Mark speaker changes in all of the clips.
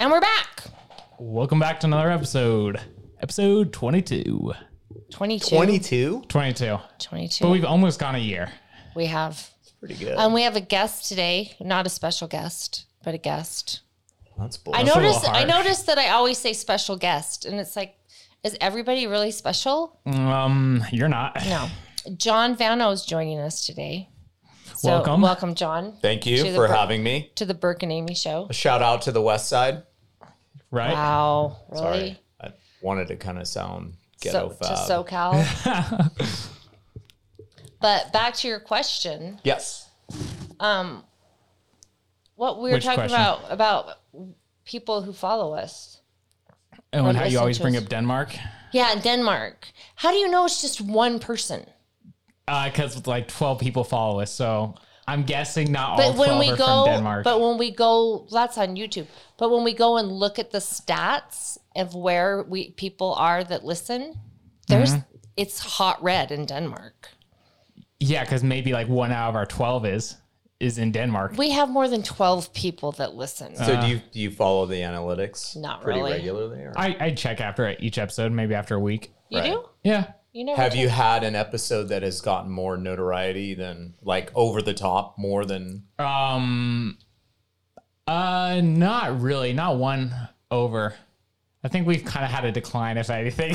Speaker 1: And we're back.
Speaker 2: Welcome back to another episode. Episode 22.
Speaker 1: 22.
Speaker 3: 22?
Speaker 2: 22.
Speaker 1: 22.
Speaker 2: But we've almost gone a year.
Speaker 1: we have.
Speaker 3: Pretty good.
Speaker 1: And we have a guest today, not a special guest, but a guest.
Speaker 3: That's bull.
Speaker 1: I
Speaker 2: a little
Speaker 1: noticed I
Speaker 2: harsh.
Speaker 1: noticed that I always say special guest and it's like is everybody really special?
Speaker 2: Um, you're not.
Speaker 1: No. John Vano is joining us today. So,
Speaker 2: Welcome.
Speaker 1: Welcome, John,
Speaker 3: Thank
Speaker 1: To
Speaker 3: you
Speaker 1: the
Speaker 3: for
Speaker 1: pro-
Speaker 3: having me.
Speaker 1: to the Burke and Amy show.
Speaker 3: A shout out to the West Side.
Speaker 2: Right?
Speaker 1: Wow. Really?
Speaker 3: Sorry. I wanted to kind of sound ghetto
Speaker 1: So, to
Speaker 3: fab.
Speaker 1: SoCal. but back to your question.
Speaker 3: yes.
Speaker 1: What we were
Speaker 2: Which
Speaker 1: talking
Speaker 2: question?
Speaker 1: about about people who follow us.
Speaker 2: Oh, and how
Speaker 1: listen
Speaker 2: you always
Speaker 1: to
Speaker 2: bring
Speaker 1: us.
Speaker 2: up Denmark?
Speaker 1: Yeah, in Denmark. How do you know it's just one person?
Speaker 2: Because Uh, like 12 people follow us. So I'm guessing not all
Speaker 1: But
Speaker 2: 12
Speaker 1: when we
Speaker 2: are
Speaker 1: go,
Speaker 2: from Denmark.
Speaker 1: but when we go, that's on YouTube. But when we go and look at the stats of where we people are that listen, there's
Speaker 2: Mm-hmm.
Speaker 1: it's hot red in Denmark.
Speaker 2: yeah, because maybe like one out of our 12 is is in Denmark.
Speaker 1: We have more than twelve people that listen.
Speaker 3: So do you do you follow the analytics
Speaker 1: Not
Speaker 3: pretty
Speaker 1: really.
Speaker 3: regularly? Or?
Speaker 2: I, I check after each episode, maybe after a week.
Speaker 1: you
Speaker 3: right.
Speaker 1: do?
Speaker 2: Yeah.
Speaker 1: You never
Speaker 3: Have
Speaker 1: do.
Speaker 3: you had an episode that has gotten more notoriety than like over the top more than
Speaker 2: Um, uh, not really. Not one over. I think we've kind of had a decline, if anything.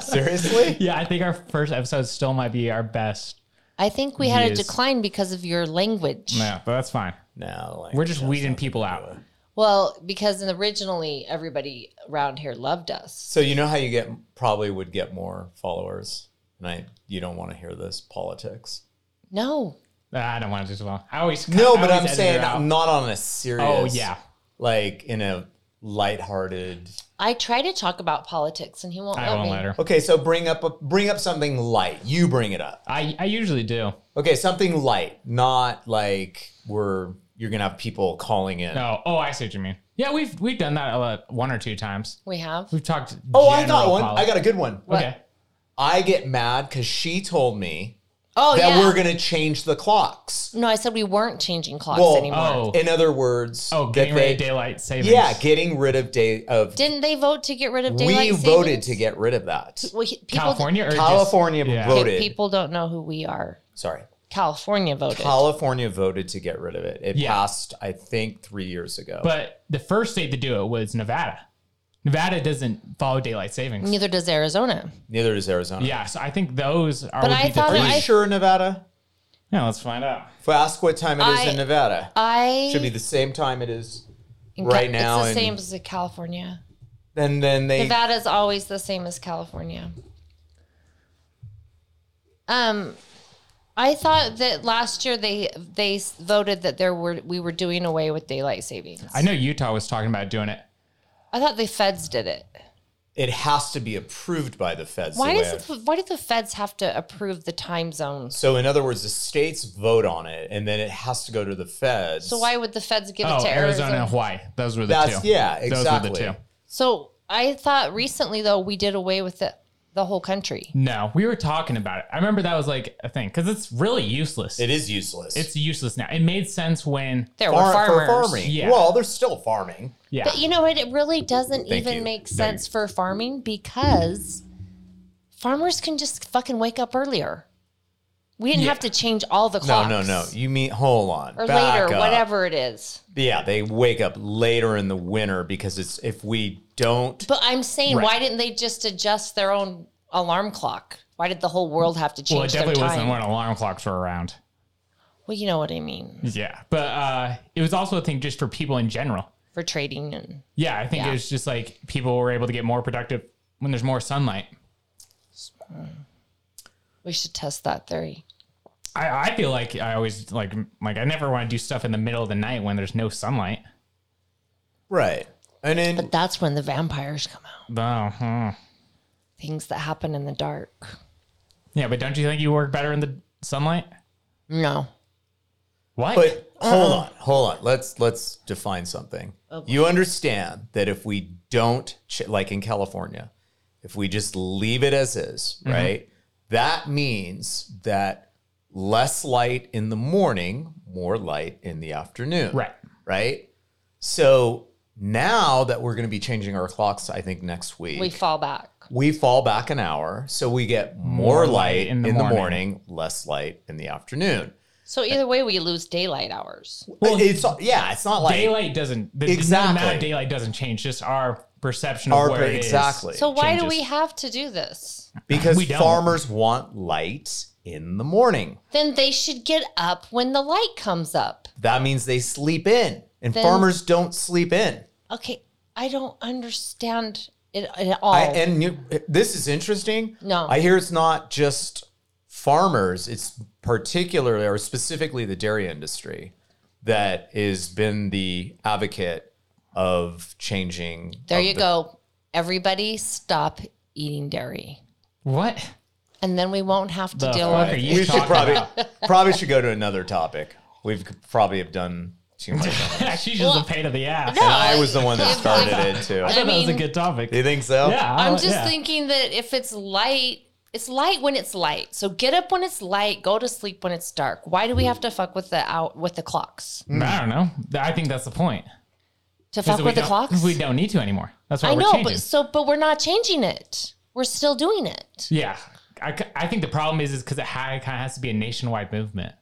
Speaker 3: seriously?
Speaker 2: yeah, I think our first episode still might be our best.
Speaker 1: I think we had a
Speaker 2: Yes.
Speaker 1: decline because of your language.
Speaker 2: Yeah, but that's fine.
Speaker 3: no, like
Speaker 2: We're just weeding people out.
Speaker 1: Well, because originally everybody around here loved us.
Speaker 3: So you know how you get probably would get more followers, and I you don't want to hear this politics.
Speaker 1: No,
Speaker 2: Uh, I don't want to do so well. I always
Speaker 3: No,
Speaker 2: I always
Speaker 3: but I'm
Speaker 2: edit it
Speaker 3: saying
Speaker 2: out.
Speaker 3: not on a serious.
Speaker 2: Oh yeah,
Speaker 3: like in a lighthearted.
Speaker 1: I try to talk about politics, and he won't
Speaker 2: I
Speaker 1: let
Speaker 2: won't
Speaker 1: me.
Speaker 2: let her.
Speaker 3: Okay, so bring up a, bring up something light. You bring it up.
Speaker 2: I I usually do.
Speaker 3: Okay, something light, not like we're you're gonna have people calling in.
Speaker 2: No, oh I see what you mean. Yeah, we've we've done that a lot, one or two times.
Speaker 1: We have.
Speaker 2: We've talked.
Speaker 3: Oh, I got
Speaker 2: general
Speaker 3: one.
Speaker 2: policy.
Speaker 3: I got a good one.
Speaker 2: Okay.
Speaker 3: I get mad because she told me
Speaker 1: Oh
Speaker 3: that
Speaker 1: yeah.
Speaker 3: we're gonna change the clocks.
Speaker 1: No, I said we weren't changing clocks
Speaker 3: Well,
Speaker 1: anymore.
Speaker 2: Oh
Speaker 3: In other words,
Speaker 2: oh,
Speaker 3: that
Speaker 2: getting rid
Speaker 3: they-
Speaker 2: of daylight savings.
Speaker 3: yeah, getting rid of day of.
Speaker 1: Didn't they vote to get rid of
Speaker 3: We
Speaker 1: daylight
Speaker 3: voted
Speaker 1: savings?
Speaker 3: to get rid of that.
Speaker 1: Well, he- people,
Speaker 2: California or just-
Speaker 3: California
Speaker 2: yeah.
Speaker 1: pe-
Speaker 3: voted.
Speaker 1: People don't know who we are.
Speaker 3: Sorry,
Speaker 1: California voted.
Speaker 3: California voted to get rid of it. It
Speaker 2: Yeah.
Speaker 3: passed, I think, three years ago.
Speaker 2: But the first state to do it was Nevada. Nevada doesn't follow daylight savings.
Speaker 1: Neither does Arizona.
Speaker 3: Neither does Arizona.
Speaker 2: Yeah, so I think those are.
Speaker 1: But
Speaker 2: would
Speaker 1: I
Speaker 2: be the
Speaker 1: thought
Speaker 3: Are
Speaker 2: three.
Speaker 3: you
Speaker 1: I-
Speaker 3: sure Nevada?
Speaker 2: yeah, let's find out.
Speaker 3: If I ask what time it is
Speaker 1: I-
Speaker 3: in Nevada,
Speaker 1: I
Speaker 3: should be the same time it is
Speaker 1: in Ca-
Speaker 3: right now.
Speaker 1: It's the same
Speaker 3: and
Speaker 1: as the California.
Speaker 3: then, then they
Speaker 1: Nevada's always the same as California. Um, I thought that last year they they s- voted that there were we were doing away with daylight savings.
Speaker 2: I know Utah was talking about doing it.
Speaker 1: I thought the feds did it.
Speaker 3: it has to be approved by the feds. the
Speaker 1: Why
Speaker 3: way
Speaker 1: does
Speaker 3: I-
Speaker 1: it, why do the feds have to approve the time zones?
Speaker 3: so in other words, the states vote on it, and then it has to go to the feds.
Speaker 1: So why would the feds give it
Speaker 2: Oh,
Speaker 1: to
Speaker 2: Arizona
Speaker 1: Arizona?
Speaker 2: and Hawaii. Those were the
Speaker 3: That's
Speaker 2: two.
Speaker 3: yeah,
Speaker 2: Those
Speaker 3: exactly.
Speaker 2: were the two.
Speaker 1: So I thought recently though we did away with the the whole country.
Speaker 2: No, we were talking about it. I remember that was like a thing because it's really useless.
Speaker 3: It is useless.
Speaker 2: It's useless now. It made sense when.
Speaker 1: There were
Speaker 3: Far-
Speaker 1: farmers.
Speaker 3: for farming.
Speaker 2: Yeah.
Speaker 3: Well, they're still farming.
Speaker 2: Yeah.
Speaker 1: But you know what? It really doesn't
Speaker 3: Thank
Speaker 1: even
Speaker 3: you.
Speaker 1: make
Speaker 3: Thank
Speaker 1: sense for farming because farmers can just fucking wake up earlier. We didn't have to change all the
Speaker 3: No,
Speaker 1: clocks.
Speaker 3: no, no. You mean hold on.
Speaker 1: Or
Speaker 3: Back
Speaker 1: later,
Speaker 3: up.
Speaker 1: whatever it is.
Speaker 3: Yeah, they wake up later in the winter because it's if we don't
Speaker 1: But I'm saying,
Speaker 2: Right.
Speaker 1: why didn't they just adjust their own alarm clock? Why did the whole world have to change
Speaker 2: well, it
Speaker 1: their
Speaker 2: definitely
Speaker 1: time?
Speaker 2: wasn't when alarm clocks were around.
Speaker 1: Well, you know what I mean
Speaker 2: Yeah, but uh, it was also a thing just for people in general.
Speaker 1: for trading and
Speaker 2: Yeah, I think it was just like people were able to get more productive when there's more sunlight.
Speaker 1: we should test that theory.
Speaker 2: I, I feel like I always like like I never want to do stuff in the middle of the night when there's no sunlight.
Speaker 3: Right. And then
Speaker 1: But that's when the vampires come out.
Speaker 2: Oh, hmm.
Speaker 1: Things that happen in the dark.
Speaker 2: yeah, but don't you think you work better in the sunlight?
Speaker 1: No.
Speaker 2: What?
Speaker 3: but hold on, hold on. Let's let's define something. you understand that if we don't ch- like in California, if we just leave it as is, right? That means that less light in the morning, more light in the afternoon.
Speaker 2: Right.
Speaker 3: Right? So Now that we're going to be changing our clocks, I think next week
Speaker 1: we fall back.
Speaker 3: we fall back an hour, so we get more,
Speaker 2: More
Speaker 3: light in, the, morning.
Speaker 2: morning.
Speaker 3: less light in the afternoon.
Speaker 1: So either way, we lose daylight hours.
Speaker 2: Well,
Speaker 3: it's yeah, it's not like
Speaker 2: daylight doesn't the
Speaker 3: Exactly.
Speaker 2: amount of daylight doesn't change. Just our perception
Speaker 3: Our-
Speaker 2: of where it is.
Speaker 3: exactly.
Speaker 1: So why do we
Speaker 2: changes.
Speaker 1: have to do this?
Speaker 3: because
Speaker 2: We don't.
Speaker 3: farmers want light in the morning.
Speaker 1: Then they should get up when the light comes up.
Speaker 3: That means they sleep in, and
Speaker 1: Then-
Speaker 3: farmers don't sleep in.
Speaker 1: Okay, I don't understand it at all.
Speaker 3: I, and you, this is interesting.
Speaker 1: Oh. No.
Speaker 3: I hear it's not just farmers; it's particularly or specifically the dairy industry that has been the advocate of changing.
Speaker 1: there
Speaker 3: of
Speaker 1: you
Speaker 3: the-
Speaker 1: go. Everybody stop eating dairy.
Speaker 2: What
Speaker 1: And then we won't have to
Speaker 2: the
Speaker 1: deal
Speaker 2: fuck
Speaker 1: with
Speaker 2: are
Speaker 1: it.
Speaker 2: you
Speaker 3: We should
Speaker 2: talking
Speaker 3: probably
Speaker 2: about?
Speaker 3: probably should go to another topic. We've probably have done too much. And
Speaker 2: She's just
Speaker 1: Well,
Speaker 2: a pain in the ass.
Speaker 1: no.
Speaker 3: I was the one that
Speaker 1: If-
Speaker 3: started it too.
Speaker 2: I thought that was a
Speaker 1: mean-
Speaker 2: good topic.
Speaker 3: You think so?
Speaker 2: yeah, I
Speaker 1: I'm
Speaker 2: don't-
Speaker 1: just
Speaker 2: Oh, yeah.
Speaker 1: thinking that if it's light, it's light when it's light. So get up when it's light, go to sleep when it's dark. Why do we have to fuck with the out with the clocks?
Speaker 2: I don't know. Th- I think that's the point.
Speaker 1: To
Speaker 2: 'Cause
Speaker 1: fuck
Speaker 2: we
Speaker 1: with the
Speaker 2: don't-
Speaker 1: clocks?
Speaker 2: We don't need to anymore. That's why
Speaker 1: I
Speaker 2: we're
Speaker 1: know,
Speaker 2: changing.
Speaker 1: but so but we're not changing it. We're still doing it.
Speaker 2: yeah, I, c- I think the problem is is because it ha- kind of has to be a nationwide movement.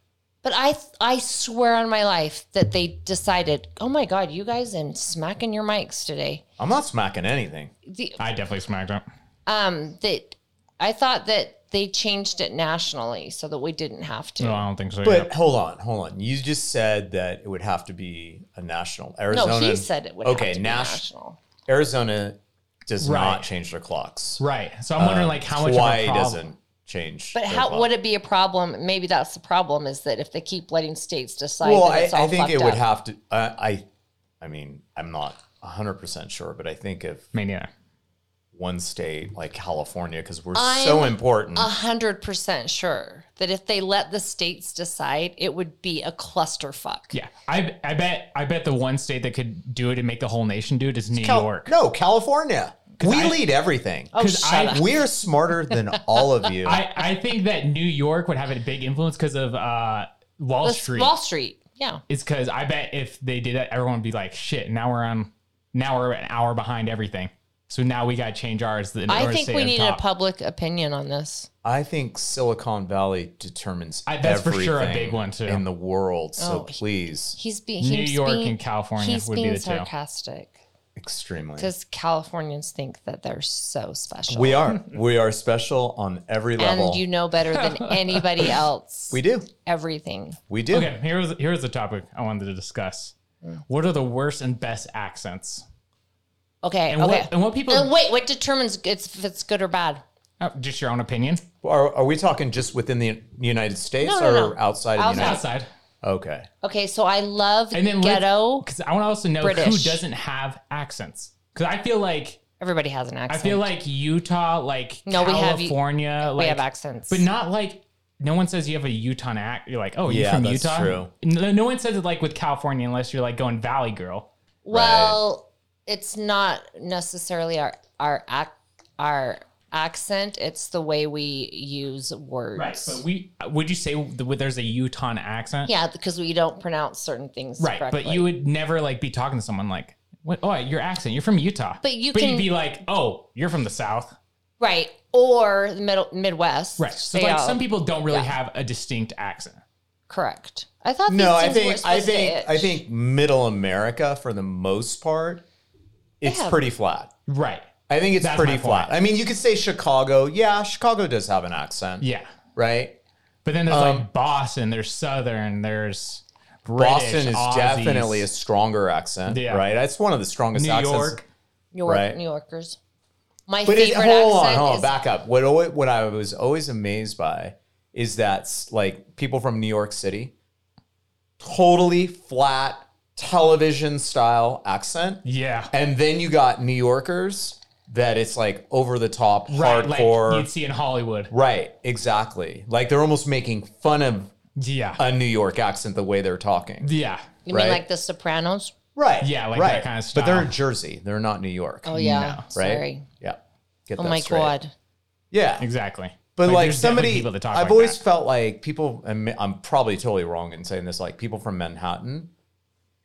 Speaker 1: But I th- I swear on my life that they decided, "Oh my god, you guys and smacking your mics today."
Speaker 3: I'm not smacking anything.
Speaker 1: The,
Speaker 2: I definitely smacked up.
Speaker 1: um that I thought that they changed it nationally so that we didn't have to.
Speaker 2: No, I don't think so.
Speaker 3: But
Speaker 2: yeah.
Speaker 3: hold on, hold on. You just said that it would have to be a national
Speaker 1: No,
Speaker 3: Arizona.
Speaker 1: he said it would
Speaker 3: okay,
Speaker 1: have to be
Speaker 3: nas-
Speaker 1: national.
Speaker 3: Arizona does
Speaker 2: Right.
Speaker 3: not change their clocks.
Speaker 2: right. So I'm wondering like how much of a
Speaker 3: Hawaii
Speaker 2: problem-
Speaker 3: uh, doesn't change.
Speaker 1: But
Speaker 3: their
Speaker 1: how
Speaker 3: clock.
Speaker 1: would it be a problem? Maybe that's the problem is that if they keep letting states decide
Speaker 3: Well,
Speaker 1: that
Speaker 3: I,
Speaker 1: it's all
Speaker 3: I think
Speaker 1: fucked
Speaker 3: it would
Speaker 1: up.
Speaker 3: have to. I I, I mean, I'm not 100 percent sure, but I think if
Speaker 2: Me neither.
Speaker 3: one state like California, because we're so
Speaker 1: I'm
Speaker 3: important.
Speaker 1: a hundred percent sure that if they let the states decide, it would be a clusterfuck.
Speaker 2: Yeah, I I bet I bet the one state that could do it and make the whole nation do it is New
Speaker 3: Cal-
Speaker 2: York.
Speaker 3: No, California. We
Speaker 2: I-
Speaker 3: lead everything.
Speaker 1: Oh,
Speaker 2: 'Cause
Speaker 1: shut
Speaker 2: I-
Speaker 1: up.
Speaker 3: We're smarter than all of you.
Speaker 2: I, I think that New York would have a big influence because of uh, Wall
Speaker 1: The-
Speaker 2: Street.
Speaker 1: Wall Street. Yeah.
Speaker 2: It's because I bet if they did that, everyone would be like, "Shit, now we're on, now we're an hour behind everything." So now we got to change ours. In
Speaker 1: I
Speaker 2: order to
Speaker 1: think
Speaker 2: stay
Speaker 1: we
Speaker 2: on
Speaker 1: need
Speaker 2: top.
Speaker 1: a public opinion on this.
Speaker 3: I think Silicon Valley determines
Speaker 2: I- that's for
Speaker 3: everything
Speaker 2: sure a big one, too.
Speaker 3: in the world.
Speaker 1: Oh.
Speaker 3: So please,
Speaker 1: He's being
Speaker 2: New
Speaker 1: he's
Speaker 2: York
Speaker 1: being,
Speaker 2: and California
Speaker 1: He's
Speaker 2: would be
Speaker 1: being
Speaker 2: the two.
Speaker 1: sarcastic
Speaker 3: extremely.
Speaker 1: because Californians think that they're so special.
Speaker 3: We are. We are special on every level.
Speaker 1: and you know better than anybody else.
Speaker 3: we do.
Speaker 1: everything.
Speaker 3: We do.
Speaker 2: okay, here's here's the topic I wanted to discuss. What are the worst and best accents?
Speaker 1: Okay.
Speaker 2: And
Speaker 1: okay.
Speaker 2: what and what people
Speaker 1: And wait, what determines it's, if it's good or bad?
Speaker 2: oh, just your own opinion
Speaker 3: Are, are we talking just within the United States
Speaker 1: No, no,
Speaker 3: or
Speaker 1: no.
Speaker 3: outside of the United States?
Speaker 2: outside,
Speaker 3: Okay.
Speaker 1: Okay, so I love
Speaker 2: and then
Speaker 1: ghetto.
Speaker 2: because I want to also know who
Speaker 1: British.
Speaker 2: doesn't have accents because I feel like
Speaker 1: Everybody has an
Speaker 2: I
Speaker 1: accent.
Speaker 2: feel like Utah, like
Speaker 1: No, we have-
Speaker 2: California, like
Speaker 1: we have accents.
Speaker 2: but not like no one says you have a Utah act. You're like, oh, you're
Speaker 3: Yeah,
Speaker 2: from
Speaker 3: that's
Speaker 2: Utah.
Speaker 3: true.
Speaker 2: No, no one says it like with California unless you're like going Valley Girl.
Speaker 1: well, it's not necessarily our our ac- our accent. It's the way we use words.
Speaker 2: But we would you say th- there's a Utah accent?
Speaker 1: yeah, because we don't pronounce certain things
Speaker 2: Right.
Speaker 1: correctly.
Speaker 2: But you would never like be talking to someone like, what, oh, your accent. You're from Utah.
Speaker 1: But you
Speaker 2: but
Speaker 1: can-
Speaker 2: you'd be like, oh, you're from the South.
Speaker 1: right or the middle Midwest.
Speaker 2: Right. So
Speaker 1: They
Speaker 2: like
Speaker 1: all-
Speaker 2: some people don't really
Speaker 1: yeah.
Speaker 2: have a distinct accent.
Speaker 1: correct. I thought
Speaker 3: No,
Speaker 1: these
Speaker 3: I
Speaker 1: things
Speaker 3: think
Speaker 1: weren't
Speaker 3: I
Speaker 1: supposed to
Speaker 3: think I
Speaker 1: itch.
Speaker 3: think Middle America, for the most part, it's
Speaker 1: Yeah.
Speaker 3: pretty flat.
Speaker 2: Right.
Speaker 3: I think it's
Speaker 2: That's
Speaker 3: pretty
Speaker 2: my point.
Speaker 3: flat. I mean, you could say Chicago. Yeah, Chicago does have an accent,
Speaker 2: Yeah.
Speaker 3: right?
Speaker 2: But then there's
Speaker 3: Um,
Speaker 2: like Boston. There's Southern. There's British,
Speaker 3: Boston is
Speaker 2: Aussies,
Speaker 3: definitely a stronger accent,
Speaker 2: Yeah.
Speaker 3: right? That's one of the strongest
Speaker 2: New
Speaker 3: accents.
Speaker 2: York.
Speaker 1: New York
Speaker 3: right.
Speaker 1: New Yorkers. My
Speaker 3: But it,
Speaker 1: favorite
Speaker 3: hold on,
Speaker 1: accent
Speaker 3: hold on,
Speaker 1: is
Speaker 3: back up. What alwa- what I was always amazed by is that s- like people from New York City, totally flat television style accent,
Speaker 2: Yeah.
Speaker 3: and then you got New Yorkers that it's like over the top,
Speaker 2: Right,
Speaker 3: hardcore.
Speaker 2: Like you'd see in Hollywood.
Speaker 3: right, exactly. Like they're almost making fun of
Speaker 2: Yeah.
Speaker 3: a New York accent the way they're talking.
Speaker 2: yeah.
Speaker 1: you
Speaker 3: right.
Speaker 1: mean like the Sopranos?
Speaker 3: Right.
Speaker 2: Yeah, like that
Speaker 3: right.
Speaker 2: kind of
Speaker 3: But they're
Speaker 2: style.
Speaker 3: Jersey. They're not New York.
Speaker 1: Oh yeah.
Speaker 3: right.
Speaker 1: Sorry.
Speaker 3: Yeah. Get
Speaker 1: Oh
Speaker 3: that
Speaker 1: my
Speaker 3: straight.
Speaker 1: god.
Speaker 3: Yeah.
Speaker 2: Exactly.
Speaker 3: But like,
Speaker 2: there's definitely
Speaker 3: somebody,
Speaker 2: people that talk
Speaker 3: I've
Speaker 2: like
Speaker 3: always
Speaker 2: that.
Speaker 3: felt like people. I'm, I'm probably totally wrong in saying this. Like people from Manhattan,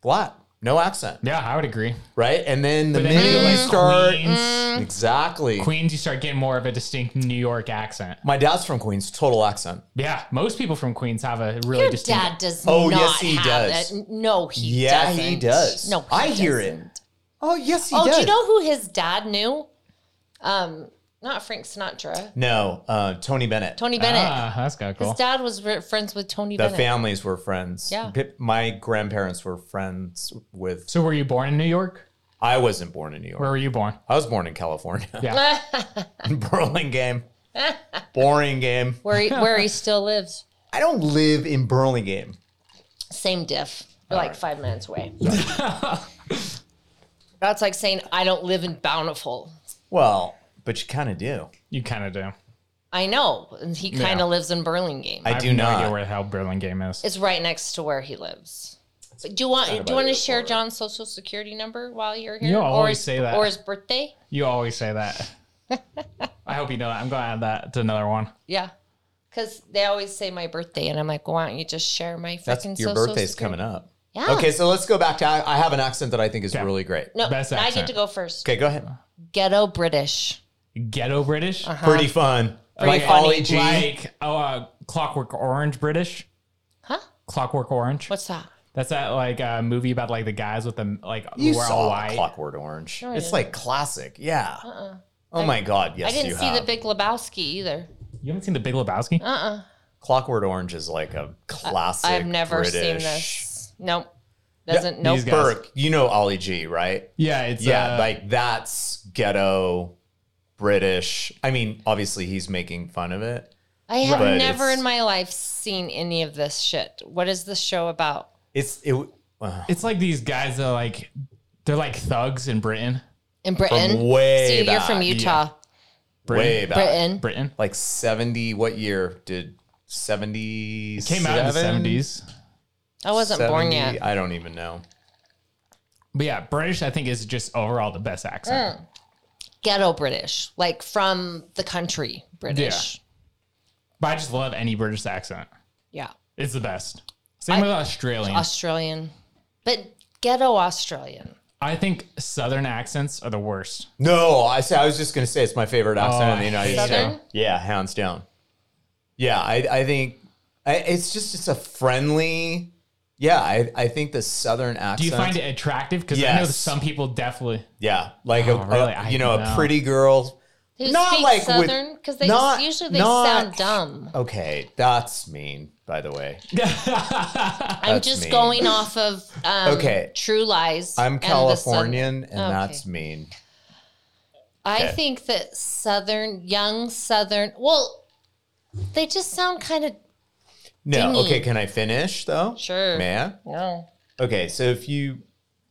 Speaker 3: flat, no accent,
Speaker 2: Yeah, I would agree.
Speaker 3: right? And then the
Speaker 2: But then
Speaker 3: minute
Speaker 2: you go
Speaker 3: you
Speaker 2: like
Speaker 3: start
Speaker 2: Queens,
Speaker 3: exactly,
Speaker 2: Queens, you start getting more of a distinct New York accent.
Speaker 3: my dad's from Queens, total accent.
Speaker 2: Yeah, most people from Queens have a really
Speaker 1: Your
Speaker 2: distinct.
Speaker 1: dad does
Speaker 3: Oh,
Speaker 1: not
Speaker 3: yes, he
Speaker 1: have
Speaker 3: does.
Speaker 1: that. No, he
Speaker 3: Yeah,
Speaker 1: doesn't.
Speaker 3: he does.
Speaker 1: No, he
Speaker 3: I hear it.
Speaker 1: doesn't.
Speaker 3: Oh yes, he
Speaker 1: Oh,
Speaker 3: does.
Speaker 1: do you know who his dad knew? Um, not Frank Sinatra.
Speaker 3: no, uh, Tony Bennett.
Speaker 1: Tony Bennett.
Speaker 2: Ah, that's kind of cool.
Speaker 1: His dad was re- friends with Tony
Speaker 3: the
Speaker 1: Bennett.
Speaker 3: families were friends.
Speaker 1: Yeah.
Speaker 3: Pi- My grandparents were friends with.
Speaker 2: So, were you born in New York?
Speaker 3: I wasn't born in New York.
Speaker 2: Where were you born?
Speaker 3: I was born in California.
Speaker 2: Yeah.
Speaker 3: in Burlingame. Burlingame.
Speaker 1: where he, where he still lives.
Speaker 3: I don't live in Burlingame.
Speaker 1: Same diff. We're like five minutes away. That's like saying I don't live in Bountiful.
Speaker 3: Well, but you kind of do.
Speaker 2: You kind of do.
Speaker 1: I know. And he kind of
Speaker 2: Yeah.
Speaker 1: lives in Burlingame.
Speaker 3: I,
Speaker 2: I have
Speaker 3: do
Speaker 2: no
Speaker 3: not.
Speaker 2: idea where the hell Burlingame is.
Speaker 1: it's right next to where he lives. But do you want do
Speaker 3: about
Speaker 1: you want
Speaker 3: it
Speaker 1: to share
Speaker 3: before.
Speaker 1: John's social security number while you're here?
Speaker 2: You
Speaker 1: or
Speaker 2: always
Speaker 1: his,
Speaker 2: say that.
Speaker 1: Or his birthday?
Speaker 2: You always say that. I hope you know that. I'm going to add that to another one.
Speaker 1: Yeah. Cause they always say my birthday, and I'm like, why don't you just share my freaking
Speaker 3: That's your
Speaker 1: social
Speaker 3: birthday's
Speaker 1: security-
Speaker 3: coming up.
Speaker 1: Yeah.
Speaker 3: Okay, so let's go back to. I, I have an accent that I think is
Speaker 2: Okay.
Speaker 3: really great.
Speaker 1: No,
Speaker 2: Best
Speaker 1: I get
Speaker 2: accent.
Speaker 1: to go first.
Speaker 3: Okay, go ahead.
Speaker 1: Ghetto British.
Speaker 2: Ghetto British?
Speaker 1: Uh-huh.
Speaker 3: Pretty fun. like
Speaker 1: funny.
Speaker 3: Ollie G.
Speaker 2: Like oh, uh, Clockwork Orange British?
Speaker 1: Huh?
Speaker 2: Clockwork Orange?
Speaker 1: What's that?
Speaker 2: That's that like uh, movie about like the guys with the like
Speaker 3: you
Speaker 2: who are
Speaker 3: saw
Speaker 2: all white.
Speaker 3: Clockwork Orange.
Speaker 1: No, I
Speaker 3: it's
Speaker 1: didn't.
Speaker 3: like classic. Yeah. Oh my God. Yes,
Speaker 1: Oh, Uh-uh. I didn't
Speaker 3: you
Speaker 1: see
Speaker 3: have.
Speaker 1: the Big Lebowski either.
Speaker 2: You haven't seen The Big Lebowski?
Speaker 3: Clockwork Orange is like a classic.
Speaker 1: I've never seen
Speaker 3: British-
Speaker 1: this. Nope. Doesn't nope.
Speaker 2: these guys-
Speaker 3: Burke, you know Ollie G, right?
Speaker 2: yeah, it's
Speaker 3: yeah,
Speaker 2: uh,
Speaker 3: like that's ghetto British. I mean, obviously he's making fun of it.
Speaker 1: I have
Speaker 3: But
Speaker 1: never
Speaker 3: it's-
Speaker 1: in my life seen any of this shit. What is this show about?
Speaker 3: It's it uh,
Speaker 2: it's like these guys that are like they're like thugs in Britain.
Speaker 1: In Britain?
Speaker 3: way
Speaker 1: See, you're
Speaker 3: back,
Speaker 1: from Utah.
Speaker 2: Britain.
Speaker 3: way back.
Speaker 1: Britain.
Speaker 2: Britain.
Speaker 3: Like 70 what year did 70
Speaker 2: Came out in the seventies.
Speaker 1: I wasn't born yet.
Speaker 3: I don't even know.
Speaker 2: But yeah, British I think is just overall the best accent.
Speaker 1: Ghetto British. Like from the country British.
Speaker 2: But I just love any British accent.
Speaker 1: Yeah.
Speaker 2: It's the best. Same with Australian.
Speaker 1: Australian. But ghetto Australian.
Speaker 2: I think Southern accents are the worst.
Speaker 3: No, I say I was just going to say it's my favorite accent
Speaker 2: Oh,
Speaker 3: in the United
Speaker 1: Southern?
Speaker 3: States. Yeah, hands down. Yeah, I I think I, it's just it's a friendly yeah, I, I think the southern accent.
Speaker 2: Do you find it attractive? Because I know
Speaker 3: Yes.
Speaker 2: some people definitely.
Speaker 3: Yeah, like a,
Speaker 2: Oh, really?
Speaker 3: a-
Speaker 2: I
Speaker 3: you know,
Speaker 2: know.
Speaker 3: a pretty girl.
Speaker 1: Who
Speaker 3: Not
Speaker 1: speaks
Speaker 3: like with-
Speaker 1: Southern? Because they
Speaker 3: not-
Speaker 1: just, usually they
Speaker 3: not-
Speaker 1: sound dumb.
Speaker 3: Okay, that's mean. By the way,
Speaker 1: I'm
Speaker 3: that's
Speaker 1: just
Speaker 3: me.
Speaker 1: going off of um,
Speaker 3: Okay.
Speaker 1: True Lies.
Speaker 3: I'm
Speaker 1: and the Oh,
Speaker 3: Californian, and
Speaker 1: Okay.
Speaker 3: that's mean.
Speaker 1: I
Speaker 3: Okay.
Speaker 1: think that Southern, young Southern, well, they just sound kind of
Speaker 3: No,
Speaker 1: Dingy.
Speaker 3: okay. Can I finish though?
Speaker 1: Sure.
Speaker 3: man.
Speaker 1: no.
Speaker 3: Okay, so if you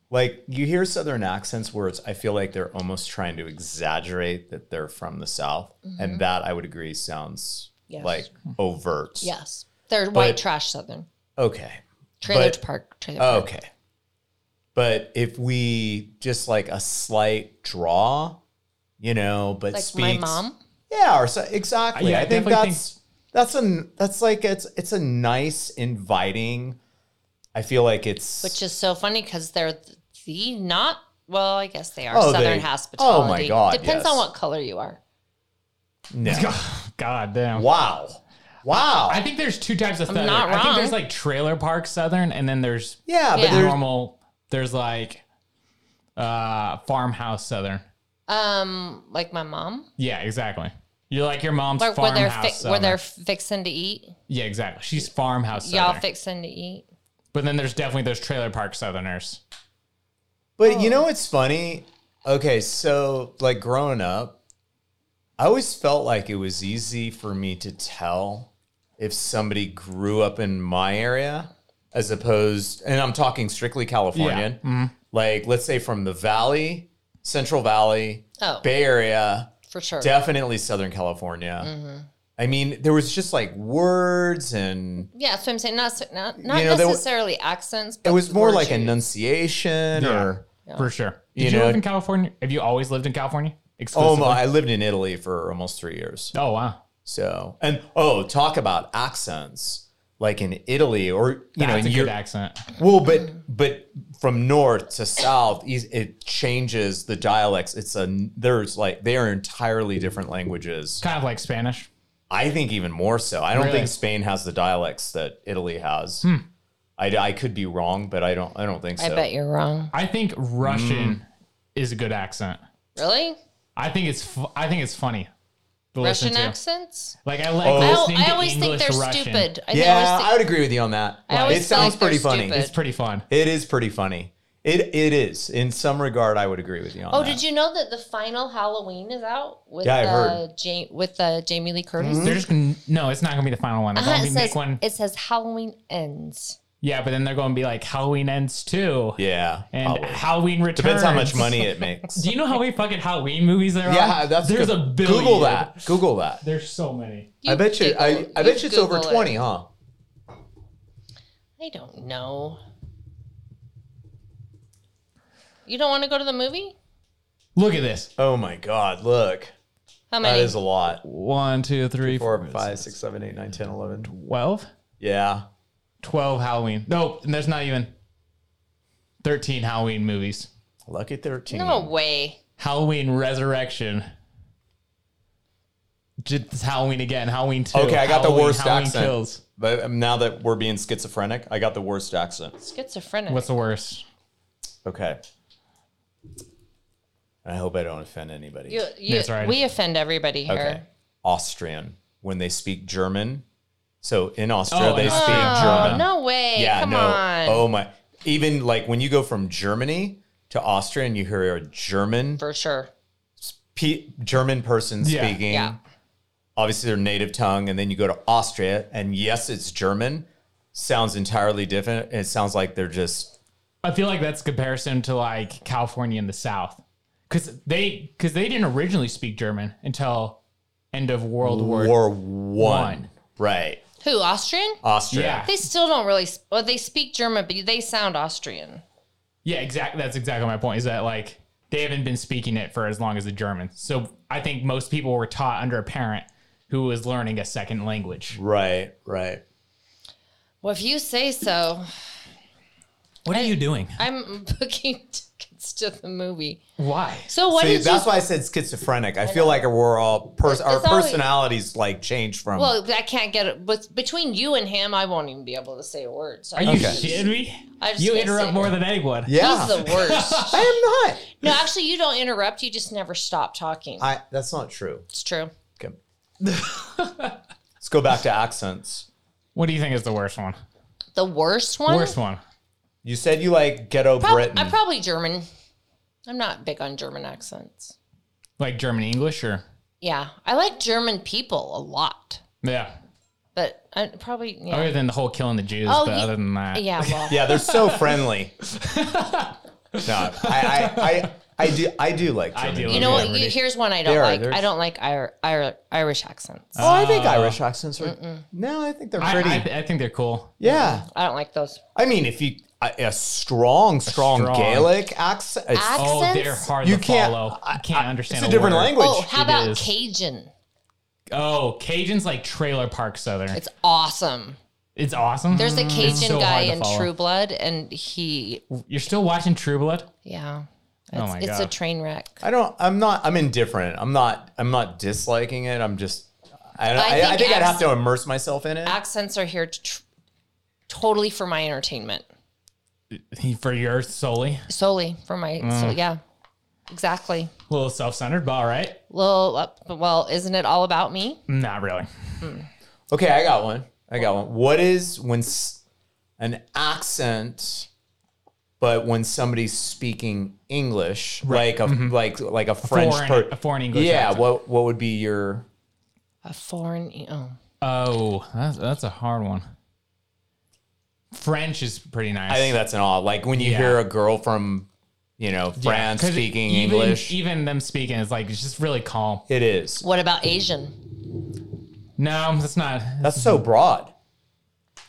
Speaker 3: like, you hear southern accents where it's, I feel like they're almost trying to exaggerate that they're from the south, and that I would agree
Speaker 1: Mm-hmm.
Speaker 3: sounds
Speaker 1: Yes.
Speaker 3: like overt.
Speaker 1: Yes, they're white
Speaker 3: But-
Speaker 1: trash Southern
Speaker 3: Okay.
Speaker 1: trailer
Speaker 3: But- Oh,
Speaker 1: park. Trailer park.
Speaker 3: Okay. But if we just like a slight draw, you know, but
Speaker 1: like
Speaker 3: speaks,
Speaker 1: my mom.
Speaker 3: Yeah, or so, exactly.
Speaker 2: Yeah, I
Speaker 3: I think
Speaker 2: definitely
Speaker 3: that's that's a that's like it's it's a nice inviting. I feel like it's
Speaker 1: Which is so funny because they're the not. Well, I guess they are
Speaker 3: Oh,
Speaker 1: Southern
Speaker 3: they-
Speaker 1: hospitality.
Speaker 3: oh my God,
Speaker 1: Depends on
Speaker 3: yes.
Speaker 1: what color you are.
Speaker 3: no.
Speaker 2: God damn.
Speaker 3: wow, wow.
Speaker 2: I think there's two types of Southern.
Speaker 1: not
Speaker 2: I think there's
Speaker 1: wrong.
Speaker 2: like trailer park Southern, and then there's
Speaker 3: yeah, but
Speaker 1: Yeah.
Speaker 3: there's
Speaker 2: normal. There's like uh farmhouse Southern.
Speaker 1: Um, like my mom,
Speaker 2: Yeah, exactly. You're like your mom's
Speaker 1: like where they're
Speaker 2: farmhouse.
Speaker 1: fi- where
Speaker 2: Southern.
Speaker 1: they're fixing to eat.
Speaker 2: yeah, exactly. She's farmhouse
Speaker 1: Y'all
Speaker 2: Southern.
Speaker 1: fixing to eat.
Speaker 2: but then there's definitely those trailer park Southerners.
Speaker 3: But you know what's funny? Okay, so like growing up, I always felt like it was easy for me to tell if somebody grew up in my area as opposed and I'm talking strictly Californian. Like let's say from the Valley, Central Valley,
Speaker 1: Oh.
Speaker 3: Bay Area,
Speaker 1: For sure.
Speaker 3: definitely Southern California.
Speaker 1: Mm-hmm.
Speaker 3: I mean, there was just like words and
Speaker 1: yeah, so I'm saying not so- not, not
Speaker 3: You know, there were-
Speaker 1: necessarily accents. But
Speaker 3: it was more
Speaker 1: words
Speaker 3: like
Speaker 1: you use.
Speaker 3: enunciation or
Speaker 2: for sure. Did
Speaker 3: You
Speaker 2: you,
Speaker 3: know-
Speaker 2: live in California? Have you always lived in California?
Speaker 3: Oh
Speaker 2: Exclusively?
Speaker 3: my, I lived in Italy for almost 3 years.
Speaker 2: Oh wow.
Speaker 3: So, and oh, talk about accents. like in Italy or you know
Speaker 2: That's
Speaker 3: in
Speaker 2: a good
Speaker 3: Europe.
Speaker 2: accent.
Speaker 3: Well, but but from north to south, eas- it changes the dialects. It's a there's like they are entirely different languages.
Speaker 2: Kind of like Spanish.
Speaker 3: I think even more so. I don't
Speaker 2: Really? Hmm.
Speaker 3: think Spain has the dialects that Italy has. I, I could be wrong, but I don't I don't think
Speaker 1: I
Speaker 3: so.
Speaker 1: bet you're wrong.
Speaker 2: I think Russian
Speaker 3: Mm.
Speaker 2: is a good accent.
Speaker 1: Really?
Speaker 2: I think it's fu- I think it's funny. to listen
Speaker 1: Russian
Speaker 2: to.
Speaker 1: accents?
Speaker 2: Like I
Speaker 3: Oh.
Speaker 2: like
Speaker 1: I,
Speaker 2: listening
Speaker 1: I
Speaker 2: to
Speaker 1: always
Speaker 2: English
Speaker 1: think they're
Speaker 2: Russian.
Speaker 1: stupid. I think I
Speaker 3: Yeah,
Speaker 1: always
Speaker 3: I would agree with you on that.
Speaker 1: I always
Speaker 3: It sounds
Speaker 1: think
Speaker 3: pretty
Speaker 1: they're
Speaker 3: funny.
Speaker 1: stupid.
Speaker 2: It's pretty fun.
Speaker 3: It is pretty funny. It it is in some regard. I would agree with you on
Speaker 1: Oh,
Speaker 3: that.
Speaker 1: did you know that the final Halloween is out with
Speaker 3: Yeah, I
Speaker 1: uh,
Speaker 3: heard. Mm-hmm.
Speaker 1: ja- with uh, Jamie Lee Curtis?
Speaker 3: Hmm?
Speaker 2: They're just gonna, no, it's not gonna be the final one. They're
Speaker 1: Uh-huh,
Speaker 2: gonna
Speaker 1: it,
Speaker 2: be
Speaker 1: says,
Speaker 2: make one.
Speaker 1: it says Halloween ends.
Speaker 2: Yeah, but then they're gonna be like Halloween ends too,
Speaker 3: Yeah,
Speaker 2: and
Speaker 3: probably.
Speaker 2: Halloween returns.
Speaker 3: Oh. depends how much money it makes.
Speaker 2: Do you know how many fucking Halloween movies there are?
Speaker 3: yeah, that's
Speaker 2: there's
Speaker 3: good.
Speaker 2: a billion.
Speaker 3: Google that. Google that.
Speaker 2: There's so many.
Speaker 3: I bet you. I,
Speaker 1: Google-
Speaker 3: I bet you it's over
Speaker 1: Google it.
Speaker 3: twenty, huh?
Speaker 1: I don't know. You don't want to go to the movie?
Speaker 2: Look at this.
Speaker 3: Oh my God! Look,
Speaker 1: How
Speaker 3: that
Speaker 1: many?
Speaker 3: is a lot.
Speaker 2: One, two, three,
Speaker 3: Four, five, six, seven, eight, nine, ten, eleven.
Speaker 2: twelve.
Speaker 3: Yeah,
Speaker 2: 12 Halloween. Nope, and there's not even 13 Halloween movies.
Speaker 3: lucky thirteen.
Speaker 1: no way.
Speaker 2: Halloween Resurrection. Just Halloween again. Halloween 2.
Speaker 3: Okay, I got the
Speaker 2: Halloween-
Speaker 3: worst
Speaker 2: Halloween
Speaker 3: accent.
Speaker 2: Kills.
Speaker 3: But um, now that we're being schizophrenic, I got the worst accent.
Speaker 1: Schizophrenic.
Speaker 2: What's the worst?
Speaker 3: Okay. I hope I don't offend anybody.
Speaker 1: you, you,
Speaker 2: That's right.
Speaker 1: We offend everybody here.
Speaker 3: Okay. Austrian when they speak German. So in Austria
Speaker 2: Oh,
Speaker 3: they
Speaker 2: in
Speaker 3: speak
Speaker 2: Austria.
Speaker 1: Oh,
Speaker 3: German.
Speaker 1: no way.
Speaker 3: Yeah,
Speaker 1: Come
Speaker 3: no.
Speaker 1: on.
Speaker 3: Oh my. Even like when you go from Germany to Austria and you hear a German
Speaker 1: For sure.
Speaker 3: pe- German person
Speaker 2: Yeah.
Speaker 3: speaking,
Speaker 1: Yeah.
Speaker 3: obviously their native tongue, and then you go to Austria, and yes, it's German, sounds entirely different. It sounds like they're just
Speaker 2: I feel like that's comparison to like California in the South. Cuz they cuz they didn't originally speak German until end of World War.
Speaker 3: War One,
Speaker 2: One.
Speaker 3: right?
Speaker 1: Who, Austrian?
Speaker 3: Austria.
Speaker 2: Yeah.
Speaker 1: They still don't really. sp- Well, they speak German, but they sound Austrian.
Speaker 2: Yeah, exactly. That's exactly my point. Is that like they haven't been speaking it for as long as the Germans. So I think most people were taught under a parent who was learning a second language.
Speaker 3: Right, right.
Speaker 1: Well, if you say so,
Speaker 2: What are you doing?
Speaker 1: I'm booking tickets to the movie.
Speaker 2: Why?
Speaker 1: So what
Speaker 3: See,
Speaker 1: did you?
Speaker 3: that's why I said schizophrenic. I, feel like we're all pers- our
Speaker 1: It's always-
Speaker 3: personalities like change from.
Speaker 1: Well, I can't get it. But between you and him, I won't even be able to say a word. So
Speaker 2: Are you
Speaker 1: I'm just-
Speaker 2: shitting me?
Speaker 1: I just
Speaker 2: You
Speaker 1: can't
Speaker 2: interrupt
Speaker 1: say
Speaker 2: more
Speaker 1: it.
Speaker 2: than anyone.
Speaker 3: yeah,
Speaker 1: He's the worst.
Speaker 3: I am not.
Speaker 1: no, actually, you don't interrupt. You just never stop talking.
Speaker 3: I. That's not true.
Speaker 1: it's true.
Speaker 3: Okay. Let's go back to accents.
Speaker 2: What do you think is the worst one?
Speaker 1: The worst one.
Speaker 2: Worst one.
Speaker 3: You said you like ghetto
Speaker 1: Prob-
Speaker 3: Britain.
Speaker 1: I'm probably German. I'm not big on German accents.
Speaker 2: Like German English or
Speaker 1: Yeah, I like German people a lot,
Speaker 2: yeah.
Speaker 1: but I probably yeah.
Speaker 2: Other than the whole killing the Jews,
Speaker 1: Oh,
Speaker 2: but
Speaker 1: you-
Speaker 2: other than that,
Speaker 1: Yeah, well,
Speaker 3: Yeah, they're so friendly. no, I, I, I, I do, I do like.
Speaker 2: I
Speaker 3: German.
Speaker 2: do
Speaker 1: you know
Speaker 2: Okay,
Speaker 1: what? You,
Speaker 2: ready.
Speaker 1: here's one I don't
Speaker 3: There,
Speaker 1: like.
Speaker 3: there's-
Speaker 1: I don't like Ir- Ir- Irish accents.
Speaker 2: Uh,
Speaker 3: Oh, I think Irish accents are. No, I think they're
Speaker 2: I,
Speaker 3: pretty.
Speaker 2: I, I think they're cool.
Speaker 3: yeah,
Speaker 1: I don't like those.
Speaker 3: I mean, if you a, a strong, strong,
Speaker 2: strong-
Speaker 3: Gaelic accent, it's,
Speaker 1: Ac-
Speaker 2: Oh,
Speaker 1: Accents?
Speaker 2: they're hard
Speaker 3: You
Speaker 2: to
Speaker 3: can't-
Speaker 2: follow. You can't understand.
Speaker 3: it's a different
Speaker 2: word.
Speaker 3: language.
Speaker 1: oh, how
Speaker 2: it
Speaker 1: about
Speaker 2: is.
Speaker 1: Cajun?
Speaker 2: Oh, Cajun's like trailer park southern.
Speaker 1: It's
Speaker 2: It's,
Speaker 1: awesome.
Speaker 2: awesome.
Speaker 1: There's a
Speaker 2: Mm. It's
Speaker 1: Cajun
Speaker 2: so
Speaker 1: guy
Speaker 2: hard to
Speaker 1: in
Speaker 2: follow.
Speaker 1: True Blood, and he,
Speaker 2: You're still watching True Blood?
Speaker 1: yeah, it's,
Speaker 2: Oh my
Speaker 1: it's a
Speaker 2: God.
Speaker 1: train wreck.
Speaker 3: I don't. I'm not. I'm indifferent. I'm not. I'm not disliking it. I'm just. I, don't,
Speaker 1: I
Speaker 3: I, I think,
Speaker 1: think
Speaker 3: I'd have
Speaker 1: acc-
Speaker 3: to immerse myself in it.
Speaker 1: Accents are here to tr- totally for my entertainment,
Speaker 2: For your solely.
Speaker 1: solely for my, so
Speaker 2: Mm.
Speaker 1: yeah, exactly.
Speaker 2: A little self centered, but all right.
Speaker 1: Little up, well, isn't it all about me?
Speaker 2: Not really.
Speaker 3: Okay, I got one. I got one. What is when s- an accent, but when somebody's speaking English, like a like like a French
Speaker 2: foreign- Mm-hmm. a foreign English
Speaker 3: Yeah.
Speaker 2: accent.
Speaker 3: What what would be your?
Speaker 1: A foreign, oh,
Speaker 2: Oh, that's, that's a hard one. French is pretty nice.
Speaker 3: I think that's an awe. Like when you
Speaker 2: Yeah.
Speaker 3: hear a girl from, you know,
Speaker 2: Yeah,
Speaker 3: France
Speaker 2: 'cause
Speaker 3: speaking
Speaker 2: even- e-
Speaker 3: English.
Speaker 2: Even them speaking is like, it's just really calm.
Speaker 3: it is.
Speaker 1: what about Asian?
Speaker 2: No, that's not.
Speaker 3: That's so broad.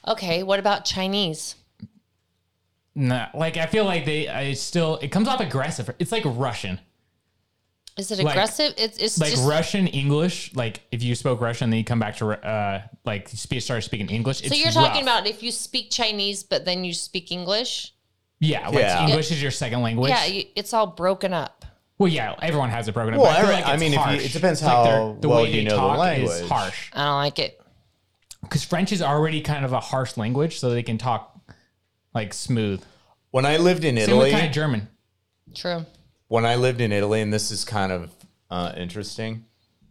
Speaker 1: Okay, what about Chinese?
Speaker 2: No, like I feel like they. I still. It comes off aggressive. It's like Russian.
Speaker 1: Is it
Speaker 2: Like-
Speaker 1: aggressive? it's it's
Speaker 2: like
Speaker 1: just
Speaker 2: Russian English. Like if you spoke Russian, then you come back to uh, like spe start speaking English.
Speaker 1: so you're talking about if you speak Chinese but then you speak English.
Speaker 2: yeah, like
Speaker 3: Yeah.
Speaker 2: English is your second language.
Speaker 1: yeah, you, it's all broken up.
Speaker 2: Well, yeah, everyone has it broken up.
Speaker 3: Well,
Speaker 2: but I, feel
Speaker 3: every-
Speaker 2: like
Speaker 3: I
Speaker 2: it's
Speaker 3: mean, if you-
Speaker 2: harsh.
Speaker 3: it depends
Speaker 2: It's like their-
Speaker 3: how well you
Speaker 2: they
Speaker 3: know the
Speaker 2: talk Is
Speaker 3: language.
Speaker 2: harsh
Speaker 1: I don't like it.
Speaker 2: because French is already kind of a harsh language, so they can talk like smooth.
Speaker 3: When I lived in
Speaker 2: Same
Speaker 3: Italy,
Speaker 2: with kind of German.
Speaker 1: True.
Speaker 3: when I lived in Italy, and this is kind of uh, interesting.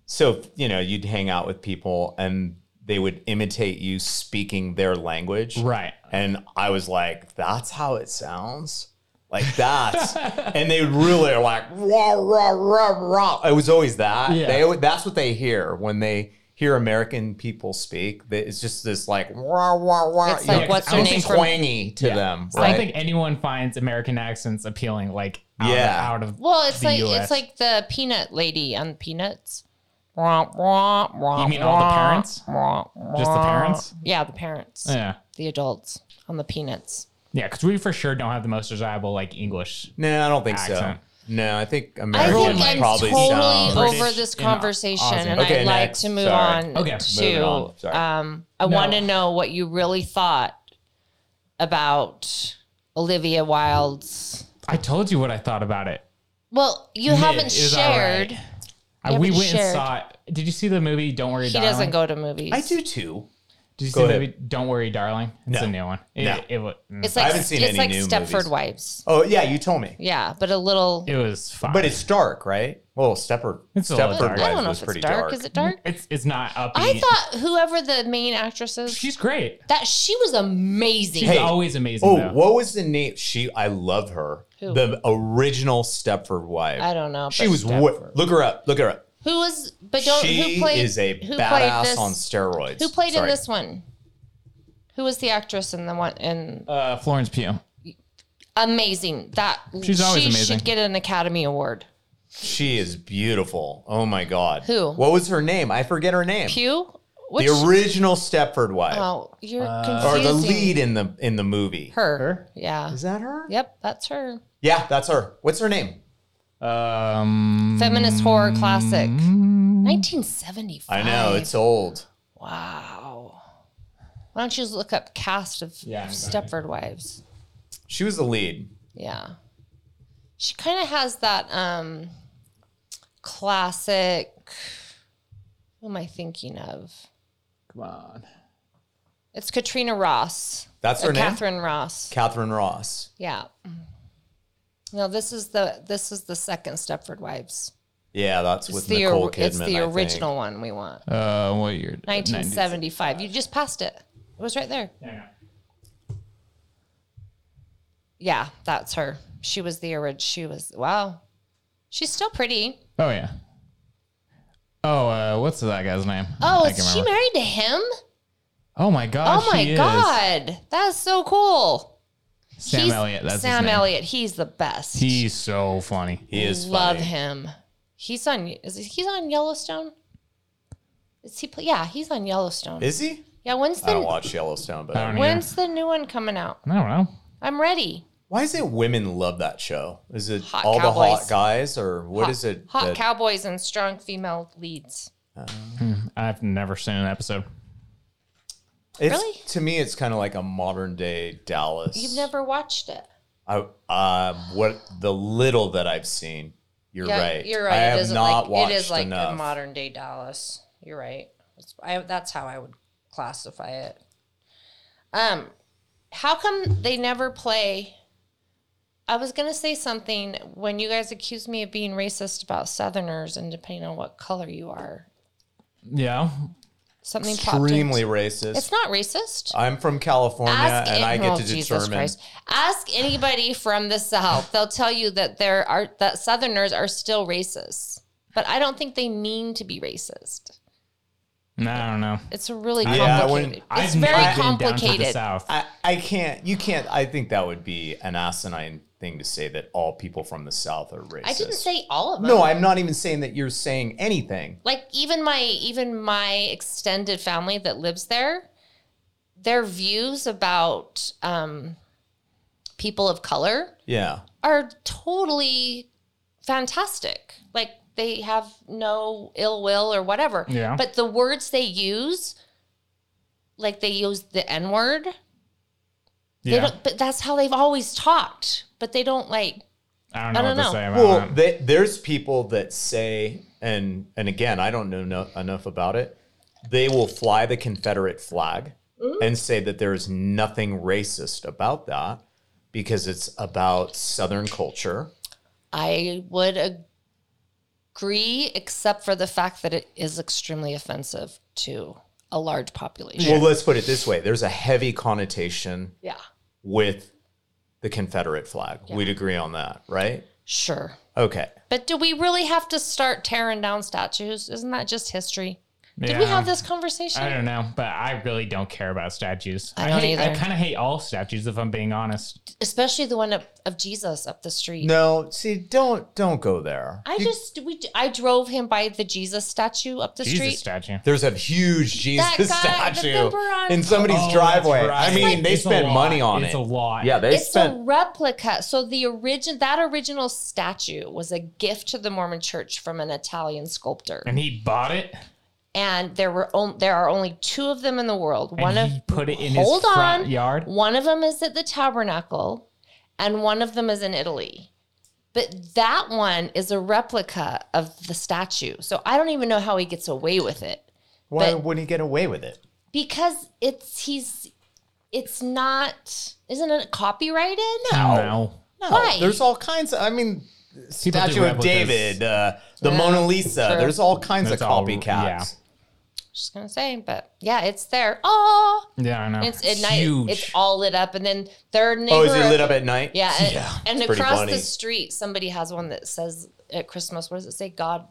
Speaker 3: So, you know, you'd hang out with people and they would imitate you speaking their language.
Speaker 2: Right.
Speaker 3: And I was like, that's how it sounds. Like that's, and they really are like, rah, rah, rah, rah. It was always that.
Speaker 2: Yeah.
Speaker 3: They, alwa- that's what they hear when they hear American people speak. They- It's just this like, rah, rah, rah.
Speaker 1: It's
Speaker 3: you
Speaker 1: like,
Speaker 3: know,
Speaker 1: what's
Speaker 3: it's
Speaker 1: her
Speaker 2: I don't
Speaker 1: name
Speaker 2: think
Speaker 1: from?
Speaker 3: Twangy to
Speaker 2: Yeah.
Speaker 3: them,
Speaker 2: I
Speaker 3: right?
Speaker 2: don't think anyone finds American accents appealing. Like out
Speaker 3: Yeah.
Speaker 2: of, out of
Speaker 1: Well, it's
Speaker 2: the
Speaker 1: like
Speaker 2: US.
Speaker 1: it's like the peanut lady on Peanuts. Wah, wah, wah,
Speaker 2: You mean all the
Speaker 1: wah,
Speaker 2: parents?
Speaker 1: wah,
Speaker 2: Just the
Speaker 1: wah.
Speaker 2: parents?
Speaker 1: Yeah, the parents.
Speaker 2: yeah,
Speaker 1: The adults on the Peanuts.
Speaker 2: yeah, because we for sure don't have the most desirable like English.
Speaker 3: no, I don't think
Speaker 2: Accent.
Speaker 3: so. No, I think
Speaker 1: I
Speaker 3: American
Speaker 1: think
Speaker 2: Everyone
Speaker 1: I'm
Speaker 3: probably
Speaker 1: totally
Speaker 3: sounds.
Speaker 1: over
Speaker 2: British
Speaker 1: this
Speaker 2: and
Speaker 1: conversation,
Speaker 2: Aussie.
Speaker 1: and
Speaker 3: Okay,
Speaker 1: I'd like
Speaker 3: next.
Speaker 1: to move
Speaker 3: Sorry.
Speaker 1: on
Speaker 2: Okay,
Speaker 1: to.
Speaker 3: moving on. Sorry.
Speaker 1: Um, I
Speaker 2: No.
Speaker 1: want to know what you really thought about Olivia Wilde's.
Speaker 2: I told you what I thought about it.
Speaker 1: Well, you haven't
Speaker 2: is all right.
Speaker 1: shared.
Speaker 2: I-
Speaker 1: Yeah,
Speaker 2: we
Speaker 1: but
Speaker 2: went
Speaker 1: shared.
Speaker 2: and saw it. Did you see the movie Don't Worry
Speaker 1: He
Speaker 2: Darling?
Speaker 1: doesn't go to movies.
Speaker 3: I do too.
Speaker 2: Did you
Speaker 3: Go
Speaker 2: see the
Speaker 3: ahead.
Speaker 2: movie Don't Worry Darling? It's a
Speaker 3: No.
Speaker 2: new one. It,
Speaker 3: No.
Speaker 2: it, wa- mm.
Speaker 1: It's like
Speaker 3: haven't seen
Speaker 1: it's
Speaker 3: any
Speaker 1: like
Speaker 3: new
Speaker 1: Stepford
Speaker 3: movies.
Speaker 1: Wives.
Speaker 3: Oh yeah, you told me.
Speaker 1: Yeah, but a little.
Speaker 2: it was fine.
Speaker 3: But it's dark, right? Well, Stepper
Speaker 2: It's a little
Speaker 1: I
Speaker 3: Stepford
Speaker 1: don't
Speaker 2: dark. Mm-hmm.
Speaker 3: Wives
Speaker 1: know
Speaker 3: was
Speaker 1: if it's
Speaker 3: pretty
Speaker 1: dark.
Speaker 3: dark.
Speaker 1: Is it dark?
Speaker 2: it's it's not upbeat.
Speaker 1: I thought whoever the main actress is,
Speaker 2: she's great.
Speaker 1: that she was amazing.
Speaker 2: She's
Speaker 3: Hey.
Speaker 2: always amazing.
Speaker 3: Oh,
Speaker 2: though.
Speaker 3: what was the name? She, I love her.
Speaker 1: Who?
Speaker 3: The original Stepford wife.
Speaker 1: I don't know.
Speaker 3: She
Speaker 1: but
Speaker 3: was. Wh- look her up. Look her up.
Speaker 1: who was? But don't
Speaker 3: she
Speaker 1: who played?
Speaker 3: is a
Speaker 1: who
Speaker 3: badass
Speaker 1: played this,
Speaker 3: on steroids.
Speaker 1: Who played
Speaker 3: Sorry.
Speaker 1: in this one? Who was the actress in the one? In
Speaker 2: uh, Florence Pugh.
Speaker 1: amazing. That
Speaker 2: She's always
Speaker 1: she
Speaker 2: amazing.
Speaker 1: should get an Academy Award.
Speaker 3: She is beautiful. Oh my god.
Speaker 1: Who?
Speaker 3: What was her name? I forget her name.
Speaker 1: Pew. Which?
Speaker 3: The original Stepford wife,
Speaker 1: oh, you're
Speaker 3: or
Speaker 1: confusing
Speaker 3: the lead in the in the movie.
Speaker 1: Her.
Speaker 2: Uh, Her?
Speaker 1: Yeah.
Speaker 3: Is that her?
Speaker 1: Yep, that's her.
Speaker 3: Yeah, that's her. What's her name?
Speaker 2: Um,
Speaker 1: Feminist horror classic.
Speaker 2: Mm-hmm.
Speaker 1: 1975.
Speaker 3: I know it's old.
Speaker 1: Wow. Why don't you just look up cast of
Speaker 2: Yeah, I'm
Speaker 1: Stepford Wives?
Speaker 3: She was the lead.
Speaker 1: Yeah. She kind of has that um classic who am I thinking of?
Speaker 2: come on.
Speaker 1: It's Katrina Ross.
Speaker 3: That's
Speaker 1: or
Speaker 3: her name?
Speaker 1: Uh, Catherine Ross.
Speaker 3: Catherine Ross.
Speaker 1: Yeah. No, this is the this is the second Stepford Wives.
Speaker 3: Yeah, that's
Speaker 1: It's
Speaker 3: with
Speaker 1: the
Speaker 3: Nicole
Speaker 1: or-
Speaker 3: Kidman.
Speaker 1: it's the
Speaker 3: I think.
Speaker 1: original one we want.
Speaker 2: Uh, what year?
Speaker 1: 1975. You just passed it. It was right there. Yeah, that's her. She was the original. She was wow. She's still pretty.
Speaker 2: Oh yeah. Oh, uh, what's that guy's name?
Speaker 1: Oh,
Speaker 2: I
Speaker 1: is
Speaker 2: can't
Speaker 1: she
Speaker 2: remember.
Speaker 1: married to him?
Speaker 2: Oh my god.
Speaker 1: Oh my
Speaker 2: she is.
Speaker 1: god, that is so cool.
Speaker 2: Sam
Speaker 1: He's-
Speaker 2: Elliott. That's
Speaker 1: Sam
Speaker 2: his name.
Speaker 1: Elliott. He's the best.
Speaker 2: He's so funny.
Speaker 3: He is
Speaker 1: love
Speaker 3: funny.
Speaker 1: him. He's on. Is he- he's on Yellowstone? Is he? pl- Yeah, he's on Yellowstone.
Speaker 3: Is he?
Speaker 1: yeah, when's
Speaker 3: I don't
Speaker 1: the
Speaker 3: watch Yellowstone, but
Speaker 2: I don't
Speaker 1: when's the new one coming out?
Speaker 2: I don't know.
Speaker 1: I'm ready.
Speaker 3: why is it women love that show? Is it
Speaker 1: Hot
Speaker 3: all the
Speaker 1: cowboys.
Speaker 3: hot guys or what
Speaker 1: hot,
Speaker 3: is it?
Speaker 1: Hot
Speaker 3: that-
Speaker 1: cowboys and strong female leads.
Speaker 2: I've never seen an episode.
Speaker 3: it's,
Speaker 1: Really?
Speaker 3: To me, it's kind of like a modern day Dallas.
Speaker 1: You've never watched it.
Speaker 3: I, uh, what the little that I've seen. You're
Speaker 1: Yeah,
Speaker 3: right.
Speaker 1: You're right.
Speaker 3: I
Speaker 1: it
Speaker 3: have
Speaker 1: is like,
Speaker 3: not watched
Speaker 1: it is like
Speaker 3: enough.
Speaker 1: a modern day Dallas. You're right. It's, I, that's how I would classify it. Um, how come they never play? I was gonna say something when you guys accused me of being racist about Southerners and depending on what color you are.
Speaker 2: Yeah.
Speaker 1: Something popped
Speaker 3: Extremely
Speaker 1: in.
Speaker 3: racist.
Speaker 1: It's not racist.
Speaker 3: I'm from California,
Speaker 1: Ask
Speaker 3: and I
Speaker 1: any-
Speaker 3: get
Speaker 1: oh,
Speaker 3: to
Speaker 1: Jesus
Speaker 3: determine.
Speaker 1: Christ. Ask anybody from the South; they'll tell you that there are that Southerners are still racist, but I don't think they mean to be racist.
Speaker 2: No, I don't know.
Speaker 1: It's a really
Speaker 3: Yeah, I
Speaker 1: complicated.
Speaker 2: I've
Speaker 1: it's
Speaker 2: never
Speaker 1: very
Speaker 2: been down to the
Speaker 1: complicated.
Speaker 2: South.
Speaker 3: I, I can't. You can't. I think that would be an asinine thing to say that all people from the South are racist.
Speaker 1: I didn't say all of them.
Speaker 3: No, I'm not even saying that you're saying anything.
Speaker 1: like even my even my extended family that lives there their views about um, people of color
Speaker 3: Yeah.
Speaker 1: are totally fantastic like they have no ill will or whatever.
Speaker 2: Yeah.
Speaker 1: But the words they use, like they use the N word, they
Speaker 2: yeah.
Speaker 1: don't. But that's how they've always talked. But they don't like.
Speaker 2: I don't know
Speaker 1: I
Speaker 2: what
Speaker 1: don't
Speaker 2: to
Speaker 1: know.
Speaker 2: say about
Speaker 3: Well,
Speaker 2: that.
Speaker 3: they, there's people that say, and and again, I don't know no, enough about it. They will fly the Confederate flag
Speaker 1: Mm-hmm.
Speaker 3: and say that there is nothing racist about that because it's about Southern culture.
Speaker 1: I would agree, except for the fact that it is extremely offensive to a large population.
Speaker 3: Well, let's put it this way: there's a heavy connotation
Speaker 1: Yeah.
Speaker 3: with the Confederate flag. We'd agree on that, right?
Speaker 1: Sure.
Speaker 3: Okay.
Speaker 1: But do we really have to start tearing down statues? Isn't that just history? Did we
Speaker 2: Yeah.
Speaker 1: have this
Speaker 2: I
Speaker 1: conversation?
Speaker 2: don't know, but I really don't care about statues.
Speaker 1: I don't
Speaker 2: hate, I
Speaker 1: either.
Speaker 2: kind of hate all statues, if I'm being honest.
Speaker 1: Especially the one of, of Jesus up the street.
Speaker 3: No, see, don't don't go there.
Speaker 1: I just we I drove him by the Jesus statue up the
Speaker 2: Jesus
Speaker 1: street.
Speaker 2: statue.
Speaker 3: There's a huge Jesus
Speaker 1: That guy, the
Speaker 3: statue
Speaker 1: emperor on-
Speaker 3: in somebody's
Speaker 2: Oh,
Speaker 3: driveway.
Speaker 2: that's right.
Speaker 3: I mean, they
Speaker 2: It's a
Speaker 3: spent
Speaker 2: lot.
Speaker 3: money on
Speaker 2: It's
Speaker 3: it.
Speaker 2: a lot.
Speaker 3: Yeah, they
Speaker 1: it's a
Speaker 3: spent.
Speaker 1: replica. So the origin that original statue was a gift to the Mormon Church from an Italian sculptor,
Speaker 2: and he bought it.
Speaker 1: and there were on, there are only two of them in the world.
Speaker 2: And
Speaker 1: One of
Speaker 2: he put it in
Speaker 1: hold
Speaker 2: his front
Speaker 1: on.
Speaker 2: yard.
Speaker 1: One of them is at the tabernacle, and one of them is in Italy. But that one is a replica of the statue. So I don't even know how he gets away with it
Speaker 3: Why
Speaker 1: but-
Speaker 3: wouldn't he get away with it?
Speaker 1: because it's he's it's not isn't it copyrighted?
Speaker 2: No.
Speaker 1: Why?
Speaker 3: Oh, There's all kinds of. I mean,
Speaker 2: People do
Speaker 3: Statue of
Speaker 2: replicas.
Speaker 3: David, uh, the Mona Lisa.
Speaker 1: true.
Speaker 3: There's all kinds
Speaker 2: That's
Speaker 3: of
Speaker 2: all-
Speaker 3: copycats.
Speaker 2: yeah.
Speaker 1: Just gonna say, but yeah, it's there. Oh,
Speaker 2: Yeah, I know.
Speaker 1: it's at night. It's all lit up, and then their neighbor.
Speaker 3: Oh, is it lit up at night?
Speaker 1: Yeah, and, and
Speaker 3: it's pretty
Speaker 1: across
Speaker 3: funny.
Speaker 1: the street, somebody has one that says at Christmas. What does it say? God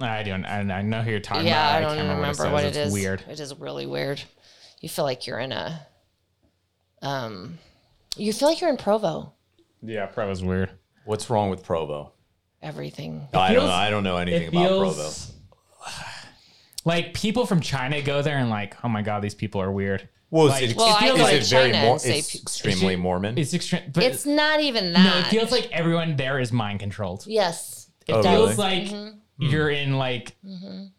Speaker 2: I don't. I, I know who you're talking
Speaker 1: Yeah, I
Speaker 2: about.
Speaker 1: don't
Speaker 2: can't
Speaker 1: remember,
Speaker 2: says.
Speaker 1: what it
Speaker 2: It's
Speaker 1: is.
Speaker 2: Weird.
Speaker 1: It is really weird. You feel like you're in a, um, you feel like you're in Provo.
Speaker 2: Yeah, Provo's weird.
Speaker 3: What's wrong with Provo?
Speaker 1: Everything.
Speaker 3: I
Speaker 2: feels-
Speaker 3: don't. I don't know anything
Speaker 2: It
Speaker 3: about
Speaker 2: feels
Speaker 3: Provo.
Speaker 2: like people from China go there and like, oh my god, these people are weird.
Speaker 3: Well,
Speaker 2: like-
Speaker 3: is it,
Speaker 1: Well,
Speaker 3: is
Speaker 1: I
Speaker 3: it
Speaker 1: go to
Speaker 3: very
Speaker 1: China
Speaker 3: Mor-
Speaker 1: and say
Speaker 3: It's
Speaker 1: pe-
Speaker 3: extremely Mormon.
Speaker 2: It's extreme. But
Speaker 1: It's not even
Speaker 2: no, it
Speaker 1: that.
Speaker 2: feels like everyone there is mind controlled.
Speaker 1: yes.
Speaker 2: It
Speaker 3: Oh,
Speaker 2: feels
Speaker 1: Mm-hmm.
Speaker 3: really?
Speaker 2: like you're in like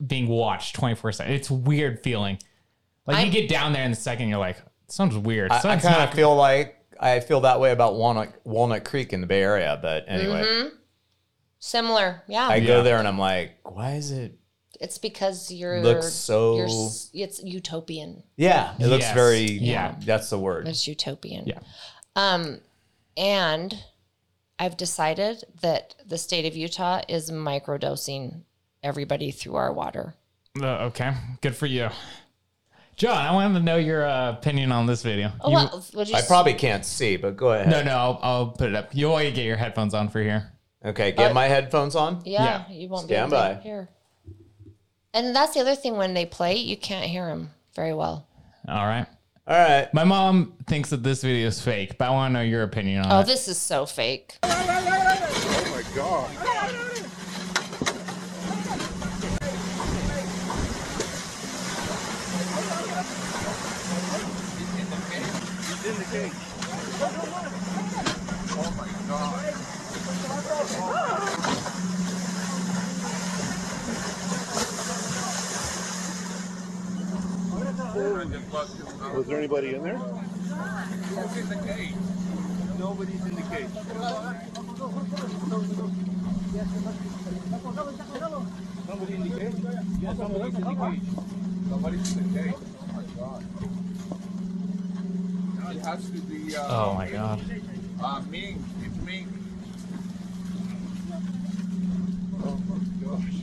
Speaker 2: being watched 24 7. It's a weird feeling. Like you get down there in the second, you're like, something's weird.
Speaker 3: I,
Speaker 2: Something's
Speaker 3: kind
Speaker 2: not
Speaker 3: of feel like I feel that way about Walnut Walnut Creek in the Bay Area. But anyway,
Speaker 1: Mm-hmm. Similar. Yeah.
Speaker 3: I
Speaker 2: Yeah.
Speaker 3: go there and I'm like, why is it?
Speaker 1: it's because you're
Speaker 3: Looks so-
Speaker 1: You're, s- it's utopian.
Speaker 3: Yeah, it looks
Speaker 2: Yes.
Speaker 3: very.
Speaker 2: Yeah.
Speaker 3: that's the word.
Speaker 1: It's utopian.
Speaker 2: Yeah.
Speaker 1: Um, and I've decided that the state of Utah is microdosing everybody through our water.
Speaker 2: Uh, okay, good for you, John. I wanted to know your uh, opinion on this video.
Speaker 1: Oh,
Speaker 2: You-
Speaker 1: well, would you
Speaker 3: I
Speaker 1: s-
Speaker 3: probably can't see, but go ahead.
Speaker 2: no, no, I'll, I'll put it up. You always get your headphones on for here.
Speaker 3: Okay, get my headphones on.
Speaker 1: Yeah,
Speaker 2: Yeah.
Speaker 1: you won't
Speaker 3: Stand
Speaker 1: be able to
Speaker 3: by.
Speaker 1: hear. And that's the other thing when they play, you can't hear them very well.
Speaker 2: All right.
Speaker 3: All right.
Speaker 2: My mom thinks that this video is fake, but I want to know your opinion on
Speaker 3: Uh,
Speaker 1: Oh,
Speaker 2: it.
Speaker 1: this is so fake.
Speaker 4: Was there anybody in there? Who's in the cage? Nobody's in the cage. Somebody in the cage? Yeah, somebody's in the cage. Somebody's in the cage. Oh my god. Now It has to be, uh.
Speaker 2: Oh my god.
Speaker 4: Uh, Ming, it's Ming. Oh my gosh.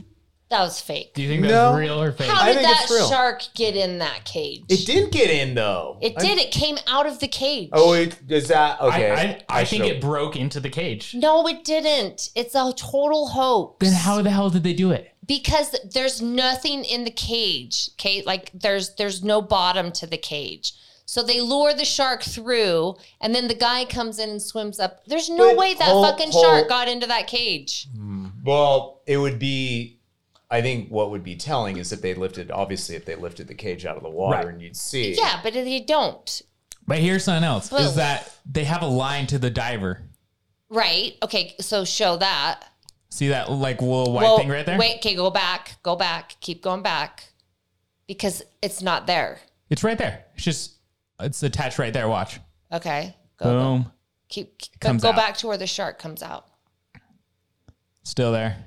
Speaker 1: That was fake.
Speaker 2: Do you think that's
Speaker 3: No.
Speaker 2: real or fake?
Speaker 1: How
Speaker 3: I
Speaker 1: did
Speaker 3: think
Speaker 1: that
Speaker 3: it's real.
Speaker 1: shark get in that cage?
Speaker 3: It did get in though.
Speaker 1: It did. it came out of the cage.
Speaker 3: Oh, it, is that
Speaker 2: I,
Speaker 3: okay?
Speaker 2: I, I think
Speaker 3: should've-
Speaker 2: it broke into the cage.
Speaker 1: no, it didn't. It's a total hoax.
Speaker 2: Then how the hell did they do it?
Speaker 1: because there's nothing in the cage okay like there's there's no bottom to the cage so they lure the shark through and then the guy comes in and swims up there's no
Speaker 3: But
Speaker 1: way that
Speaker 3: hold-
Speaker 1: fucking
Speaker 3: hold-
Speaker 1: shark got into that cage
Speaker 3: Well, it would be. I think what would be telling is if they lifted, obviously, if they lifted the cage out of the water
Speaker 2: Right.
Speaker 3: and you'd see.
Speaker 1: yeah but they don't
Speaker 2: But here's something else:
Speaker 1: Well-
Speaker 2: is that they have a line to the diver.
Speaker 1: right okay so show that
Speaker 2: See that like little white
Speaker 1: Well,
Speaker 2: thing right there?
Speaker 1: Wait, okay, go back, go back, keep going back, because it's not there.
Speaker 2: It's right there. It's just it's attached right there. Watch.
Speaker 1: Okay, go
Speaker 2: Boom.
Speaker 1: keep, keep
Speaker 2: comes
Speaker 1: go
Speaker 2: out.
Speaker 1: back to where the shark comes out.
Speaker 2: Still there.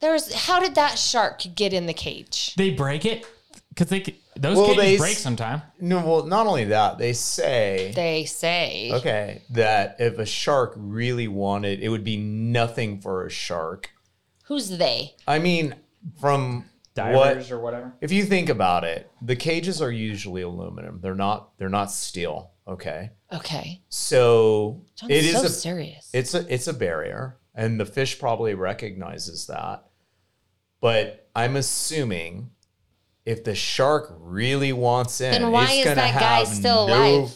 Speaker 1: There's how did that shark get in the cage?
Speaker 2: They break it because they c- those
Speaker 3: Well,
Speaker 2: cages
Speaker 3: they
Speaker 2: break
Speaker 3: s-
Speaker 2: sometime.
Speaker 3: No, well, not only that, they say
Speaker 1: They say
Speaker 3: okay that if a shark really wanted, it would be nothing for a shark.
Speaker 1: who's they?
Speaker 3: I mean, from what
Speaker 2: or whatever.
Speaker 3: if you think about it, the cages are usually aluminum. They're not. They're not steel. Okay,
Speaker 1: Okay,
Speaker 3: so
Speaker 1: John's
Speaker 3: it is
Speaker 1: so
Speaker 3: a
Speaker 1: serious.
Speaker 3: it's a it's a barrier, and the fish probably recognizes that. But I'm assuming if the shark really wants in,
Speaker 1: Then why
Speaker 3: it's
Speaker 1: is
Speaker 3: gonna
Speaker 1: that guy
Speaker 3: have
Speaker 1: still
Speaker 3: no-
Speaker 1: alive?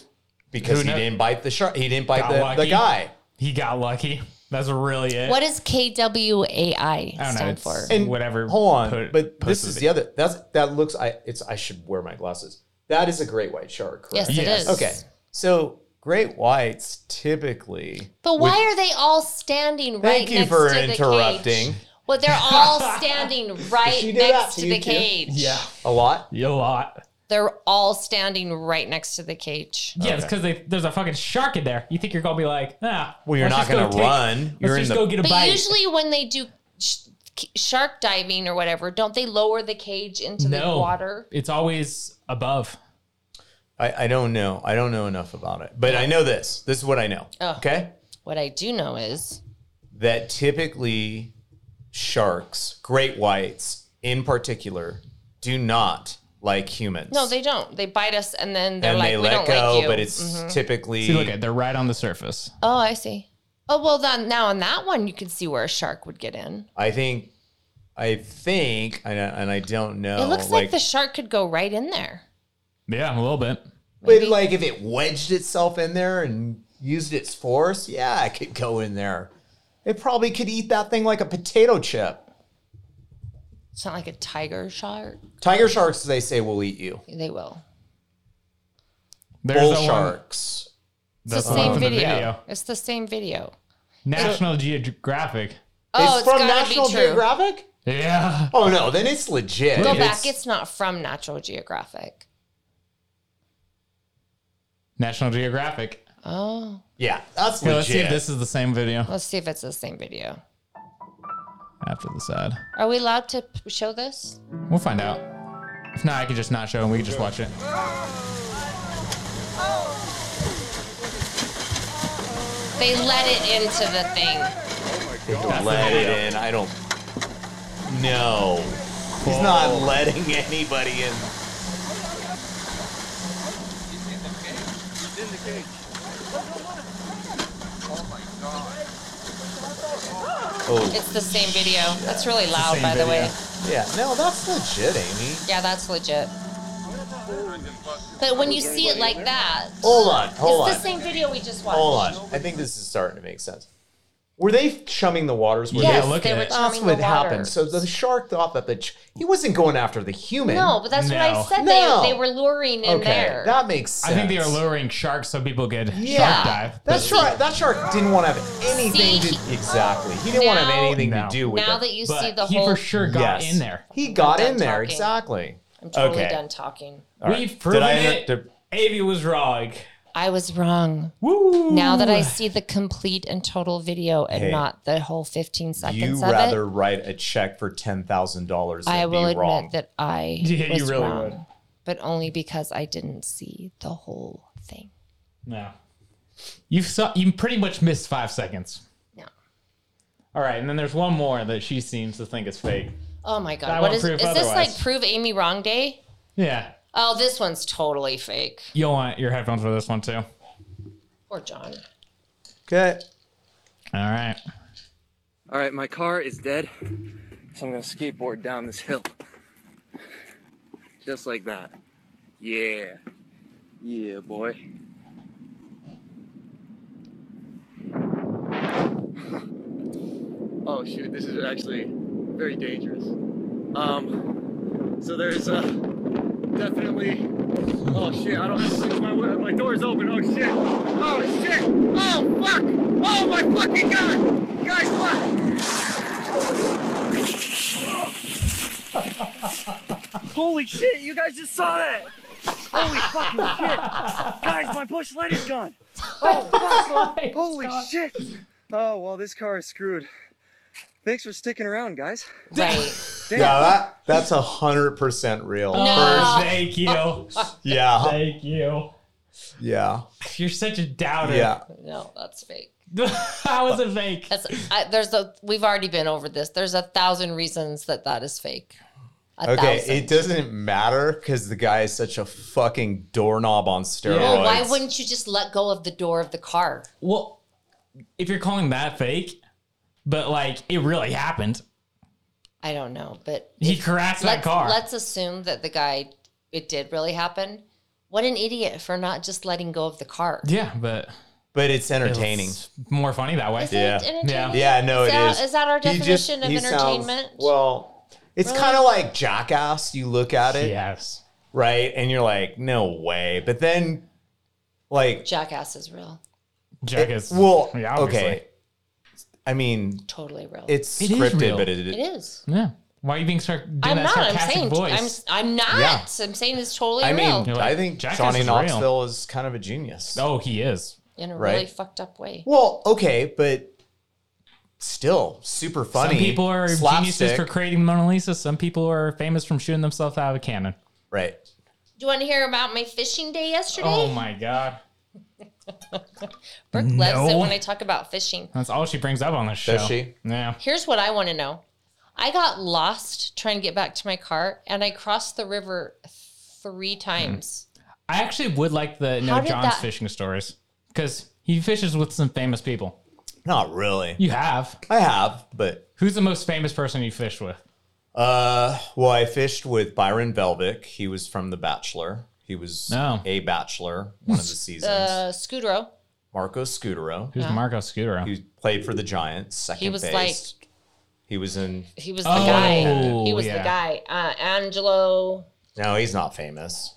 Speaker 3: Because
Speaker 2: Who
Speaker 3: he
Speaker 2: kno-
Speaker 3: didn't bite the shark. He didn't bite
Speaker 2: Got
Speaker 3: the, the
Speaker 2: lucky.
Speaker 3: guy.
Speaker 2: He got lucky. That's really it.
Speaker 1: What is KWAI
Speaker 2: I don't know.
Speaker 1: stand
Speaker 2: It's-
Speaker 1: for?
Speaker 2: And- Whatever
Speaker 3: Hold on,
Speaker 2: put-
Speaker 3: but this
Speaker 2: posted
Speaker 3: is
Speaker 2: it.
Speaker 3: the other. That's that looks. I it's. I should wear my glasses. That is a great white shark. Correct?
Speaker 1: Yes, it
Speaker 2: Yes.
Speaker 1: is.
Speaker 3: Okay. So great whites typically.
Speaker 1: But why are they all standing right
Speaker 3: Thank you
Speaker 1: next
Speaker 3: for
Speaker 1: to the
Speaker 3: interrupting.
Speaker 1: cage? Well, they're all standing right
Speaker 3: She did that
Speaker 1: next
Speaker 3: to
Speaker 1: to
Speaker 3: you
Speaker 1: the
Speaker 3: too?
Speaker 1: cage.
Speaker 2: Yeah,
Speaker 3: A lot.
Speaker 2: a lot.
Speaker 1: They're all standing right next to the cage.
Speaker 2: Yeah, it's because there's a fucking shark in there. You think you're gonna be like, ah?
Speaker 3: Well, you're
Speaker 2: let's
Speaker 3: not
Speaker 2: just go
Speaker 3: gonna
Speaker 2: take-
Speaker 3: run.
Speaker 2: Let's
Speaker 3: You're in
Speaker 2: just
Speaker 3: the-
Speaker 2: go get a
Speaker 1: But
Speaker 2: bite.
Speaker 1: usually when they do sh- k- shark diving or whatever, don't they lower the cage into
Speaker 2: no
Speaker 1: the water?
Speaker 2: It's always above.
Speaker 3: I, I don't know. I don't know enough about it, but I know this. This is what I know.
Speaker 1: Oh.
Speaker 3: Okay.
Speaker 1: What I do know is
Speaker 3: That typically sharks, great whites in particular, do not like humans.
Speaker 1: no, they don't. They bite us and then they're
Speaker 3: and
Speaker 1: like,
Speaker 3: they
Speaker 1: we
Speaker 3: let
Speaker 1: don't
Speaker 3: go,
Speaker 1: like you. Mm-hmm.
Speaker 3: but it's typically
Speaker 2: See, look at they're right on the surface.
Speaker 1: oh, I see. Oh well, then now on that one you can see where a shark would get in.
Speaker 3: I think, I think, and I, and I don't know.
Speaker 1: It looks like, the shark could go right in there.
Speaker 2: Yeah, a little bit.
Speaker 3: but
Speaker 1: maybe.
Speaker 3: like if it wedged itself in there and used its force, yeah, it could go in there. It probably could eat that thing like a potato chip.
Speaker 1: It's not like a tiger shark.
Speaker 3: Tiger sharks, they say, will eat you.
Speaker 1: They will.
Speaker 2: There's
Speaker 3: Bull
Speaker 2: the one-
Speaker 3: sharks.
Speaker 1: It's the
Speaker 2: That's one
Speaker 1: same
Speaker 2: from the
Speaker 1: video.
Speaker 2: video.
Speaker 1: It's the same video.
Speaker 2: National Geographic.
Speaker 1: Oh,
Speaker 3: it's from
Speaker 1: gotta
Speaker 3: National
Speaker 1: be true.
Speaker 3: Geographic.
Speaker 2: Yeah.
Speaker 3: Oh no, then it's legit.
Speaker 1: Go
Speaker 3: It's-
Speaker 1: back. It's not from Natural Geographic.
Speaker 2: National Geographic.
Speaker 1: Oh,
Speaker 3: yeah, that's
Speaker 2: Okay,
Speaker 3: legit.
Speaker 2: let's see if this is the same video
Speaker 1: let's see if it's the same video.
Speaker 2: after the side.
Speaker 1: Are we allowed to p- show this?
Speaker 2: We'll find out. If not, I could just not show and we could just watch it.
Speaker 1: They let it into the thing.
Speaker 3: Let it in. I don't. No, he's not letting anybody in.
Speaker 4: It's in the cage. Oh my god.
Speaker 3: Oh
Speaker 1: It's the same video. That's really loud,
Speaker 2: same
Speaker 1: by the way.
Speaker 2: video.
Speaker 3: yeah, no, that's legit, Amy.
Speaker 1: Yeah, that's legit. But when you see it like that,
Speaker 3: Hold on, hold
Speaker 1: it's
Speaker 3: on,
Speaker 1: the same video we just watched.
Speaker 3: hold on. I think this is starting to make sense. Were they chumming the waters? Were
Speaker 1: Yes,
Speaker 2: Yeah, look
Speaker 1: they
Speaker 2: at
Speaker 1: were
Speaker 2: it.
Speaker 3: That's
Speaker 1: chumming
Speaker 3: what
Speaker 1: the water.
Speaker 3: happened. So the shark thought that the ch- he wasn't going after the human.
Speaker 1: no, but that's what I
Speaker 2: No.
Speaker 1: said.
Speaker 3: No.
Speaker 1: They, they were luring in
Speaker 3: okay,
Speaker 1: there.
Speaker 3: that makes sense.
Speaker 2: I think they are lowering sharks so people could
Speaker 3: Yeah.
Speaker 2: shark dive.
Speaker 3: That
Speaker 2: But
Speaker 3: shark, that shark didn't want to have anything
Speaker 1: See,
Speaker 3: to exactly. He didn't want to have
Speaker 1: Now-
Speaker 3: anything
Speaker 2: No.
Speaker 3: to do with
Speaker 1: now
Speaker 3: it.
Speaker 1: that you
Speaker 2: but
Speaker 1: see the
Speaker 2: he
Speaker 1: whole,
Speaker 2: for sure got
Speaker 3: Yes.
Speaker 2: in there.
Speaker 3: he got
Speaker 1: I'm done
Speaker 3: in there
Speaker 1: talking.
Speaker 3: exactly.
Speaker 1: I'm totally
Speaker 3: Okay.
Speaker 1: done talking.
Speaker 3: All right.
Speaker 2: We've proven
Speaker 3: Did I
Speaker 2: it.
Speaker 3: inter- did-
Speaker 2: Avi was wrong.
Speaker 1: I was wrong.
Speaker 2: Woo!
Speaker 1: Now that I see the complete and total video and
Speaker 3: Hey,
Speaker 1: not the whole 15
Speaker 3: you
Speaker 1: seconds of
Speaker 3: rather
Speaker 1: it,
Speaker 3: write a check for ten thousand dollars than
Speaker 1: I will
Speaker 3: be
Speaker 1: admit
Speaker 3: wrong.
Speaker 1: that I
Speaker 2: Yeah, you
Speaker 1: was
Speaker 2: really
Speaker 1: wrong,
Speaker 2: would.
Speaker 1: but only because I didn't see the whole thing.
Speaker 2: No. You saw you pretty much missed five seconds.
Speaker 1: No.
Speaker 2: All right, and then there's one more that she seems to think is fake.
Speaker 1: Oh my god!
Speaker 2: I
Speaker 1: what
Speaker 2: want
Speaker 1: is
Speaker 2: proof
Speaker 1: is this like?
Speaker 2: otherwise.
Speaker 1: Prove Amy wrong day?
Speaker 2: Yeah.
Speaker 1: Oh, this one's totally fake.
Speaker 2: You'll want your headphones for this one too. All
Speaker 1: Poor John.
Speaker 3: okay.
Speaker 2: right.
Speaker 5: All right, my car is dead, so I'm gonna skateboard down this hill. Just like that. Yeah. Yeah, boy. oh shoot, this is actually very dangerous. Um, so there's uh, definitely. Oh shit, I don't have to my wi- my door's open. Oh shit. Oh shit. Oh fuck. Oh my fucking god. Guys, fuck.
Speaker 6: Holy shit, you guys just saw that! Holy fucking shit! Guys, my bush light is gone! Oh, Holy shit! Oh, well, this car is screwed. Thanks for sticking around, guys.
Speaker 1: Right.
Speaker 6: Damn.
Speaker 3: Yeah, that that's a hundred percent real.
Speaker 1: No.
Speaker 2: Thank you.
Speaker 3: Yeah,
Speaker 2: Thank you.
Speaker 3: yeah,
Speaker 2: You're such a doubter.
Speaker 3: yeah.
Speaker 1: No, that's fake.
Speaker 2: How is it fake?
Speaker 1: That's I, there's a we've already been over this. There's a thousand reasons that that is fake. A
Speaker 3: Okay,
Speaker 1: thousand.
Speaker 3: it doesn't matter because the guy is such a fucking doorknob on steroids.
Speaker 1: Well, why wouldn't you just let go of the door of the car?
Speaker 2: Well, if you're calling that fake, but like it really happened,
Speaker 1: I don't know, but
Speaker 2: he crashed that
Speaker 1: let's,
Speaker 2: car.
Speaker 1: let's assume that the guy it did really happen. What an idiot for not just letting go of the car.
Speaker 2: yeah, but
Speaker 3: But it's entertaining.
Speaker 2: It's more funny that way.
Speaker 1: Is
Speaker 3: Yeah.
Speaker 1: it entertaining?
Speaker 2: Yeah.
Speaker 3: Yeah, no,
Speaker 1: Is
Speaker 3: it
Speaker 1: that-
Speaker 3: is.
Speaker 1: is that our
Speaker 3: He just-
Speaker 1: definition of
Speaker 3: he sounds-
Speaker 1: entertainment?
Speaker 3: well, it's kind of like jackass. You look at it,
Speaker 2: Yes.
Speaker 3: right, and you're like, no way. But then, like,
Speaker 1: Jackass is real,
Speaker 2: Jack is
Speaker 3: well,
Speaker 2: yeah, obviously.
Speaker 3: okay. I mean,
Speaker 1: totally real.
Speaker 3: it's
Speaker 2: It is
Speaker 3: scripted,
Speaker 2: real.
Speaker 3: but it,
Speaker 1: it is.
Speaker 2: Yeah. Why are you being sar- doing
Speaker 1: I'm
Speaker 2: that
Speaker 1: not. I'm
Speaker 2: sarcastic
Speaker 1: saying.
Speaker 2: voice?
Speaker 1: I'm. I'm not.
Speaker 3: Yeah.
Speaker 1: I'm saying it's totally
Speaker 3: I
Speaker 1: real.
Speaker 3: mean,
Speaker 2: You're
Speaker 3: I
Speaker 2: like,
Speaker 3: think
Speaker 2: Jackass
Speaker 3: Johnny
Speaker 2: is real.
Speaker 3: Knoxville is kind of a genius.
Speaker 2: oh, he is.
Speaker 1: in a
Speaker 3: right.
Speaker 1: really fucked up way.
Speaker 3: Well, okay, but still super funny.
Speaker 2: Some people are
Speaker 3: slapstick.
Speaker 2: geniuses for creating the Mona Lisa. Some people are famous from shooting themselves out of a cannon.
Speaker 3: right.
Speaker 1: Do you want to hear about my fishing day yesterday?
Speaker 2: Oh my god,
Speaker 1: Brooke loves it
Speaker 2: No.
Speaker 1: when I talk about fishing.
Speaker 2: that's all she brings up on this show.
Speaker 3: Does she?
Speaker 2: Yeah.
Speaker 1: Here's what I want to know. I got lost trying to get back to my car and I crossed the river three times.
Speaker 2: Hmm. I actually would like the
Speaker 1: How
Speaker 2: know
Speaker 1: did
Speaker 2: John's
Speaker 1: that-
Speaker 2: fishing stories because he fishes with some famous people.
Speaker 3: Not really.
Speaker 2: You have.
Speaker 3: I have, but
Speaker 2: Who's the most famous person you fished with?
Speaker 3: uh, well, I fished with Byron Velvick. He was from The Bachelor. He was
Speaker 2: Oh.
Speaker 3: a bachelor one of the seasons.
Speaker 1: Uh, Scudero,
Speaker 3: Marco Scudero.
Speaker 2: Who's Marco Scudero?
Speaker 3: He played for the Giants. Second
Speaker 1: was
Speaker 3: base.
Speaker 1: like-
Speaker 3: he was in.
Speaker 1: he was the
Speaker 2: Oh,
Speaker 1: guy. He was
Speaker 2: yeah.
Speaker 1: the guy. Uh, Angelo
Speaker 3: No, he's not famous.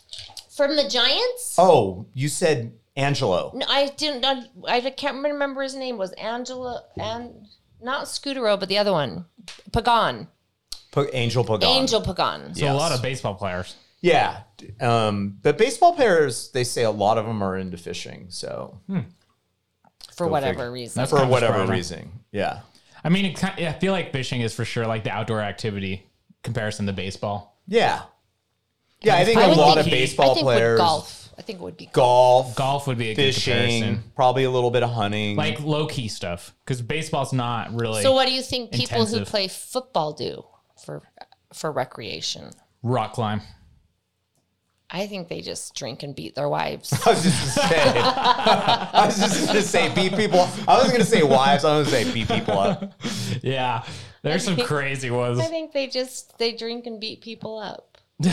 Speaker 1: from the Giants?
Speaker 3: Oh, you said Angelo.
Speaker 1: No, I didn't. I, I can't remember his name. Was Angelo and not Scudero, but the other one, Pagan,
Speaker 3: Pa- Angel Pagan.
Speaker 1: Angel Pagan.
Speaker 2: so a lot
Speaker 3: yes.
Speaker 2: of baseball players.
Speaker 3: Yeah. Um, but baseball players, they say a lot of them are into fishing. So
Speaker 1: for
Speaker 3: Go
Speaker 1: whatever
Speaker 3: figure.
Speaker 1: reason.
Speaker 2: That's
Speaker 3: for
Speaker 2: kind of
Speaker 3: whatever
Speaker 2: surprising.
Speaker 3: reason, yeah.
Speaker 2: I mean, it kind I feel like fishing is for sure like the outdoor activity comparison to baseball.
Speaker 3: Yeah. Yeah, I think
Speaker 1: I
Speaker 3: a
Speaker 1: would
Speaker 3: lot
Speaker 1: think
Speaker 3: of
Speaker 2: he-
Speaker 3: baseball
Speaker 1: I think
Speaker 3: players,
Speaker 1: would golf. I think it would be golf.
Speaker 3: golf,
Speaker 2: Golf would be a good
Speaker 3: fishing,
Speaker 2: comparison.
Speaker 3: probably a little bit of hunting.
Speaker 2: Like low key stuff because baseball's not really
Speaker 1: So, what do you think people who
Speaker 2: intensive.
Speaker 1: play football do for for recreation?
Speaker 2: rock climb.
Speaker 1: I think they just drink and beat their wives.
Speaker 3: I was just gonna say, I was just gonna say beat people. I was gonna say wives. I was gonna say beat people up.
Speaker 2: Yeah, there's some crazy ones.
Speaker 1: I think they just they drink and beat people up.
Speaker 3: I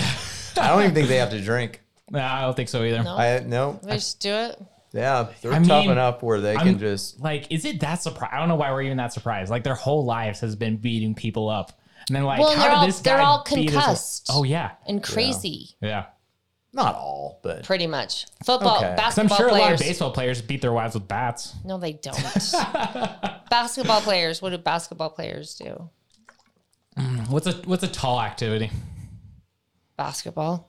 Speaker 3: don't even think they have to drink.
Speaker 2: Nah, I don't think so either.
Speaker 1: No?
Speaker 3: I no.
Speaker 1: They just do it.
Speaker 3: Yeah, they're
Speaker 2: I mean,
Speaker 3: tough enough where they
Speaker 2: I'm-
Speaker 3: can just.
Speaker 2: Like, is it that surprised? I don't know why we're even that surprised. Like, their whole lives has been beating people up, and then like,
Speaker 1: Well, and
Speaker 2: how
Speaker 1: they're
Speaker 2: did
Speaker 1: all-
Speaker 2: this
Speaker 1: they're
Speaker 2: guy
Speaker 1: all
Speaker 2: beat us up?
Speaker 1: concussed.
Speaker 2: Oh yeah,
Speaker 1: And crazy,
Speaker 2: yeah.
Speaker 3: Not all, but
Speaker 1: pretty much. Football,
Speaker 3: Okay.
Speaker 2: 'Cause I'm
Speaker 1: basketball
Speaker 2: sure a lot of
Speaker 1: players.
Speaker 2: baseball players beat their wives with bats.
Speaker 1: no, they don't. basketball players. What do basketball players do?
Speaker 2: What's a what's a tall activity?
Speaker 1: Basketball.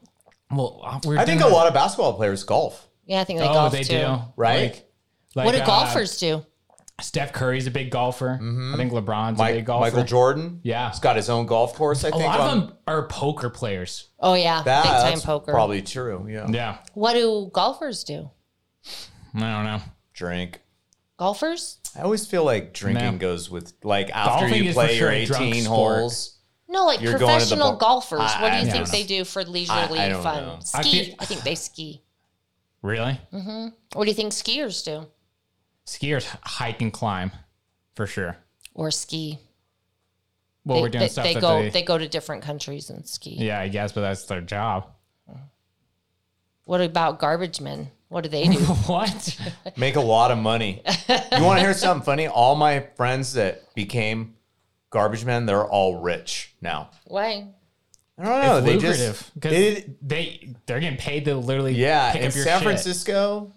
Speaker 2: Well, uh, we're
Speaker 3: I think a
Speaker 2: doing-
Speaker 3: lot of basketball players golf,
Speaker 1: Yeah, I think they
Speaker 2: Oh,
Speaker 1: golf
Speaker 2: they
Speaker 1: too.
Speaker 2: do.
Speaker 3: right?
Speaker 2: Like- like,
Speaker 1: what do
Speaker 2: uh,
Speaker 1: golfers do?
Speaker 2: Steph Curry's a big golfer. I think LeBron's a big
Speaker 3: Mm-hmm. Mike,
Speaker 2: golfer.
Speaker 3: Michael Jordan,
Speaker 2: Yeah.
Speaker 3: he's got his own golf course. I
Speaker 2: A
Speaker 3: think
Speaker 2: lot
Speaker 3: on-
Speaker 2: of them are poker players.
Speaker 1: Oh yeah,
Speaker 3: That-
Speaker 1: big time
Speaker 3: that's
Speaker 1: poker.
Speaker 3: probably true. Yeah,
Speaker 2: Yeah,
Speaker 1: What do golfers do?
Speaker 2: I don't know.
Speaker 3: drink.
Speaker 1: Golfers?
Speaker 3: I always feel like drinking
Speaker 2: No.
Speaker 3: goes with like after
Speaker 2: Golfing
Speaker 3: you
Speaker 2: is for
Speaker 3: play
Speaker 2: sure
Speaker 3: your
Speaker 2: a drunk
Speaker 3: 18
Speaker 2: sport.
Speaker 3: holes.
Speaker 1: No, like
Speaker 3: You're going to the
Speaker 1: professional
Speaker 3: bar-
Speaker 1: golfers.
Speaker 3: I-
Speaker 1: what do you
Speaker 3: I
Speaker 1: think
Speaker 3: don't
Speaker 1: they do for leisurely
Speaker 3: I- I don't
Speaker 1: fun?
Speaker 3: know.
Speaker 1: Ski.
Speaker 2: I
Speaker 1: I,
Speaker 2: feel-
Speaker 1: think they ski.
Speaker 2: Really?
Speaker 1: What do you think skiers do?
Speaker 2: Skiers hike and climb, for sure.
Speaker 1: Or ski?
Speaker 2: Well,
Speaker 1: they,
Speaker 2: we're doing
Speaker 1: they-
Speaker 2: stuff
Speaker 1: they
Speaker 2: that
Speaker 1: go.
Speaker 2: they,
Speaker 1: They... go to different countries and ski.
Speaker 2: Yeah, I guess, but that's their job.
Speaker 1: What about garbage men? What do they do?
Speaker 2: what?
Speaker 3: Make a lot of money. you want to hear something funny? All my friends that became garbage men, they're all rich now.
Speaker 1: Why?
Speaker 3: I don't know.
Speaker 2: it's
Speaker 3: they
Speaker 2: lucrative
Speaker 3: just
Speaker 2: because
Speaker 3: they,
Speaker 2: they, they are getting paid to literally
Speaker 3: yeah.
Speaker 2: pick
Speaker 3: In
Speaker 2: up your
Speaker 3: San
Speaker 2: shit.
Speaker 3: Francisco,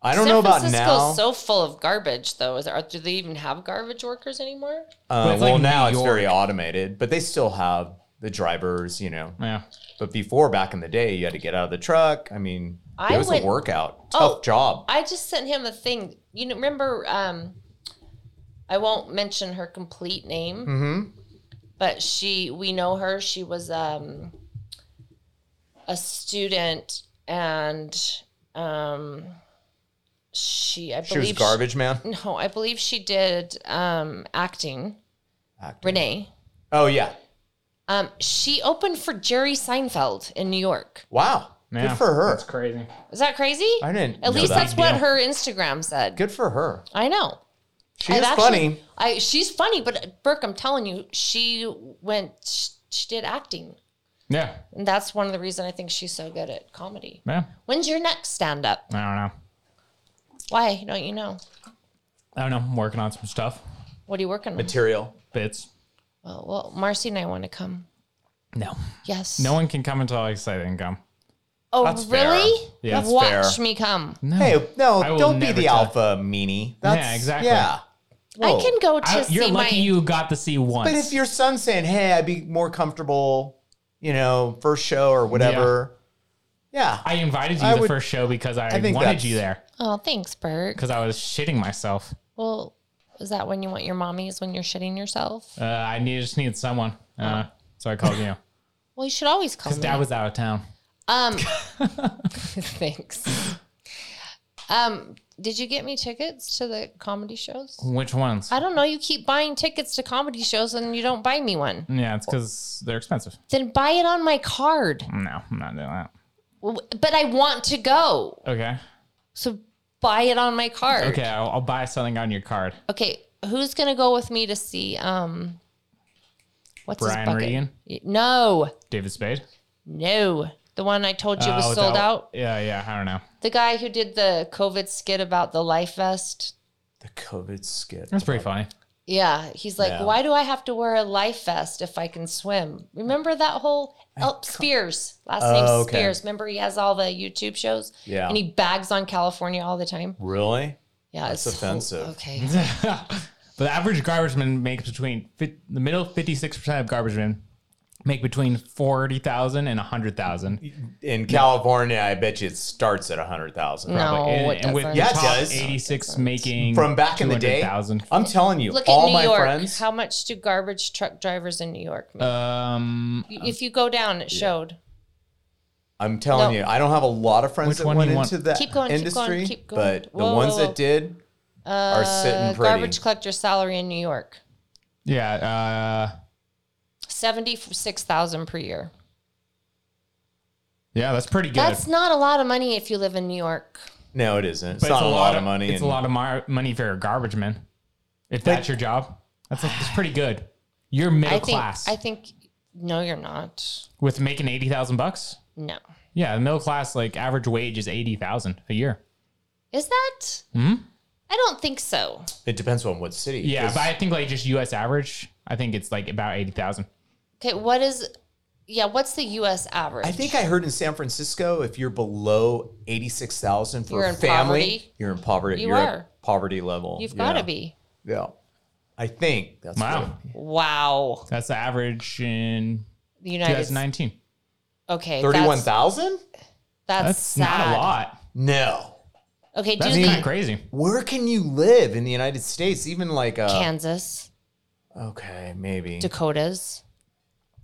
Speaker 3: I don't
Speaker 1: San
Speaker 3: know about
Speaker 1: Francisco's
Speaker 3: now.
Speaker 1: so full of garbage, though. Is there, are, do they even have garbage workers anymore?
Speaker 2: But
Speaker 3: uh,
Speaker 2: it's
Speaker 3: well,
Speaker 2: like
Speaker 3: now
Speaker 2: New
Speaker 3: it's very automated, but they still have the drivers, you know.
Speaker 2: Yeah.
Speaker 3: But before, back in the day, you had to get out of the truck. I mean,
Speaker 1: I
Speaker 3: it was
Speaker 1: went-
Speaker 3: a workout, tough
Speaker 1: Oh.
Speaker 3: job.
Speaker 1: I just sent him a thing. You know, remember? Um, I won't mention her complete name,
Speaker 3: Mm-hmm.
Speaker 1: but she we know her. She was um, a student, and um, she I
Speaker 3: She
Speaker 1: believe
Speaker 3: was garbage man.
Speaker 1: no, I believe she did um, acting.
Speaker 3: Acting.
Speaker 1: Renee.
Speaker 3: Oh yeah,
Speaker 1: Um, she opened for Jerry Seinfeld in New York.
Speaker 3: wow,
Speaker 2: Yeah.
Speaker 3: good for her.
Speaker 2: That's crazy.
Speaker 1: Is that crazy?
Speaker 3: I didn't.
Speaker 1: At
Speaker 3: know
Speaker 1: least
Speaker 3: that.
Speaker 1: that's what
Speaker 2: deal.
Speaker 1: her Instagram said.
Speaker 3: good for her.
Speaker 1: I know.
Speaker 3: She's
Speaker 1: I've actually-
Speaker 3: funny.
Speaker 1: I she's funny, but Burke, I'm telling you, she went. She, she did acting,
Speaker 2: Yeah.
Speaker 1: and that's one of the reasons I think she's so good at comedy.
Speaker 2: Yeah.
Speaker 1: When's your next stand up?
Speaker 2: I don't know.
Speaker 1: Why don't you know?
Speaker 2: I don't know. I'm working on some stuff.
Speaker 1: What are you working on?
Speaker 3: Material.
Speaker 2: Bits.
Speaker 1: Well, well, Marcy and I want to come.
Speaker 2: No.
Speaker 1: Yes.
Speaker 2: No one can come until I say they can come.
Speaker 1: Oh,
Speaker 3: That's fair.
Speaker 1: really?
Speaker 2: Yeah. That's
Speaker 1: Watch
Speaker 3: fair.
Speaker 1: me come.
Speaker 2: No.
Speaker 3: Hey,
Speaker 2: I
Speaker 3: no,
Speaker 2: will
Speaker 3: don't be
Speaker 2: never
Speaker 3: the
Speaker 2: tell-
Speaker 3: alpha meanie. That's,
Speaker 2: exactly.
Speaker 3: Yeah. Whoa.
Speaker 1: I can go to
Speaker 2: I-
Speaker 1: see
Speaker 2: you're lucky
Speaker 1: my.
Speaker 2: you got to see once.
Speaker 3: But if your son's saying, "Hey, I'd be more comfortable," you know, first show or whatever. Yeah.
Speaker 2: I invited you
Speaker 3: I
Speaker 2: to the
Speaker 3: would-
Speaker 2: first show because I,
Speaker 3: I think
Speaker 2: wanted
Speaker 3: that's-
Speaker 2: you there
Speaker 1: oh, thanks, Burke.
Speaker 2: because I was shitting myself.
Speaker 1: Well, is that when you want your mommies when you're shitting yourself?
Speaker 2: Uh, I need, just needed someone. Uh, so I called you.
Speaker 1: Well, you should always call
Speaker 2: Because
Speaker 1: me.
Speaker 2: dad was out of town.
Speaker 1: um, thanks. Um, did you get me tickets to the comedy shows?
Speaker 2: Which ones?
Speaker 1: I don't know. You keep buying tickets to comedy shows and you don't buy me one.
Speaker 2: Yeah, it's because they're expensive.
Speaker 1: Then buy it on my card.
Speaker 2: No, I'm not doing that.
Speaker 1: W- But I want to go,
Speaker 2: Okay.
Speaker 1: so buy it on my card.
Speaker 2: Okay, I'll, I'll buy something on your card.
Speaker 1: Okay, who's gonna go with me to see um? What's his
Speaker 2: Brian
Speaker 1: bucket?
Speaker 2: Regan,
Speaker 1: Y- No,
Speaker 2: David Spade.
Speaker 1: no, the one I told you was
Speaker 2: Oh,
Speaker 1: sold
Speaker 2: that-
Speaker 1: out.
Speaker 2: Yeah, yeah. I don't know.
Speaker 1: The guy who did the COVID skit about the life vest.
Speaker 3: The COVID skit.
Speaker 2: That's pretty funny.
Speaker 1: Yeah, he's like,
Speaker 3: Yeah.
Speaker 1: why do I have to wear a life vest if I can swim? Remember that whole oh, Spears last
Speaker 3: Oh,
Speaker 1: name
Speaker 3: okay.
Speaker 1: Spears. Remember he has all the YouTube shows
Speaker 3: Yeah.
Speaker 1: and he bags on California all the time.
Speaker 3: Really?
Speaker 1: Yeah,
Speaker 3: That's
Speaker 1: it's
Speaker 3: offensive.
Speaker 1: okay,
Speaker 2: But the average garbageman makes between fi- the middle 56% of garbagemen make between 40,000 and 100,000.
Speaker 3: In California, I bet you it starts at a hundred thousand.
Speaker 1: no,
Speaker 2: and,
Speaker 1: Oh, it
Speaker 2: and with
Speaker 1: doesn't.
Speaker 3: Yeah,
Speaker 2: the
Speaker 3: it
Speaker 2: top
Speaker 3: does.
Speaker 2: 86 making
Speaker 3: From back in the day,
Speaker 2: 200,000.
Speaker 3: I'm telling you,
Speaker 1: Look at
Speaker 3: all
Speaker 1: New
Speaker 3: my
Speaker 1: York.
Speaker 3: friends.
Speaker 1: How much do garbage truck drivers in New York make?
Speaker 3: Uh,
Speaker 2: Um,
Speaker 1: if you go down, it showed.
Speaker 3: I'm telling
Speaker 1: No.
Speaker 3: you, I don't have a lot of friends
Speaker 2: Which
Speaker 3: that
Speaker 2: one
Speaker 3: went
Speaker 2: you want?
Speaker 3: into that
Speaker 1: Keep going, keep
Speaker 3: industry,
Speaker 1: going, keep going.
Speaker 3: but
Speaker 1: Whoa,
Speaker 3: the ones
Speaker 1: whoa, whoa.
Speaker 3: that did are sitting
Speaker 1: Uh,
Speaker 3: pretty.
Speaker 1: garbage collector salary in New York
Speaker 2: yeah, uh,
Speaker 1: seventy six thousand per year.
Speaker 2: yeah, that's pretty good.
Speaker 1: That's not a lot of money if you live in New York.
Speaker 3: no, it isn't. It's
Speaker 2: But
Speaker 3: not a lot, of money.
Speaker 2: It's
Speaker 3: and-
Speaker 2: a lot of mar- money for a garbageman. If that's your job, that's, that's pretty good. You're middle
Speaker 1: I think.
Speaker 2: class
Speaker 1: I think. No, you're not.
Speaker 2: with making 80,000 bucks.
Speaker 1: No.
Speaker 2: Yeah, the middle class like average wage is 80,000 a year.
Speaker 1: Is that?
Speaker 2: Hmm?
Speaker 1: I don't think so.
Speaker 3: It depends on what city.
Speaker 2: Yeah,
Speaker 3: 'cause
Speaker 2: but I think like just US average, I think it's like about 80,000.
Speaker 1: Okay, what is? Yeah, what's the U.S. average?
Speaker 3: I think I heard in San Francisco, if you're below eighty-six thousand for
Speaker 1: You're
Speaker 3: a
Speaker 1: in
Speaker 3: family,
Speaker 1: poverty.
Speaker 3: you're in poverty.
Speaker 1: You
Speaker 3: are at
Speaker 1: are.
Speaker 3: poverty level.
Speaker 1: you've
Speaker 3: Yeah.
Speaker 1: got to be.
Speaker 3: Yeah, I think that's
Speaker 2: Wow.
Speaker 1: Wow,
Speaker 2: That's the average in
Speaker 1: the United.
Speaker 2: 2019.
Speaker 1: Okay, that's-
Speaker 3: thirty-one thousand.
Speaker 1: That's,
Speaker 2: That's
Speaker 1: sad.
Speaker 2: not a lot.
Speaker 3: No,
Speaker 1: Okay, do
Speaker 2: That's
Speaker 1: the
Speaker 2: not crazy.
Speaker 3: where can you live in the United States? Even like uh,
Speaker 1: Kansas,
Speaker 3: okay, maybe
Speaker 1: Dakotas,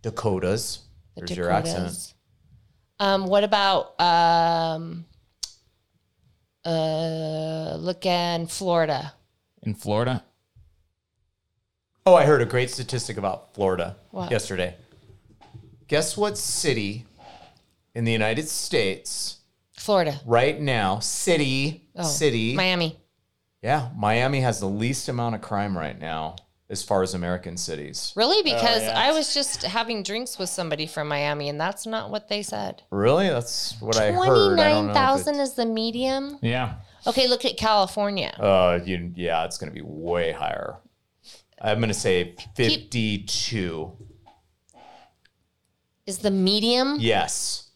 Speaker 3: Dakotas.
Speaker 1: the
Speaker 3: There's
Speaker 1: Dakotas.
Speaker 3: your accent.
Speaker 1: Um, what about um, uh, look in Florida?
Speaker 2: In Florida,
Speaker 3: Oh, I heard a great statistic about Florida
Speaker 1: What?
Speaker 3: yesterday. Guess what city in the United States
Speaker 1: Florida,
Speaker 3: right now? City,
Speaker 1: Oh,
Speaker 3: city.
Speaker 1: Miami.
Speaker 3: Yeah, Miami has the least amount of crime right now as far as American cities.
Speaker 1: Really? Because I was just having drinks with somebody from Miami, and that's not what they said.
Speaker 3: Really? That's what I heard. I don't know if
Speaker 1: Twenty-nine thousand is the medium.
Speaker 2: yeah.
Speaker 1: Okay, look at California.
Speaker 3: it- Uh, you, yeah, it's going to be way higher. I'm going to say 52.
Speaker 1: Is the medium?
Speaker 3: Yes.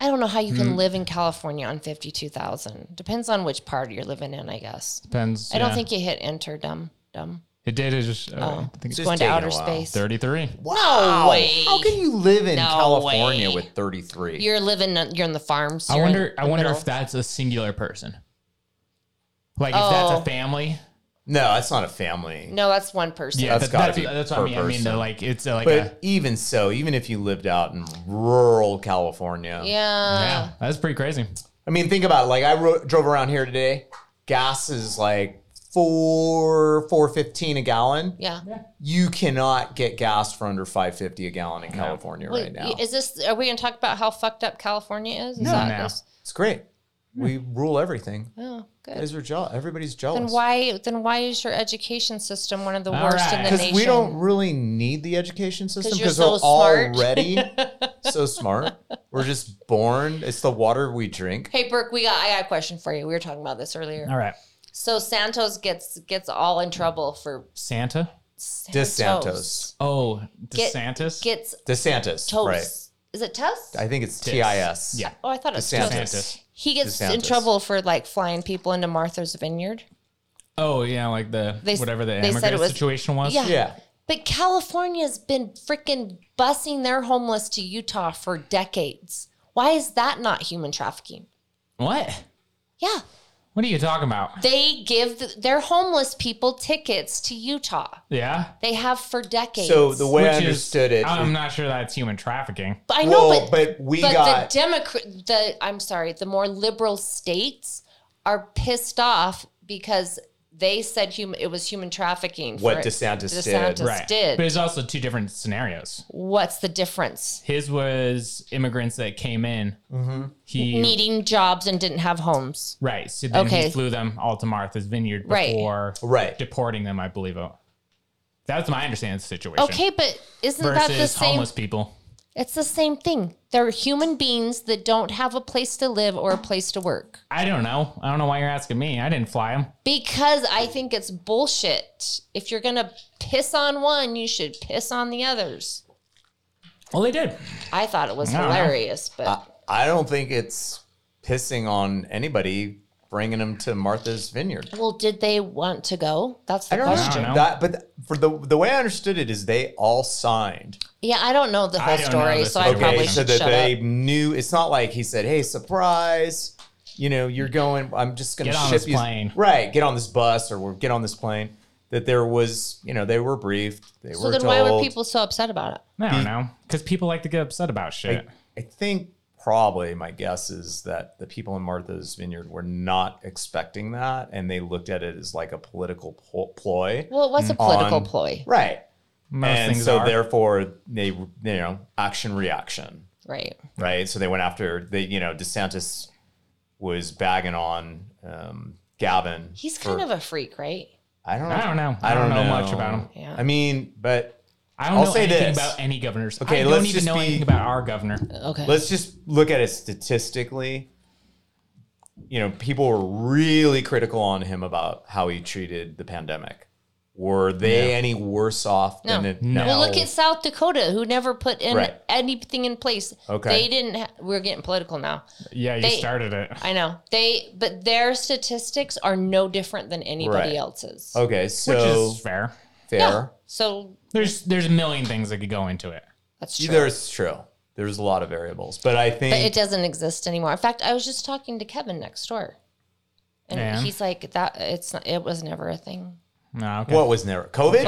Speaker 1: I don't know how you
Speaker 2: Hmm.
Speaker 1: can live in California on 52,000. Depends on which part you're living in, I guess.
Speaker 2: Depends.
Speaker 1: I don't
Speaker 2: yeah.
Speaker 1: think Oh. you hit enter, dumb, dumb.
Speaker 2: it did. It just. uh, I think
Speaker 1: It's
Speaker 2: it's
Speaker 3: Just
Speaker 1: going to
Speaker 3: taking a
Speaker 1: outer
Speaker 3: while.
Speaker 1: space.
Speaker 2: thirty-three.
Speaker 3: Wow.
Speaker 1: way.
Speaker 3: How can you live in
Speaker 1: No
Speaker 3: California
Speaker 1: way.
Speaker 3: with 33?
Speaker 1: You're living, on- you're in the farms.
Speaker 2: I
Speaker 1: you're in
Speaker 2: wonder.
Speaker 1: the
Speaker 2: I wonder
Speaker 1: middle.
Speaker 2: if that's a singular person. Like if
Speaker 1: Oh.
Speaker 2: that's a family.
Speaker 3: no, that's not a family.
Speaker 1: No, that's one person.
Speaker 2: Yeah,
Speaker 3: That's
Speaker 2: that-
Speaker 3: gotta
Speaker 2: that's,
Speaker 3: be
Speaker 2: that's
Speaker 3: per
Speaker 2: what I mean. I mean,
Speaker 3: person.
Speaker 2: the, like it's uh, like
Speaker 3: But
Speaker 2: a,
Speaker 3: even so, even if you lived out in rural California,
Speaker 1: Yeah.
Speaker 2: yeah, that's pretty crazy.
Speaker 3: I mean, think about it. Like I ro- drove around here today. Gas is like four four fifteen a gallon.
Speaker 1: Yeah.
Speaker 3: You cannot get gas for under five fifty a gallon in California
Speaker 1: Wait,
Speaker 3: right now.
Speaker 1: Is this? Are we gonna talk about how fucked up California is? is
Speaker 2: No.
Speaker 1: that
Speaker 2: No.
Speaker 1: this-
Speaker 3: It's great. We rule everything.
Speaker 1: Oh, Hmm. good.
Speaker 3: Guys are jealous. Everybody's jealous.
Speaker 1: Then why? Then why is your education system one of the
Speaker 2: All
Speaker 1: worst
Speaker 2: right.
Speaker 1: in the
Speaker 3: Because
Speaker 1: nation?
Speaker 3: we don't really need the education system
Speaker 1: 'Cause you're
Speaker 3: because
Speaker 1: so
Speaker 3: we're
Speaker 1: smart.
Speaker 3: already so smart. We're just born. It's the water we drink.
Speaker 1: Hey, Brooke, we got. I got a question for you. We were talking about this earlier.
Speaker 2: All right,
Speaker 1: So Santos gets gets all in trouble for
Speaker 2: Santa.
Speaker 1: Santos.
Speaker 3: DeSantos.
Speaker 2: Oh,
Speaker 1: Get-
Speaker 2: DeSantis.
Speaker 1: Gets
Speaker 3: DeSantis,
Speaker 1: toast.
Speaker 3: right?
Speaker 1: Is it Tess?
Speaker 3: I think it's
Speaker 2: Tis.
Speaker 3: TIS.
Speaker 2: Yeah.
Speaker 1: oh, I thought it was
Speaker 3: DeSantis.
Speaker 1: Toast. He gets in
Speaker 3: DeSantis.
Speaker 1: trouble for like flying people into Martha's Vineyard.
Speaker 2: oh yeah, like the
Speaker 1: They s-
Speaker 2: whatever the
Speaker 1: they said it
Speaker 2: immigrant
Speaker 1: was-
Speaker 2: situation was.
Speaker 1: Yeah.
Speaker 3: Yeah.
Speaker 1: But California's been freaking busing their homeless to Utah for decades. Why is that not human trafficking?
Speaker 2: What?
Speaker 1: Yeah.
Speaker 2: What are you talking about?
Speaker 1: They give th- their homeless people tickets to Utah.
Speaker 2: Yeah.
Speaker 1: They have for decades.
Speaker 3: So the way I
Speaker 2: Which is-
Speaker 3: understood it,
Speaker 2: I'm not sure that's human trafficking.
Speaker 1: But I know,
Speaker 3: well,
Speaker 1: but,
Speaker 3: but, we
Speaker 1: but
Speaker 3: got
Speaker 1: the Democrat, the I'm sorry, the more liberal states are pissed off because they said human it was human trafficking.
Speaker 3: What
Speaker 1: for-
Speaker 3: DeSantis did.
Speaker 1: DeSantis
Speaker 2: Right.
Speaker 1: did.
Speaker 2: But it's also two different scenarios.
Speaker 1: What's the difference?
Speaker 2: His was immigrants that came in.
Speaker 3: Mm-hmm.
Speaker 2: He
Speaker 1: Needing jobs and didn't have homes.
Speaker 2: right. So then
Speaker 1: Okay.
Speaker 2: he flew them all to Martha's Vineyard
Speaker 1: Right.
Speaker 2: before
Speaker 3: Right.
Speaker 2: deporting them. I believe. Oh, that's my understanding of the situation.
Speaker 1: Okay, but isn't that the
Speaker 2: Versus
Speaker 1: same?
Speaker 2: homeless people.
Speaker 1: It's the same thing. They're human beings that don't have a place to live or a place to work.
Speaker 2: I don't know. I don't know why you're asking me. I didn't fly them.
Speaker 1: Because I think it's bullshit. If you're going to piss on one, you should piss on the others.
Speaker 2: Well, they did.
Speaker 1: I thought it was
Speaker 2: don't know.
Speaker 1: hilarious, but
Speaker 3: I don't think it's pissing on anybody bringing them to Martha's Vineyard.
Speaker 1: well, did they want to go? That's the
Speaker 3: I don't
Speaker 1: question.
Speaker 2: know.
Speaker 3: That, but th- for the the way I understood it is they all signed.
Speaker 1: Yeah, I don't know the whole
Speaker 2: don't know
Speaker 1: story,
Speaker 2: the
Speaker 1: so I
Speaker 2: situation.
Speaker 1: probably
Speaker 3: so
Speaker 1: should
Speaker 3: that
Speaker 1: shut
Speaker 3: they
Speaker 1: up.
Speaker 3: knew. It's not like he said, "Hey, surprise." You know, you're going. I'm just going to
Speaker 2: Get on
Speaker 3: ship
Speaker 2: this
Speaker 3: you
Speaker 2: plane.
Speaker 3: right. Get on this bus or we'll get on this plane. That there was, you know, they were briefed. They
Speaker 1: So
Speaker 3: were
Speaker 1: then
Speaker 3: told.
Speaker 1: why were people so upset about it?
Speaker 2: I don't know because people like to get upset about shit.
Speaker 3: I, I think probably my guess is that the people in Martha's Vineyard were not expecting that, and they looked at it as like a political pl- ploy,
Speaker 1: Well, it was a political
Speaker 3: Mm, On-
Speaker 1: ploy.
Speaker 3: right?
Speaker 2: Most
Speaker 3: and
Speaker 2: things
Speaker 3: so
Speaker 2: are.
Speaker 3: therefore they, you know, action reaction,
Speaker 1: Right.
Speaker 3: right? So they went after they, you know, DeSantis was bagging on um, Gavin.
Speaker 1: He's
Speaker 3: for-
Speaker 1: kind of a freak, right?
Speaker 3: I don't.
Speaker 2: I don't know.
Speaker 3: I don't, know,
Speaker 2: much about them.
Speaker 1: Yeah.
Speaker 3: I mean, but
Speaker 2: I don't
Speaker 3: I'll
Speaker 2: know
Speaker 3: say
Speaker 2: anything
Speaker 3: this.
Speaker 2: about any governors.
Speaker 3: Okay,
Speaker 2: I don't
Speaker 3: let's
Speaker 2: need to
Speaker 3: just
Speaker 2: know
Speaker 3: be-
Speaker 2: anything about our governor.
Speaker 1: Okay.
Speaker 3: let's just look at it statistically. You know, people were really critical on him about how he treated the pandemic. Were they any worse off
Speaker 1: No.
Speaker 3: than the,
Speaker 2: No.
Speaker 1: Well, look at South Dakota, who never put in
Speaker 3: Right.
Speaker 1: anything in place.
Speaker 3: Okay.
Speaker 1: They didn't. Ha- we're getting political now.
Speaker 2: Yeah, you
Speaker 1: They-
Speaker 2: started it.
Speaker 1: I know they, but their statistics are no different than anybody
Speaker 3: Right.
Speaker 1: else's.
Speaker 3: Okay,
Speaker 2: which
Speaker 3: so
Speaker 2: is fair.
Speaker 3: fair.
Speaker 1: Yeah. So
Speaker 2: There's there's a million things that could go into it.
Speaker 1: that's true.
Speaker 3: There's true. There's a lot of variables, but I think
Speaker 1: but it doesn't exist anymore. In fact, I was just talking to Kevin next door, and
Speaker 2: Yeah.
Speaker 1: he's like, "That it's not, it was never a thing."
Speaker 2: No, okay.
Speaker 3: what was never COVID.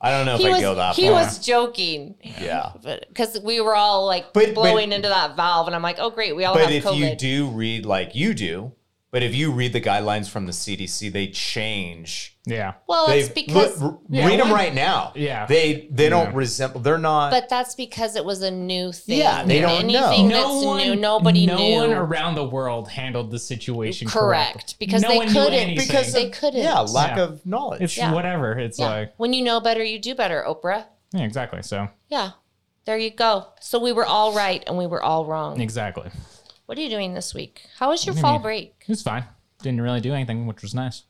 Speaker 3: I don't know if
Speaker 1: He
Speaker 3: I
Speaker 1: was
Speaker 3: go that
Speaker 1: he
Speaker 3: far.
Speaker 1: was joking,
Speaker 3: yeah.
Speaker 1: but because we were all like
Speaker 3: But- but-
Speaker 1: blowing into that valve, and I'm like, "Oh great, we all
Speaker 3: But
Speaker 1: have
Speaker 3: if
Speaker 1: COVID."
Speaker 3: you do read like you do, but if you read the guidelines from the CDC, they change.
Speaker 2: yeah,
Speaker 1: well,
Speaker 3: They
Speaker 1: it's because
Speaker 3: look, r-
Speaker 2: Yeah,
Speaker 3: read them
Speaker 2: why-
Speaker 3: right now.
Speaker 2: Yeah.
Speaker 3: they they don't
Speaker 2: Yeah.
Speaker 3: resemble. They're not.
Speaker 1: But that's because it was a new thing.
Speaker 3: Yeah, they don't know.
Speaker 1: Anything that's new, nobody
Speaker 2: no
Speaker 1: knew.
Speaker 2: one around the world handled the situation
Speaker 1: correct.
Speaker 2: correct,
Speaker 1: Because
Speaker 2: No
Speaker 1: they
Speaker 2: one knew
Speaker 1: couldn't.
Speaker 2: anything.
Speaker 1: Because they
Speaker 3: of-
Speaker 1: couldn't.
Speaker 3: Yeah, lack
Speaker 2: Yeah.
Speaker 3: of knowledge.
Speaker 2: It's
Speaker 1: Yeah.
Speaker 2: whatever. It's
Speaker 1: Yeah.
Speaker 2: like
Speaker 1: when you know better, you do better, Oprah.
Speaker 2: yeah, exactly. So
Speaker 1: Yeah. There you go. So we were all right and we were all wrong.
Speaker 2: exactly, it
Speaker 1: What are you doing this week? How was your
Speaker 2: do you
Speaker 1: fall
Speaker 2: mean?
Speaker 1: break?
Speaker 2: was fine. Didn't really do anything, which was nice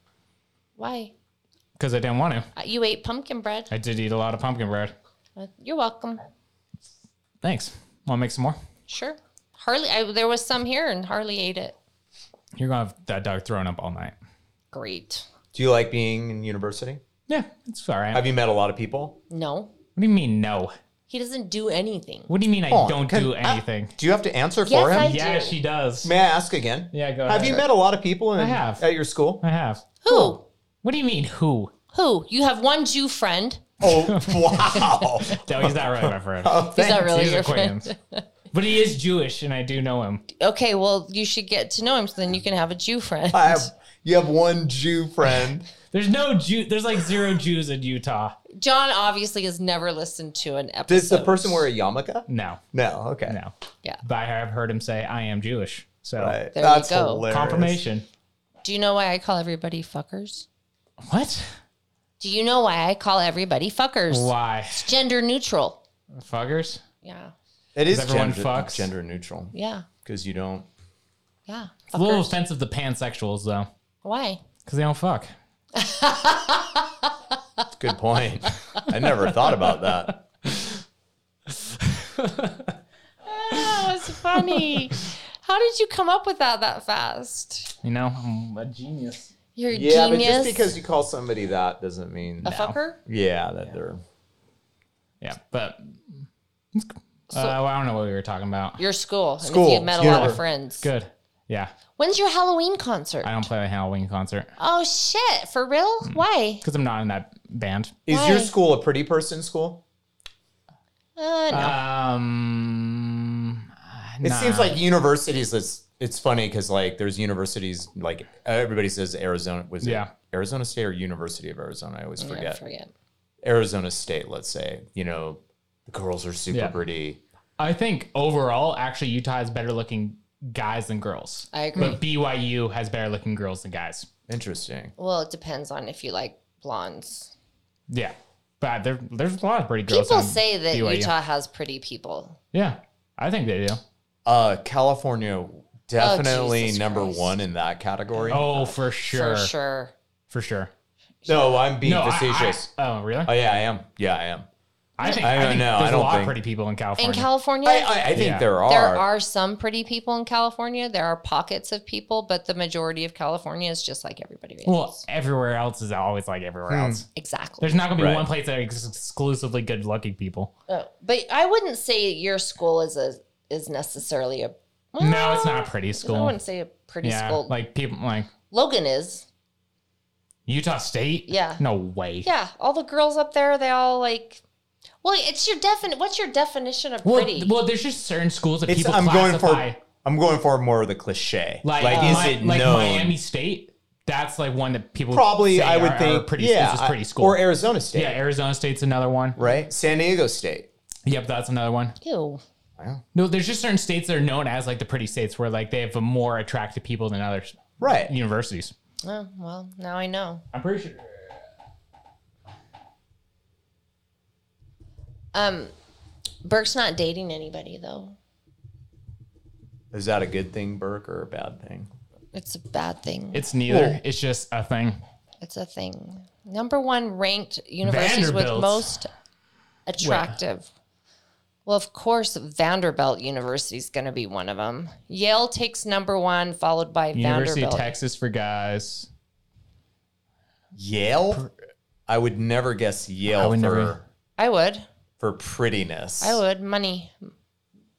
Speaker 1: Why?
Speaker 2: because I didn't want to.
Speaker 1: Uh, You ate pumpkin bread.
Speaker 2: I did eat a lot of pumpkin bread.
Speaker 1: Uh, You're welcome.
Speaker 2: Thanks. Want to make some more?
Speaker 1: Sure. Harley, I, there was some here, and Harley ate it.
Speaker 2: You're gonna have that dog thrown up all night.
Speaker 1: Great.
Speaker 3: Do you like being in university?
Speaker 2: Yeah, it's all right.
Speaker 3: Have you met a lot of people?
Speaker 1: No,
Speaker 2: what do you mean no?
Speaker 1: he doesn't do anything.
Speaker 2: What do you mean I
Speaker 3: Hold on,
Speaker 2: don't
Speaker 3: can-
Speaker 2: do
Speaker 3: uh,
Speaker 2: anything?
Speaker 3: Do you have to answer
Speaker 1: Yes,
Speaker 3: for him?
Speaker 1: I do.
Speaker 2: yeah, she does.
Speaker 3: May I ask again?
Speaker 2: Yeah, go
Speaker 3: Have
Speaker 2: ahead.
Speaker 3: you met a lot of people in,
Speaker 2: I have.
Speaker 3: at your school?
Speaker 2: I have.
Speaker 1: Who?
Speaker 2: What do you mean who?
Speaker 1: Who? You have one Jew friend.
Speaker 3: Oh, wow. Oh,
Speaker 2: No, he's not really my friend.
Speaker 1: He's not really
Speaker 2: He's
Speaker 1: Oh, your
Speaker 2: acquaintance.
Speaker 1: friend.
Speaker 2: But he is Jewish, and I do know him.
Speaker 1: okay, well, you should get to know him, so then you can have a Jew friend.
Speaker 3: I have, you have one Jew friend.
Speaker 2: There's no Jew. There's like zero Jews in Utah.
Speaker 1: John obviously has never listened to an episode.
Speaker 3: Does the person wear a yarmulke?
Speaker 2: No,
Speaker 3: No, okay.
Speaker 2: no.
Speaker 1: Yeah.
Speaker 2: But I have heard him say, "I am Jewish." So
Speaker 3: Right.
Speaker 1: There
Speaker 3: That's
Speaker 1: you go.
Speaker 3: hilarious.
Speaker 2: confirmation.
Speaker 1: Do you know why I call everybody fuckers?
Speaker 2: What?
Speaker 1: Do you know why I call everybody fuckers?
Speaker 2: Why?
Speaker 1: It's gender neutral.
Speaker 2: Fuckers.
Speaker 1: Yeah.
Speaker 3: It is
Speaker 2: Everyone
Speaker 3: gender,
Speaker 2: fucks.
Speaker 3: gender neutral
Speaker 1: Yeah.
Speaker 3: because you don't.
Speaker 1: Yeah.
Speaker 2: A little
Speaker 1: Fuckers.
Speaker 2: offensive to pansexuals though,
Speaker 1: Why?
Speaker 2: because they don't fuck.
Speaker 3: That's a good point. I never thought about that.
Speaker 1: That was Oh, funny. How did you come up with that that fast?
Speaker 2: You know, I'm a genius.
Speaker 1: You're a
Speaker 3: Yeah, but
Speaker 1: genius.
Speaker 3: just because you call somebody that doesn't mean.
Speaker 1: a fucker?
Speaker 3: Yeah, that they're.
Speaker 2: Yeah, but uh, well, I don't know what we were talking about.
Speaker 1: Your school. and if
Speaker 3: School.
Speaker 1: You met a lot
Speaker 3: Yeah.
Speaker 1: of friends.
Speaker 2: Good. Yeah,
Speaker 1: When's your Halloween concert?
Speaker 2: I don't play a Halloween concert
Speaker 1: Oh shit! For real? Why?
Speaker 2: because I'm not in that band.
Speaker 3: Is your
Speaker 1: Why?
Speaker 3: school a pretty person school?
Speaker 1: Uh, no.
Speaker 2: Um,
Speaker 3: It seems like universities. It's it's funny because like there's universities like everybody says Arizona was
Speaker 2: Yeah.
Speaker 3: it Arizona State or University of Arizona. I always
Speaker 1: I
Speaker 3: forget.
Speaker 1: forget.
Speaker 3: Arizona State. Let's say you know the girls are super
Speaker 2: Yeah.
Speaker 3: pretty.
Speaker 2: I think overall, actually, Utah has better looking guys than girls.
Speaker 1: I agree.
Speaker 2: But BYU has better looking girls than guys.
Speaker 3: Interesting.
Speaker 1: Well, it depends on if you like blondes.
Speaker 2: Yeah. But there, there's a lot of pretty girls.
Speaker 1: People
Speaker 2: on
Speaker 1: say that
Speaker 2: BYU.
Speaker 1: Utah has pretty people.
Speaker 2: Yeah. I think they do.
Speaker 3: Uh, California definitely
Speaker 1: Jesus
Speaker 3: number
Speaker 1: Christ.
Speaker 3: one in that category.
Speaker 2: Oh, for sure.
Speaker 1: For sure.
Speaker 2: For sure.
Speaker 3: no, I'm being
Speaker 2: No, I-
Speaker 3: facetious.
Speaker 2: I- oh, really?
Speaker 3: oh yeah, I am. Yeah, I am.
Speaker 2: I think
Speaker 3: I don't
Speaker 2: think
Speaker 3: know.
Speaker 2: There's
Speaker 3: I don't
Speaker 2: a lot of
Speaker 3: think-
Speaker 2: pretty people in California.
Speaker 1: In California,
Speaker 3: I I, I think
Speaker 2: Yeah.
Speaker 3: there are.
Speaker 1: there are some pretty people in California. There are pockets of people, but the majority of California is just like everybody else.
Speaker 2: well, everywhere else is always like everywhere else.
Speaker 1: exactly.
Speaker 2: There's not going to be
Speaker 3: Hmm. Right.
Speaker 2: one place that is exclusively good looking people.
Speaker 1: Uh, but I wouldn't say your school is a is necessarily a.
Speaker 2: No, it's not a pretty
Speaker 1: I
Speaker 2: school.
Speaker 1: wouldn't say a pretty
Speaker 2: Yeah.
Speaker 1: school.
Speaker 2: Like people, like
Speaker 1: Logan is.
Speaker 2: Utah State?
Speaker 1: Yeah.
Speaker 2: No way.
Speaker 1: Yeah, all the girls up there, they all like. Well, it's your defin. What's your definition of
Speaker 2: Well,
Speaker 1: pretty?
Speaker 2: well, there's just certain schools that
Speaker 3: It's,
Speaker 2: people
Speaker 3: I'm going
Speaker 2: classify
Speaker 3: for. I'm going for more of the cliche.
Speaker 2: like
Speaker 3: Like,
Speaker 2: Mi-
Speaker 3: is it
Speaker 2: like
Speaker 3: known?
Speaker 2: Miami State. That's like one that people
Speaker 3: Probably,
Speaker 2: say
Speaker 3: I would
Speaker 2: are- are
Speaker 3: think.
Speaker 2: pretty
Speaker 3: yeah,
Speaker 2: is
Speaker 3: I-
Speaker 2: pretty school.
Speaker 3: or Arizona State.
Speaker 2: yeah, Arizona State's another one.
Speaker 3: right? San Diego State.
Speaker 2: Yep, that's another one.
Speaker 1: Ew.
Speaker 2: No, there's just certain states that are known as like the pretty states where like they have more attractive people than other s-
Speaker 3: Right.
Speaker 2: universities.
Speaker 1: Oh, well, now I know.
Speaker 2: I'm pretty sure.
Speaker 1: Um, Burke's not dating anybody though.
Speaker 3: Is that a good thing, Burke, or a bad thing?
Speaker 1: It's a bad thing.
Speaker 2: It's neither.
Speaker 3: Well-
Speaker 2: it's just a thing.
Speaker 1: It's a thing. Number one ranked universities
Speaker 2: Vanderbilt.
Speaker 1: with most attractive. Well, of course, Vanderbilt University is going to be one of them. Yale takes number one, followed by
Speaker 2: University of
Speaker 1: Vanderbilt.
Speaker 2: Texas for guys.
Speaker 3: Yale. I would never guess Yale for
Speaker 2: would never-
Speaker 1: I would.
Speaker 3: for prettiness.
Speaker 1: I would. Money.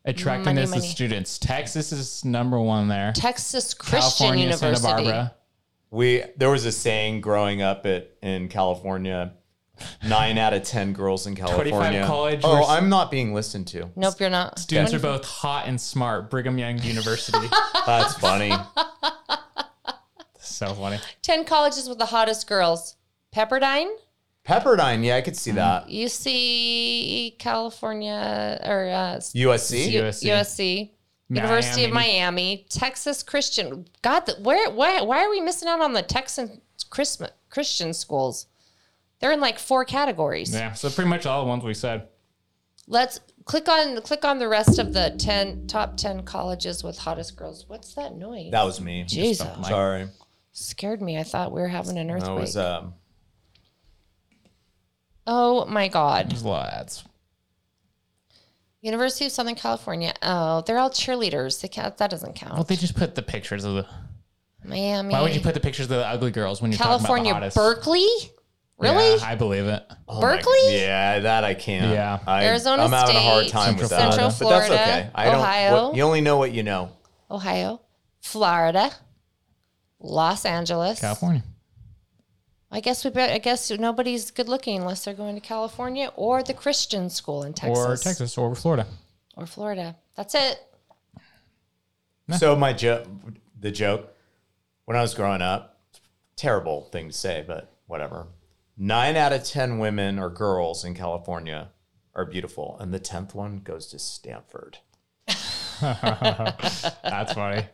Speaker 2: Attractiveness
Speaker 1: money.
Speaker 2: of students. Texas is number one there.
Speaker 1: Texas Christian
Speaker 2: California,
Speaker 1: University.
Speaker 2: Santa Barbara.
Speaker 3: We there was a saying growing up at in California. Nine out of ten girls in California.
Speaker 2: college
Speaker 3: oh,
Speaker 2: vers-
Speaker 3: I'm not being listened to.
Speaker 1: Nope, you're not.
Speaker 2: Students are both hot and smart. Brigham Young University.
Speaker 3: That's funny.
Speaker 2: so funny.
Speaker 1: 10 colleges with the hottest girls. Pepperdine,
Speaker 3: Pepperdine. Yeah, I could see
Speaker 2: Mm.
Speaker 3: that.
Speaker 1: UC, E, California, or uh,
Speaker 3: USC.
Speaker 1: U-
Speaker 2: USC.
Speaker 1: USC, University of Miami, Texas Christian. God, the, where why why are we missing out on the Texan Christmas, Christian schools? They're in like four categories.
Speaker 2: Yeah, so pretty much all the ones we said.
Speaker 1: Let's click on click on the rest of the 10 top 10 colleges with hottest girls. What's that noise?
Speaker 3: That was me.
Speaker 1: Jesus.
Speaker 3: Sorry.
Speaker 1: Scared me. I thought we were having an
Speaker 3: That
Speaker 1: earthquake.
Speaker 3: was um.
Speaker 1: oh my god.
Speaker 2: There's a lot of ads.
Speaker 1: University of Southern California. Oh, they're all cheerleaders. They can't, that doesn't count.
Speaker 2: Well, they just put the pictures of the.
Speaker 1: Miami.
Speaker 2: Why would you put the pictures of the ugly girls when you're
Speaker 1: California
Speaker 2: talking about the hottest?
Speaker 1: Berkeley? Really?
Speaker 2: Yeah, I believe it.
Speaker 3: Oh my
Speaker 1: Berkeley?
Speaker 3: God. yeah, that I can't.
Speaker 2: Yeah.
Speaker 3: I,
Speaker 1: Arizona
Speaker 3: I'm having a hard
Speaker 1: State,
Speaker 3: time with that.
Speaker 1: Central
Speaker 3: but that's
Speaker 1: Florida,
Speaker 3: okay. I don't.
Speaker 1: Ohio.
Speaker 3: what- you only know what you know.
Speaker 1: Ohio, Florida, Los Angeles.
Speaker 2: California.
Speaker 1: I guess we bet, I guess nobody's good looking unless they're going to California or the Christian school in Texas
Speaker 2: Or Texas or Florida.
Speaker 1: or Florida. That's it.
Speaker 3: So my joke, the joke, when I was growing up, terrible thing to say, but whatever. Nine out of ten women or girls in California are beautiful, and the tenth one goes to Stanford.
Speaker 2: That's funny.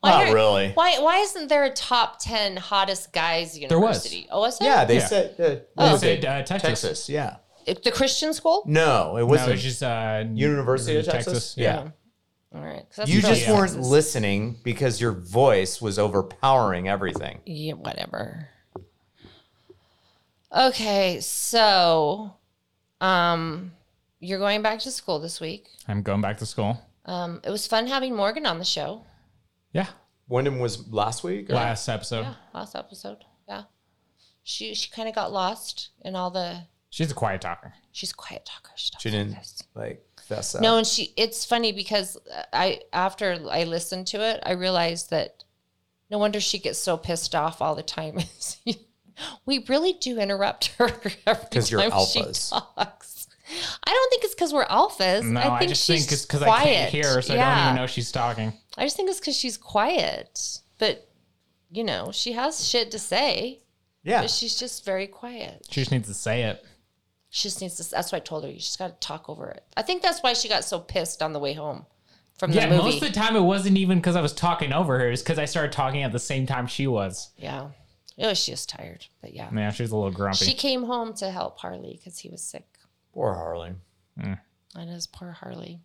Speaker 1: Why
Speaker 3: Not
Speaker 1: are-
Speaker 3: really.
Speaker 1: Why why isn't there a top 10 hottest guys
Speaker 2: was.
Speaker 1: university? Oh, was there?
Speaker 3: Yeah, they
Speaker 2: Yeah.
Speaker 3: said uh,
Speaker 2: They
Speaker 3: was
Speaker 2: said,
Speaker 3: it?
Speaker 2: uh, Texas.
Speaker 3: Texas. Yeah.
Speaker 1: The Christian school?
Speaker 3: No, it
Speaker 2: No, it
Speaker 3: wasn't.
Speaker 2: was just uh,
Speaker 3: University of Texas?
Speaker 2: Yeah.
Speaker 3: Yeah.
Speaker 1: All right. 'cause that's
Speaker 3: you
Speaker 1: still
Speaker 3: just
Speaker 1: Texas.
Speaker 3: weren't listening because your voice was overpowering everything.
Speaker 1: Yeah, whatever. Okay, so um you're going back to school this week.
Speaker 2: I'm going back to school.
Speaker 1: Um it was fun having Morgan on the show
Speaker 2: Yeah.
Speaker 3: Wyndham was last week. or-
Speaker 2: Last episode.
Speaker 1: last episode. Yeah. She she kind of got lost in all the
Speaker 2: She's a quiet talker.
Speaker 1: she's a quiet talker. She, talks
Speaker 3: She
Speaker 1: like
Speaker 3: didn't
Speaker 1: this.
Speaker 3: like fess up.
Speaker 1: No, and she it's funny because I after I listened to it, I realized that no wonder she gets so pissed off all the time. we really do interrupt her every
Speaker 3: 'Cause you're
Speaker 1: time
Speaker 3: alphas.
Speaker 1: she talks. I don't think it's because we're alphas.
Speaker 2: No,
Speaker 1: I
Speaker 2: I,
Speaker 1: think
Speaker 2: just
Speaker 1: she's
Speaker 2: think it's because
Speaker 1: because
Speaker 2: I can't hear her, so I don't even
Speaker 1: know.
Speaker 2: know she's talking.
Speaker 1: I just think it's because she's quiet, but you know she has shit to say,
Speaker 3: yeah.
Speaker 1: but she's just very quiet.
Speaker 2: She just needs to say it.
Speaker 1: She just needs to. That's why I told her you just got to talk over it. I think that's why she got so pissed on the way home from
Speaker 2: Yeah,
Speaker 1: the movie.
Speaker 2: most of the time it wasn't even because I was talking over her. It was because I started talking at the same time she was.
Speaker 1: Yeah. Oh, she was tired, but yeah.
Speaker 2: Yeah, she was a little grumpy.
Speaker 1: She came home to help Harley because he was sick.
Speaker 3: Poor Harley.
Speaker 1: And his poor Harley.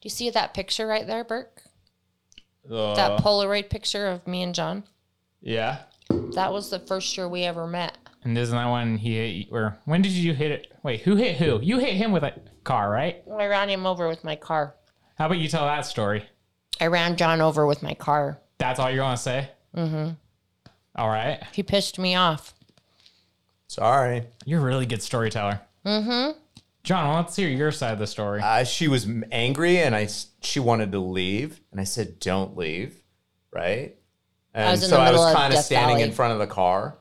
Speaker 1: Do you see that picture right there, Burke? that Polaroid picture of me and John?
Speaker 2: yeah.
Speaker 1: That was the first year we ever met.
Speaker 2: And isn't that when he hit, or when did you hit it? Wait, who hit who? You hit him with a car, right?
Speaker 1: I ran him over with my car.
Speaker 2: How about you tell that story?
Speaker 1: I ran John over with my car.
Speaker 2: That's all you're going to say? Mm-hmm. All right.
Speaker 1: He pissed me off.
Speaker 3: Sorry.
Speaker 2: You're a really good storyteller. Mm-hmm. John, let's hear your side of the story.
Speaker 3: Uh, she was m- angry and I s- she wanted to leave and I said don't leave, right? And
Speaker 1: was in
Speaker 3: so
Speaker 1: the
Speaker 3: I was
Speaker 1: middle of
Speaker 3: kind of
Speaker 1: Death
Speaker 3: standing in
Speaker 1: Valley.
Speaker 3: front of the car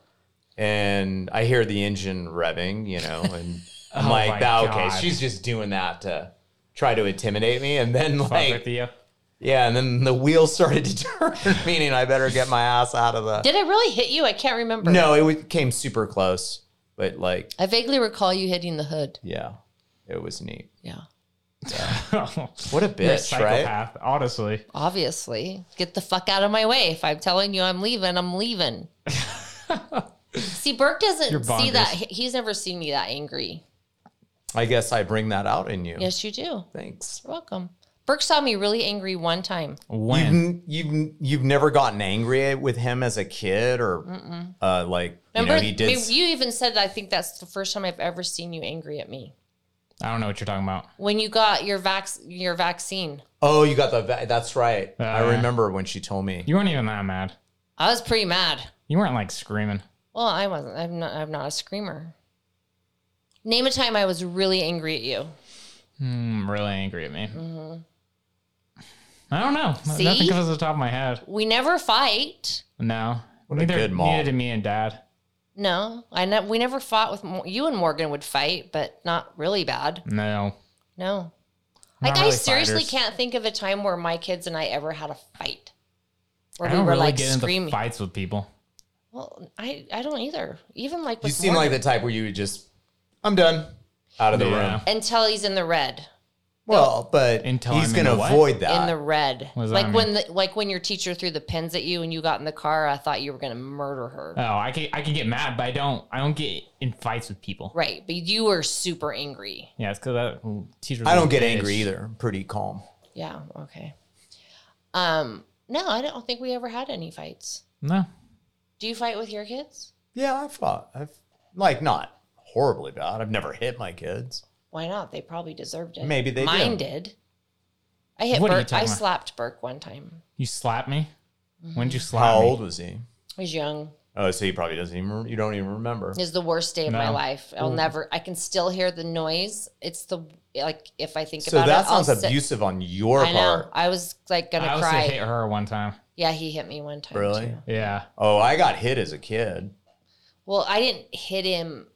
Speaker 3: and I hear the engine revving, you know, and I'm
Speaker 2: Oh my
Speaker 3: like, "Ah, okay,
Speaker 2: God.
Speaker 3: she's just doing that to try to intimidate me and then
Speaker 2: Fuck
Speaker 3: like
Speaker 2: with you.
Speaker 3: yeah, and then the wheel started to turn, meaning I better get my ass out of the
Speaker 1: Did I really hit you? I can't remember.
Speaker 3: No, it w- came super close, but like
Speaker 1: I vaguely recall you hitting the hood.
Speaker 3: yeah, it was neat.
Speaker 1: Yeah.
Speaker 3: What a
Speaker 2: You're a
Speaker 3: bitch, right?
Speaker 2: psychopath, honestly.
Speaker 1: Obviously. Get the fuck out of my way. If I'm telling you I'm leaving, I'm leaving. see, Burke doesn't see
Speaker 2: bonkers.
Speaker 1: that. He- He's never seen me that angry.
Speaker 3: I guess I bring that out in you.
Speaker 1: Yes, you do. You're
Speaker 3: Thanks.
Speaker 1: welcome. Burke saw me really angry one time.
Speaker 2: When?
Speaker 3: You've, you've you've never gotten angry with him as a kid or uh, like
Speaker 1: Remember,
Speaker 3: you know he did.
Speaker 1: I mean, you even said I think that's the first time I've ever seen you angry at me
Speaker 2: I don't know what you're talking about.
Speaker 1: when you got your vax your vaccine.
Speaker 3: oh, you got the va- that's right.
Speaker 2: yeah.
Speaker 3: I remember when she told me.
Speaker 2: You weren't even that mad.
Speaker 1: I was pretty mad.
Speaker 2: You weren't like screaming.
Speaker 1: Well, I wasn't. I'm not. I'm not a screamer. Name a time I was really angry at you.
Speaker 2: Hmm, really angry at me. Mm-hmm. I don't know.
Speaker 1: See?
Speaker 2: Nothing comes off the top of my head.
Speaker 1: We never fight.
Speaker 2: No.
Speaker 3: What a good mom.
Speaker 2: neither did me and dad.
Speaker 1: No, I ne- we never fought with Mo- you and Morgan would fight, but not really bad.
Speaker 2: No.
Speaker 1: No,
Speaker 2: Not
Speaker 1: like I
Speaker 2: really
Speaker 1: seriously
Speaker 2: fighters.
Speaker 1: can't think of a time where my kids and I ever had a fight, where
Speaker 2: I
Speaker 1: we
Speaker 2: don't
Speaker 1: were
Speaker 2: really
Speaker 1: like
Speaker 2: get into
Speaker 1: screaming.
Speaker 2: fights with people.
Speaker 1: Well, I I don't either. Even like
Speaker 3: You
Speaker 1: with
Speaker 3: seem like
Speaker 1: Morgan.
Speaker 3: the type where you would just I'm done out of the
Speaker 2: Yeah.
Speaker 3: room.
Speaker 1: until he's in the red.
Speaker 3: Well, but
Speaker 2: Until
Speaker 3: he's
Speaker 2: I'm
Speaker 3: going to
Speaker 2: in the what?
Speaker 3: avoid
Speaker 1: in
Speaker 3: that.
Speaker 1: the red,
Speaker 2: What does
Speaker 1: like
Speaker 2: that
Speaker 1: when the, like when your teacher threw the pins at you and you got in the car. I thought you were gonna murder her.
Speaker 2: Oh, I can I can get mad, but I don't I don't get in fights with people.
Speaker 1: right, but you were super angry.
Speaker 2: Yeah, it's because that teacher.
Speaker 3: I don't get angry either. I'm pretty calm.
Speaker 1: Yeah. Okay. Um. No, I don't think we ever had any fights.
Speaker 2: No.
Speaker 1: Do you fight with your kids?
Speaker 3: Yeah, I've fought. I've like not horribly bad. I've never hit my kids.
Speaker 1: Why not? They probably deserved it.
Speaker 3: Maybe they do.
Speaker 1: Mine did. I hit
Speaker 2: What are you
Speaker 1: Burke. I
Speaker 2: talking about?
Speaker 1: slapped Burke one time.
Speaker 2: You slapped me?
Speaker 1: Mm-hmm.
Speaker 2: When did you slap
Speaker 3: How
Speaker 2: me?
Speaker 3: old was he?
Speaker 1: I was young.
Speaker 3: Oh, so you probably doesn't even rem- you don't even remember.
Speaker 1: It was the worst day of my
Speaker 2: No.
Speaker 1: life. I'll never. I can still hear the noise. It's the like if I think
Speaker 3: So
Speaker 1: about it.
Speaker 3: that
Speaker 1: I'll
Speaker 3: sounds
Speaker 1: sit-
Speaker 3: abusive on your
Speaker 1: I know.
Speaker 3: part.
Speaker 1: I was like gonna
Speaker 2: I also
Speaker 1: cry.
Speaker 2: hit her one time.
Speaker 1: Yeah, he hit me one time.
Speaker 3: Really?
Speaker 1: too.
Speaker 2: Yeah.
Speaker 3: Oh, I got hit as a kid.
Speaker 1: Well, I didn't hit him.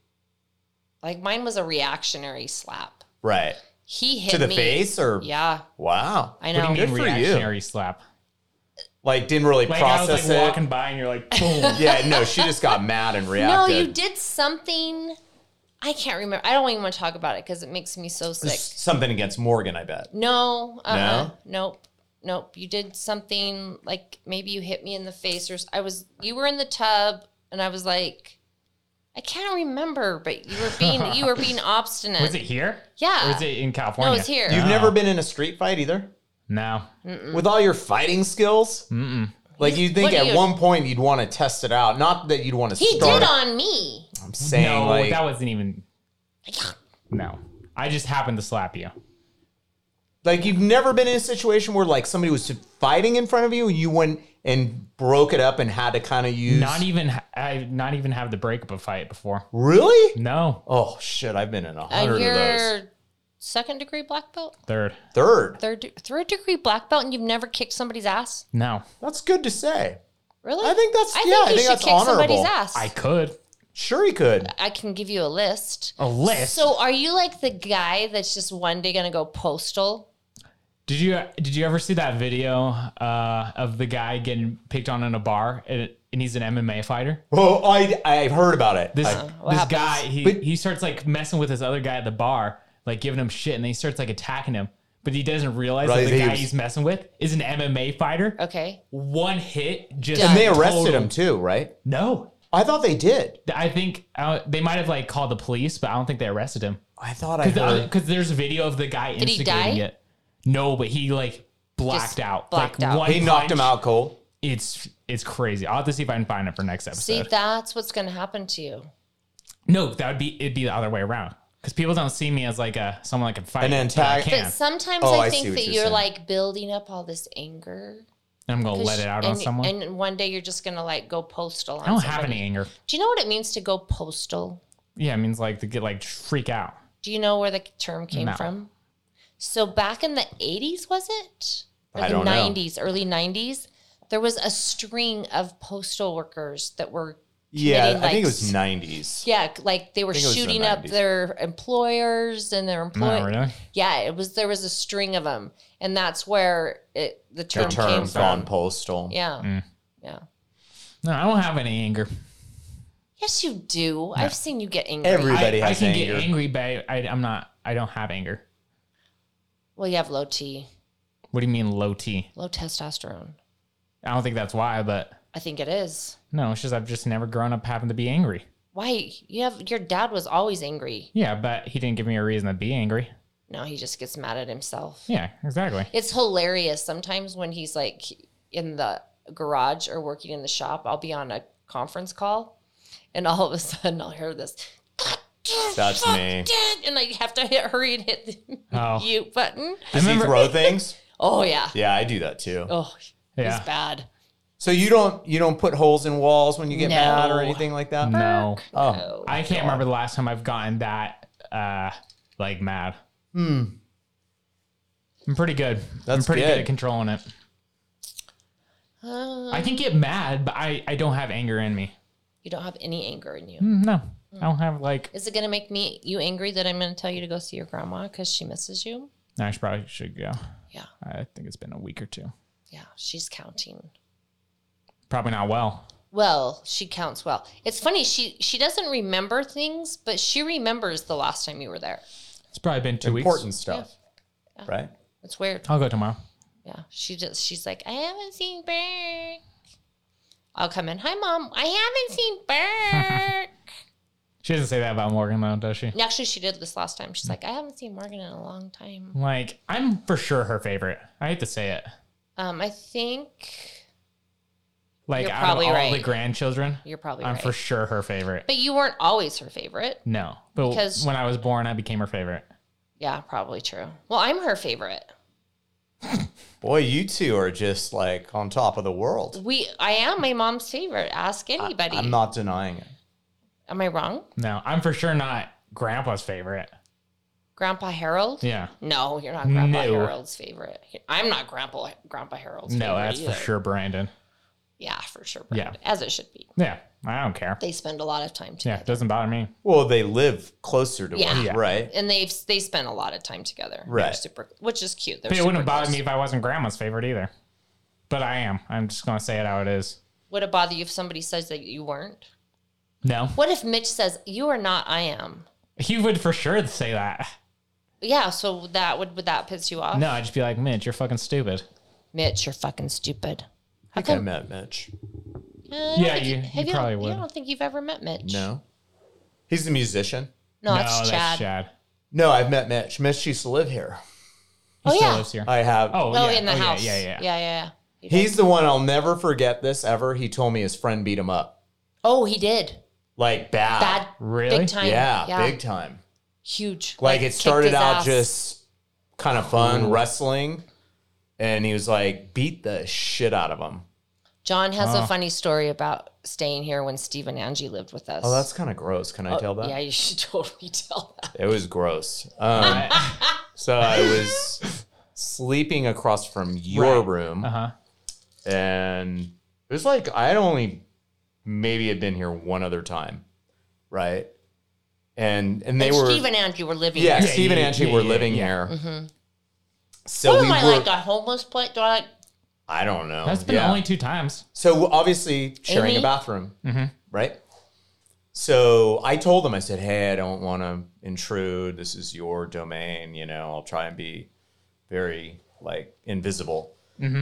Speaker 1: Like mine was a reactionary slap.
Speaker 3: Right.
Speaker 1: He hit
Speaker 3: to the
Speaker 1: me.
Speaker 3: face or
Speaker 1: Yeah,
Speaker 3: wow.
Speaker 1: I
Speaker 2: What do
Speaker 1: know.
Speaker 2: you mean
Speaker 3: Good for you.
Speaker 2: reactionary slap?
Speaker 3: Like didn't really
Speaker 2: Like I
Speaker 3: process
Speaker 2: was like
Speaker 3: it.
Speaker 2: walking by and you're like, boom.
Speaker 3: yeah, no, she just got mad and
Speaker 1: No,
Speaker 3: reacted.
Speaker 1: you did something. I can't remember. I don't even want to talk about it because it makes me so
Speaker 3: S-
Speaker 1: sick.
Speaker 3: Something against Morgan, I bet.
Speaker 1: No. Uh-uh,
Speaker 3: No?
Speaker 1: Nope. Nope. You did something like maybe you hit me in the face or s- I was you were in the tub and I was like I can't remember, but you were being you were being obstinate.
Speaker 2: was it here?
Speaker 1: Yeah.
Speaker 2: Or was it in California?
Speaker 1: Uh, no, it's here.
Speaker 3: You've
Speaker 2: No.
Speaker 3: never been in a street fight either?
Speaker 2: No.
Speaker 3: With all your fighting skills? Mm-mm. Like you'd think
Speaker 1: What do
Speaker 3: at
Speaker 1: you-
Speaker 3: one point you'd want to test it out. Not that you'd want to
Speaker 1: he
Speaker 3: start
Speaker 1: did
Speaker 3: it.
Speaker 1: on me.
Speaker 3: I'm saying
Speaker 2: no,
Speaker 3: like
Speaker 2: that wasn't even. No. I just happened to slap you.
Speaker 3: Like you've never been in a situation where like somebody was fighting in front of you and you went and broke it up and had to kind of use.
Speaker 2: Not e- even I not even have the breakup of fight before.
Speaker 3: really?
Speaker 2: No.
Speaker 3: Oh shit! I've been in a
Speaker 1: And
Speaker 3: hundred of those.
Speaker 1: you're second degree black belt,
Speaker 2: Third.
Speaker 3: Third.
Speaker 1: third de- third degree black belt, and you've never kicked somebody's ass.
Speaker 2: No.
Speaker 3: That's good to say.
Speaker 1: Really?
Speaker 3: I think that's-
Speaker 1: I
Speaker 3: yeah, I
Speaker 1: think you
Speaker 3: think
Speaker 1: should
Speaker 3: that's
Speaker 1: kick somebody's
Speaker 3: honorable.
Speaker 1: ass.
Speaker 2: I could.
Speaker 3: Sure, he could.
Speaker 1: I can give you a list.
Speaker 2: A list.
Speaker 1: So are you like the guy that's just one day gonna go postal?
Speaker 2: Did you did you ever see that video uh, of the guy getting picked on in a bar and, and he's an MMA fighter?
Speaker 3: Oh, I I've heard about it.
Speaker 2: This
Speaker 3: I-
Speaker 1: what
Speaker 2: this
Speaker 1: happens?
Speaker 2: guy he
Speaker 3: Uh, But-
Speaker 2: he starts like messing with this other guy at the bar, like giving him shit, and then he starts like attacking him. But he doesn't realize
Speaker 3: Right,
Speaker 2: that the
Speaker 3: he
Speaker 2: guy
Speaker 3: was-
Speaker 2: he's messing with is an MMA fighter.
Speaker 1: Okay.
Speaker 2: One hit just
Speaker 1: Done.
Speaker 3: and they arrested
Speaker 2: total-
Speaker 3: him too, right?
Speaker 2: No,
Speaker 3: I thought they did.
Speaker 2: I think uh, they might have like called the police, but I don't think they arrested him.
Speaker 3: I thought I heard.
Speaker 2: because there's a video of the guy
Speaker 1: he
Speaker 2: instigating
Speaker 1: die?
Speaker 2: it. No, but he like blacked
Speaker 1: Just
Speaker 2: out.
Speaker 1: blacked
Speaker 2: like
Speaker 1: out.
Speaker 2: one
Speaker 3: He knocked him
Speaker 2: punch.
Speaker 3: out cold.
Speaker 2: It's it's crazy. I'll have to see if I can find it for next episode.
Speaker 1: See, that's what's gonna happen to you.
Speaker 2: no, that would be it'd be the other way around because people don't see me as like a someone that can fight.
Speaker 3: An
Speaker 2: but I
Speaker 3: antag-
Speaker 2: can.
Speaker 1: But sometimes
Speaker 3: Oh,
Speaker 1: I
Speaker 3: I see
Speaker 1: think
Speaker 3: what
Speaker 1: that
Speaker 3: you're
Speaker 1: you're,
Speaker 3: saying.
Speaker 1: like building up all this anger.
Speaker 2: and I'm gonna let it out
Speaker 1: and,
Speaker 2: on someone.
Speaker 1: And one day you're just gonna like go postal on
Speaker 2: I don't have
Speaker 1: somebody.
Speaker 2: any anger.
Speaker 1: Do you know what it means to go postal?
Speaker 2: Yeah, it means like to get like freak out.
Speaker 1: Do you know where the term came
Speaker 2: No.
Speaker 1: from? So back in the 80s, was it? Or
Speaker 3: I
Speaker 1: the
Speaker 3: don't know.
Speaker 1: 90s, early 90s, there was a string of postal workers that were
Speaker 3: Yeah,
Speaker 1: committing,
Speaker 3: I think
Speaker 1: like,
Speaker 3: it was nineties.
Speaker 1: yeah, like they were
Speaker 3: think it was the
Speaker 1: shooting up
Speaker 3: 90s.
Speaker 1: their employers and their employees.
Speaker 2: No, really.
Speaker 1: Yeah, it was there was a string of them, and that's where it the
Speaker 3: The
Speaker 1: term, came
Speaker 3: term
Speaker 1: from.
Speaker 3: gone Mm. postal.
Speaker 1: Yeah, yeah.
Speaker 2: No, I don't have any anger.
Speaker 1: Yes, you do. I've seen you get angry.
Speaker 3: Every- Everybody
Speaker 2: I, I
Speaker 3: has
Speaker 2: can
Speaker 3: anger.
Speaker 2: get angry, but I, I, I'm not. I don't have anger.
Speaker 1: well, you have low T,
Speaker 2: What do you mean low T?
Speaker 1: low testosterone.
Speaker 2: I don't think that's why, but
Speaker 1: I think it is.
Speaker 2: no, it's just I've just never grown up having to be angry.
Speaker 1: Why you have your dad was always angry.
Speaker 2: Yeah, but he didn't give me a reason to be angry.
Speaker 1: No, he just gets mad at himself.
Speaker 2: Yeah, exactly.
Speaker 1: It's hilarious sometimes when he's like in the garage or working in the shop. I'll be on a conference call, and all of a sudden I'll hear this. "God damn,
Speaker 3: That's
Speaker 1: fuck,
Speaker 3: me.
Speaker 1: damn," and I have to hit, hurry and hit the
Speaker 2: Oh.
Speaker 1: mute button.
Speaker 3: Does he
Speaker 2: remember-
Speaker 3: throw things?
Speaker 1: Oh yeah.
Speaker 3: Yeah, I do that too.
Speaker 1: Oh,
Speaker 2: Yeah.
Speaker 1: he's bad.
Speaker 3: So you don't you don't put holes in walls when you get
Speaker 1: No.
Speaker 3: mad or anything like that?
Speaker 2: No.
Speaker 3: Oh,
Speaker 1: Oh.
Speaker 2: I can't remember the last time I've gotten that uh like mad. Hmm. I'm pretty good. I'm
Speaker 3: That's
Speaker 2: pretty good.
Speaker 3: good.
Speaker 2: at controlling it.
Speaker 1: Uh,
Speaker 2: I can get mad, but I I don't have anger in me.
Speaker 1: you don't have any anger in you.
Speaker 2: Mm, No. I don't have like
Speaker 1: Is it gonna make me you angry that I'm gonna tell you to go see your grandma because she misses you?
Speaker 2: I should probably should go.
Speaker 1: Yeah,
Speaker 2: I think it's been a week or two.
Speaker 1: yeah. She's counting.
Speaker 2: Probably not well.
Speaker 1: Well, she counts well. It's funny she she doesn't remember things, but she remembers the last time you were there.
Speaker 2: It's probably been two
Speaker 3: important
Speaker 2: weeks.
Speaker 3: stuff, right?
Speaker 1: It's weird.
Speaker 2: I'll go tomorrow.
Speaker 1: Yeah, she just she's like, I haven't seen Burke. I'll come in. Hi, mom. I haven't seen Burke.
Speaker 2: She doesn't say that about Morgan though, does she?
Speaker 1: And Actually, she did this last time. She's like, I haven't seen Morgan in a long time.
Speaker 2: Like, I'm for sure her favorite. I hate to say it.
Speaker 1: Um, I think
Speaker 2: Like
Speaker 1: You're
Speaker 2: out of
Speaker 1: probably
Speaker 2: all
Speaker 1: right.
Speaker 2: the grandchildren,
Speaker 1: you're probably
Speaker 2: I'm
Speaker 1: right.
Speaker 2: for sure her favorite.
Speaker 1: but you weren't always her favorite.
Speaker 2: No, but
Speaker 1: Because-
Speaker 2: when I was born, I became her favorite.
Speaker 1: Yeah, probably true. Well, I'm her favorite.
Speaker 3: Boy, you two are just like on top of the world.
Speaker 1: We, I am my mom's favorite. Ask anybody.
Speaker 3: I'm not denying it.
Speaker 1: Am I wrong,
Speaker 2: No, I'm for sure not grandpa's favorite.
Speaker 1: Grandpa Harold?
Speaker 2: Yeah.
Speaker 1: No, you're not Grandpa
Speaker 2: No.
Speaker 1: Harold's favorite. I'm not Grandpa Grandpa Harold's
Speaker 2: No,
Speaker 1: favorite
Speaker 2: that's for
Speaker 1: either.
Speaker 2: sure Brandon.
Speaker 1: Yeah, for sure.
Speaker 2: Yeah.
Speaker 1: Brandon, as it should be.
Speaker 2: Yeah, I don't care.
Speaker 1: They spend a lot of time
Speaker 2: Yeah,
Speaker 1: together,
Speaker 2: it doesn't bother me.
Speaker 3: Well, they live closer to
Speaker 1: Yeah.
Speaker 3: us,
Speaker 2: Yeah.
Speaker 3: right?
Speaker 1: and they they spend a lot of time together. They're
Speaker 3: Right.
Speaker 1: super, which is cute. They're
Speaker 2: But it
Speaker 1: super
Speaker 2: wouldn't bother
Speaker 1: close.
Speaker 2: me if I wasn't grandma's favorite either. But I am. I'm just gonna say it how it is.
Speaker 1: Would it bother you if somebody says that you weren't?
Speaker 2: No,
Speaker 1: What if Mitch says you are not? I am.
Speaker 2: he would for sure say that.
Speaker 1: Yeah. So that would would that piss you off?
Speaker 2: No, I'd just be like, Mitch, you're fucking stupid.
Speaker 1: Mitch, you're fucking stupid.
Speaker 3: I
Speaker 1: How
Speaker 3: think I
Speaker 1: come?
Speaker 3: met Mitch.
Speaker 1: Uh, I don't
Speaker 2: Yeah,
Speaker 1: think
Speaker 2: you- you
Speaker 1: have
Speaker 2: probably
Speaker 1: You
Speaker 2: would.
Speaker 1: don't think you've ever met Mitch?
Speaker 3: No. He's a musician.
Speaker 1: No,
Speaker 2: no,
Speaker 1: it's Chad.
Speaker 2: that's Chad.
Speaker 3: No, I've met Mitch. Mitch used to live here.
Speaker 1: Oh,
Speaker 2: He still
Speaker 1: yeah.
Speaker 2: lives here.
Speaker 3: I have.
Speaker 2: oh,
Speaker 1: Oh,
Speaker 2: yeah.
Speaker 1: in the
Speaker 2: yeah,
Speaker 1: house.
Speaker 2: Yeah, yeah,
Speaker 1: yeah, yeah. yeah.
Speaker 3: He's the one I'll never forget this ever. He told me his friend beat him up.
Speaker 1: Oh, he did.
Speaker 3: Like bad.
Speaker 1: Bad.
Speaker 2: Really?
Speaker 1: Big time.
Speaker 3: Yeah, big time.
Speaker 1: Huge.
Speaker 3: Like it
Speaker 1: kicked
Speaker 3: started
Speaker 1: his
Speaker 3: out
Speaker 1: ass.
Speaker 3: just kind of fun wrestling. And he was like, beat the shit out of him.
Speaker 1: John has
Speaker 2: Oh.
Speaker 1: a funny story about staying here when Steve and Angie lived with us.
Speaker 3: Oh, that's kind of gross. Can I tell that?
Speaker 1: Oh, Yeah, you should totally tell that.
Speaker 3: It was gross. Um, so I was sleeping across from your
Speaker 2: Right.
Speaker 3: room,
Speaker 2: Uh huh.
Speaker 3: and it was like I had only maybe had been here one other time, right? And and they were
Speaker 1: Steve and Angie were living
Speaker 3: yeah,
Speaker 1: here.
Speaker 3: Steve and
Speaker 2: yeah,
Speaker 3: Angie
Speaker 2: yeah,
Speaker 3: were
Speaker 2: yeah,
Speaker 3: living
Speaker 2: yeah.
Speaker 3: here. So
Speaker 1: what
Speaker 3: we
Speaker 1: am I
Speaker 3: were.
Speaker 1: like a homeless place? Do I
Speaker 3: I don't know.
Speaker 2: That's been
Speaker 3: Yeah.
Speaker 2: only two times.
Speaker 3: So obviously sharing
Speaker 1: Amy?
Speaker 3: a bathroom, right? So I told them, I said, "Hey, I don't want to intrude. This is your domain. You know, I'll try and be very like invisible."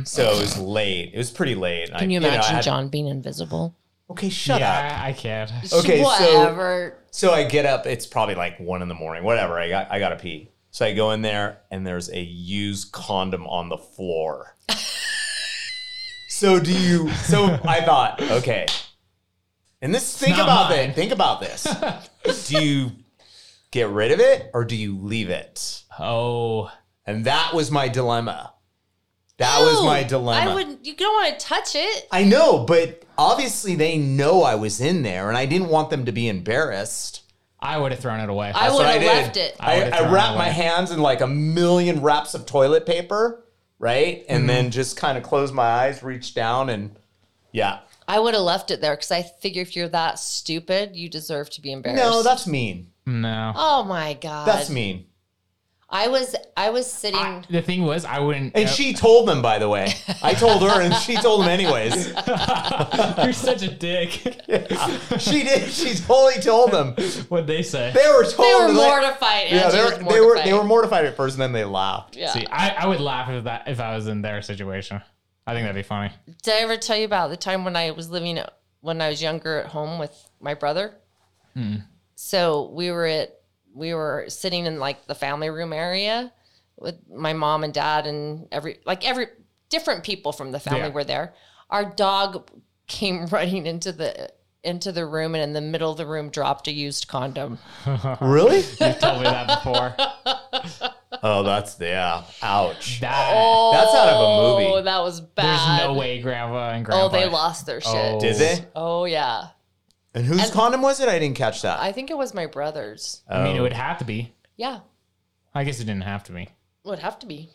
Speaker 3: So it was late. It was pretty late.
Speaker 1: can you
Speaker 3: know,
Speaker 1: imagine
Speaker 3: had-
Speaker 1: John being invisible?
Speaker 3: Okay, shut up.
Speaker 2: yeah, I can't.
Speaker 3: Okay, so-
Speaker 1: whatever.
Speaker 3: So I get up. It's probably like one in the morning. Whatever. I got. I got to pee. So I go in there, and there's a used condom on the floor. so do you? So I thought, okay. And this, think
Speaker 2: not
Speaker 3: about
Speaker 2: mine.
Speaker 3: it. Think about this. do you get rid of it or do you leave it?
Speaker 2: Oh,
Speaker 3: And that was my dilemma. That was my
Speaker 1: Ew,
Speaker 3: dilemma.
Speaker 1: I wouldn't. You don't want to touch it.
Speaker 3: I know, but obviously they know I was in there, and I didn't want them to be embarrassed.
Speaker 2: I would have thrown it away.
Speaker 1: I
Speaker 3: That's
Speaker 1: would
Speaker 3: what
Speaker 1: have left
Speaker 3: did.
Speaker 1: it.
Speaker 2: I
Speaker 3: I,
Speaker 2: would've thrown
Speaker 3: I
Speaker 2: it
Speaker 3: wrapped my
Speaker 2: away.
Speaker 3: hands in like a million wraps of toilet paper, right? And then just kind of closed my eyes, reached down, and yeah.
Speaker 1: I would have left it there because I figure if you're that stupid, you deserve to be embarrassed.
Speaker 3: No, that's mean.
Speaker 2: no.
Speaker 1: Oh my god.
Speaker 3: That's mean.
Speaker 1: I was I was sitting.
Speaker 2: I- the thing was, I wouldn't.
Speaker 3: And she told them, by the way. I told her, and she told them anyways.
Speaker 2: You're such a dick.
Speaker 3: She did. She totally told them.
Speaker 2: What'd they say?
Speaker 3: Oh, They were
Speaker 1: they were
Speaker 3: totally.
Speaker 1: mortified.
Speaker 3: yeah,
Speaker 1: Angie
Speaker 3: they
Speaker 1: was
Speaker 3: were, they were. They
Speaker 1: mortified.
Speaker 3: were mortified at first, and then they laughed.
Speaker 1: Yeah.
Speaker 2: See, I, I would laugh if that if I was in their situation. I think that'd be funny.
Speaker 1: Did I ever tell you about the time when I was living when I was younger at home with my brother?
Speaker 3: Hmm.
Speaker 1: So we were at we were sitting in like the family room area with my mom and dad and every like every different people from the family
Speaker 2: Yeah.
Speaker 1: were there. Our dog came running into the into the room and in the middle of the room dropped a used condom.
Speaker 3: Really?
Speaker 2: You've told me that before.
Speaker 3: oh, that's yeah. Ouch.
Speaker 2: That
Speaker 3: That's out of a movie.
Speaker 1: Oh, that was
Speaker 2: there's
Speaker 1: bad.
Speaker 2: no way, Grandpa and Grandpa.
Speaker 1: Oh, they lost their shit.
Speaker 2: Oh.
Speaker 3: Did they?
Speaker 1: oh yeah.
Speaker 3: And whose
Speaker 1: And-
Speaker 3: condom was it? I didn't catch that.
Speaker 1: I think it was my brother's.
Speaker 2: I mean, it
Speaker 3: Oh.
Speaker 2: would have to be.
Speaker 1: Yeah.
Speaker 2: I guess it didn't have to be.
Speaker 1: Would have to be.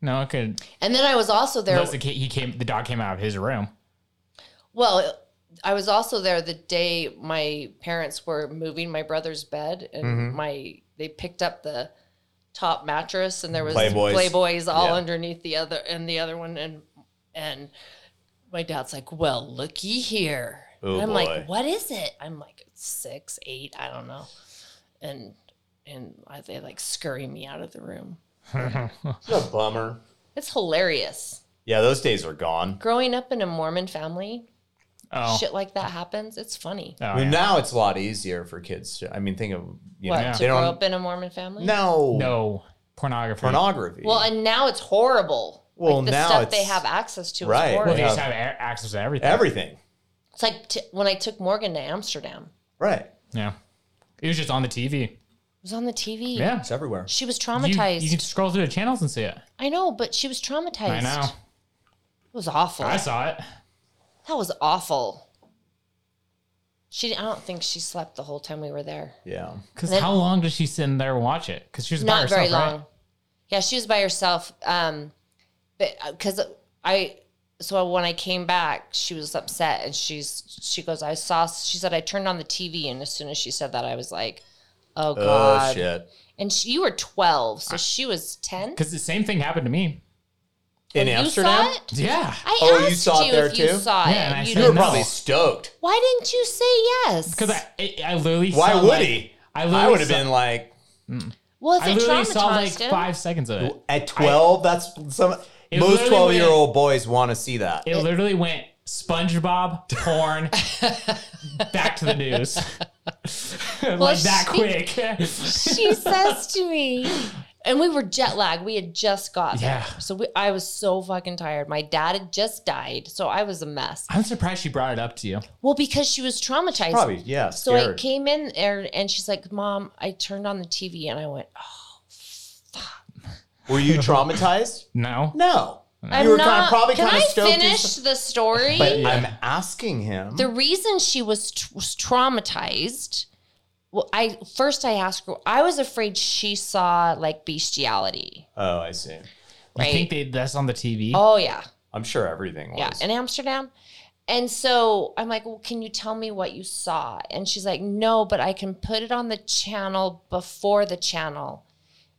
Speaker 2: No, it could.
Speaker 1: And then I was also there.
Speaker 2: Unless the kid, he came, the dog came out of his room.
Speaker 1: Well, I was also there the day my parents were moving my brother's bed, and
Speaker 3: Mm-hmm.
Speaker 1: my they picked up the top mattress, and there was
Speaker 3: Playboys.
Speaker 1: Playboys all
Speaker 3: Yeah.
Speaker 1: underneath the other and the other one, and and my dad's like, "Well, looky here."
Speaker 3: Oh,
Speaker 1: And I'm
Speaker 3: boy.
Speaker 1: like, "What is it?" I'm like six, eight, I don't know, and and I, they like scurry me out of the room.
Speaker 3: What a bummer.
Speaker 1: It's hilarious.
Speaker 3: Yeah, those days are gone.
Speaker 1: Growing up in a Mormon family,
Speaker 2: Oh,
Speaker 1: shit like that happens. It's funny.
Speaker 2: Oh,
Speaker 3: I mean,
Speaker 2: yeah.
Speaker 3: now it's a lot easier for kids. To, I mean, think of you
Speaker 1: What,
Speaker 3: know
Speaker 2: Yeah.
Speaker 1: to
Speaker 3: they
Speaker 1: grow
Speaker 3: don't
Speaker 1: up in a Mormon family?
Speaker 3: no
Speaker 2: no pornography.
Speaker 3: pornography.
Speaker 1: Well, and now it's horrible.
Speaker 3: Well,
Speaker 1: like, the
Speaker 3: now
Speaker 1: stuff
Speaker 3: it's-
Speaker 1: they have access to
Speaker 3: Right.
Speaker 1: is
Speaker 2: Well,
Speaker 1: horrible.
Speaker 2: they
Speaker 3: Yeah.
Speaker 2: just have a- access to everything.
Speaker 3: everything.
Speaker 1: It's like t- when I took Morgan to Amsterdam.
Speaker 3: Right.
Speaker 2: Yeah, it was just on the TV.
Speaker 1: was on the TV.
Speaker 2: Yeah.
Speaker 3: It's everywhere.
Speaker 1: She was
Speaker 2: You,
Speaker 1: traumatized.
Speaker 2: you can scroll through the channels and see it.
Speaker 1: I know, but she was traumatized.
Speaker 2: I know.
Speaker 1: It was awful.
Speaker 2: I saw it.
Speaker 1: That was awful. She, I don't think she slept the whole time we were there.
Speaker 3: Yeah.
Speaker 2: Because
Speaker 1: Then-
Speaker 2: how long does she sit in there and watch it? Because she was by
Speaker 1: Not
Speaker 2: herself,
Speaker 1: very long.
Speaker 2: right?
Speaker 1: Yeah, she was by herself. Um, but because I, so when I came back, she was upset, and she's she goes, I saw. She said I turned on the TV, and as soon as she said that, I was like, Oh
Speaker 3: Oh
Speaker 1: god.
Speaker 3: shit.
Speaker 1: And she, you were twelve, so she was ten. Oh,
Speaker 2: Because the same thing happened to me.
Speaker 3: In
Speaker 1: you
Speaker 3: Amsterdam.
Speaker 1: saw it?
Speaker 2: Yeah.
Speaker 1: I
Speaker 3: Oh, you
Speaker 1: asked you,
Speaker 3: saw it there
Speaker 1: if you
Speaker 3: too?
Speaker 1: saw
Speaker 2: Yeah, and I
Speaker 1: it. You
Speaker 2: said
Speaker 3: You were
Speaker 1: didn't.
Speaker 2: no.
Speaker 3: probably stoked.
Speaker 1: Why didn't you say yes?
Speaker 2: Because I, I, I literally.
Speaker 3: Why
Speaker 2: saw,
Speaker 3: would
Speaker 2: like-
Speaker 3: he?
Speaker 2: I
Speaker 3: I
Speaker 2: literally
Speaker 3: would have
Speaker 2: saw-
Speaker 3: been like
Speaker 1: well, if
Speaker 2: I
Speaker 1: it
Speaker 2: literally
Speaker 1: traumatized
Speaker 2: saw like
Speaker 1: him,
Speaker 2: five seconds of it.
Speaker 3: at twelve. that's some
Speaker 2: It
Speaker 3: most
Speaker 2: literally
Speaker 3: twelve year old boys want to see that.
Speaker 2: It literally went SpongeBob, porn, back to the news. like that
Speaker 1: she-
Speaker 2: quick.
Speaker 1: she says to me, and we were jet lag. We had just got there,
Speaker 2: Yeah.
Speaker 1: so we, I was so fucking tired. My dad had just died, so I was a mess.
Speaker 2: I'm surprised she brought it up to you.
Speaker 1: Well, because she was traumatized.
Speaker 3: Probably yeah.
Speaker 1: So I
Speaker 3: scared.
Speaker 1: came in there, and she's like, "Mom, I turned on the TV, and I went, oh,
Speaker 3: Were you traumatized?
Speaker 2: No.
Speaker 3: No.
Speaker 1: I'm
Speaker 3: you were
Speaker 1: not.
Speaker 3: kind of, probably
Speaker 1: can
Speaker 3: kind of
Speaker 1: I
Speaker 3: stoked. and
Speaker 1: finish
Speaker 3: stuff,
Speaker 1: the story?
Speaker 3: But I'm asking him.
Speaker 1: the reason she was, t- was traumatized well i first i asked her i was afraid she saw like bestiality
Speaker 3: oh, I see.
Speaker 2: You
Speaker 1: right
Speaker 2: think they, that's on the TV?
Speaker 1: oh yeah
Speaker 3: I'm sure everything was.
Speaker 1: yeah in amsterdam and so i'm like well can you tell me what you saw and she's like no but i can put it on the channel before the channel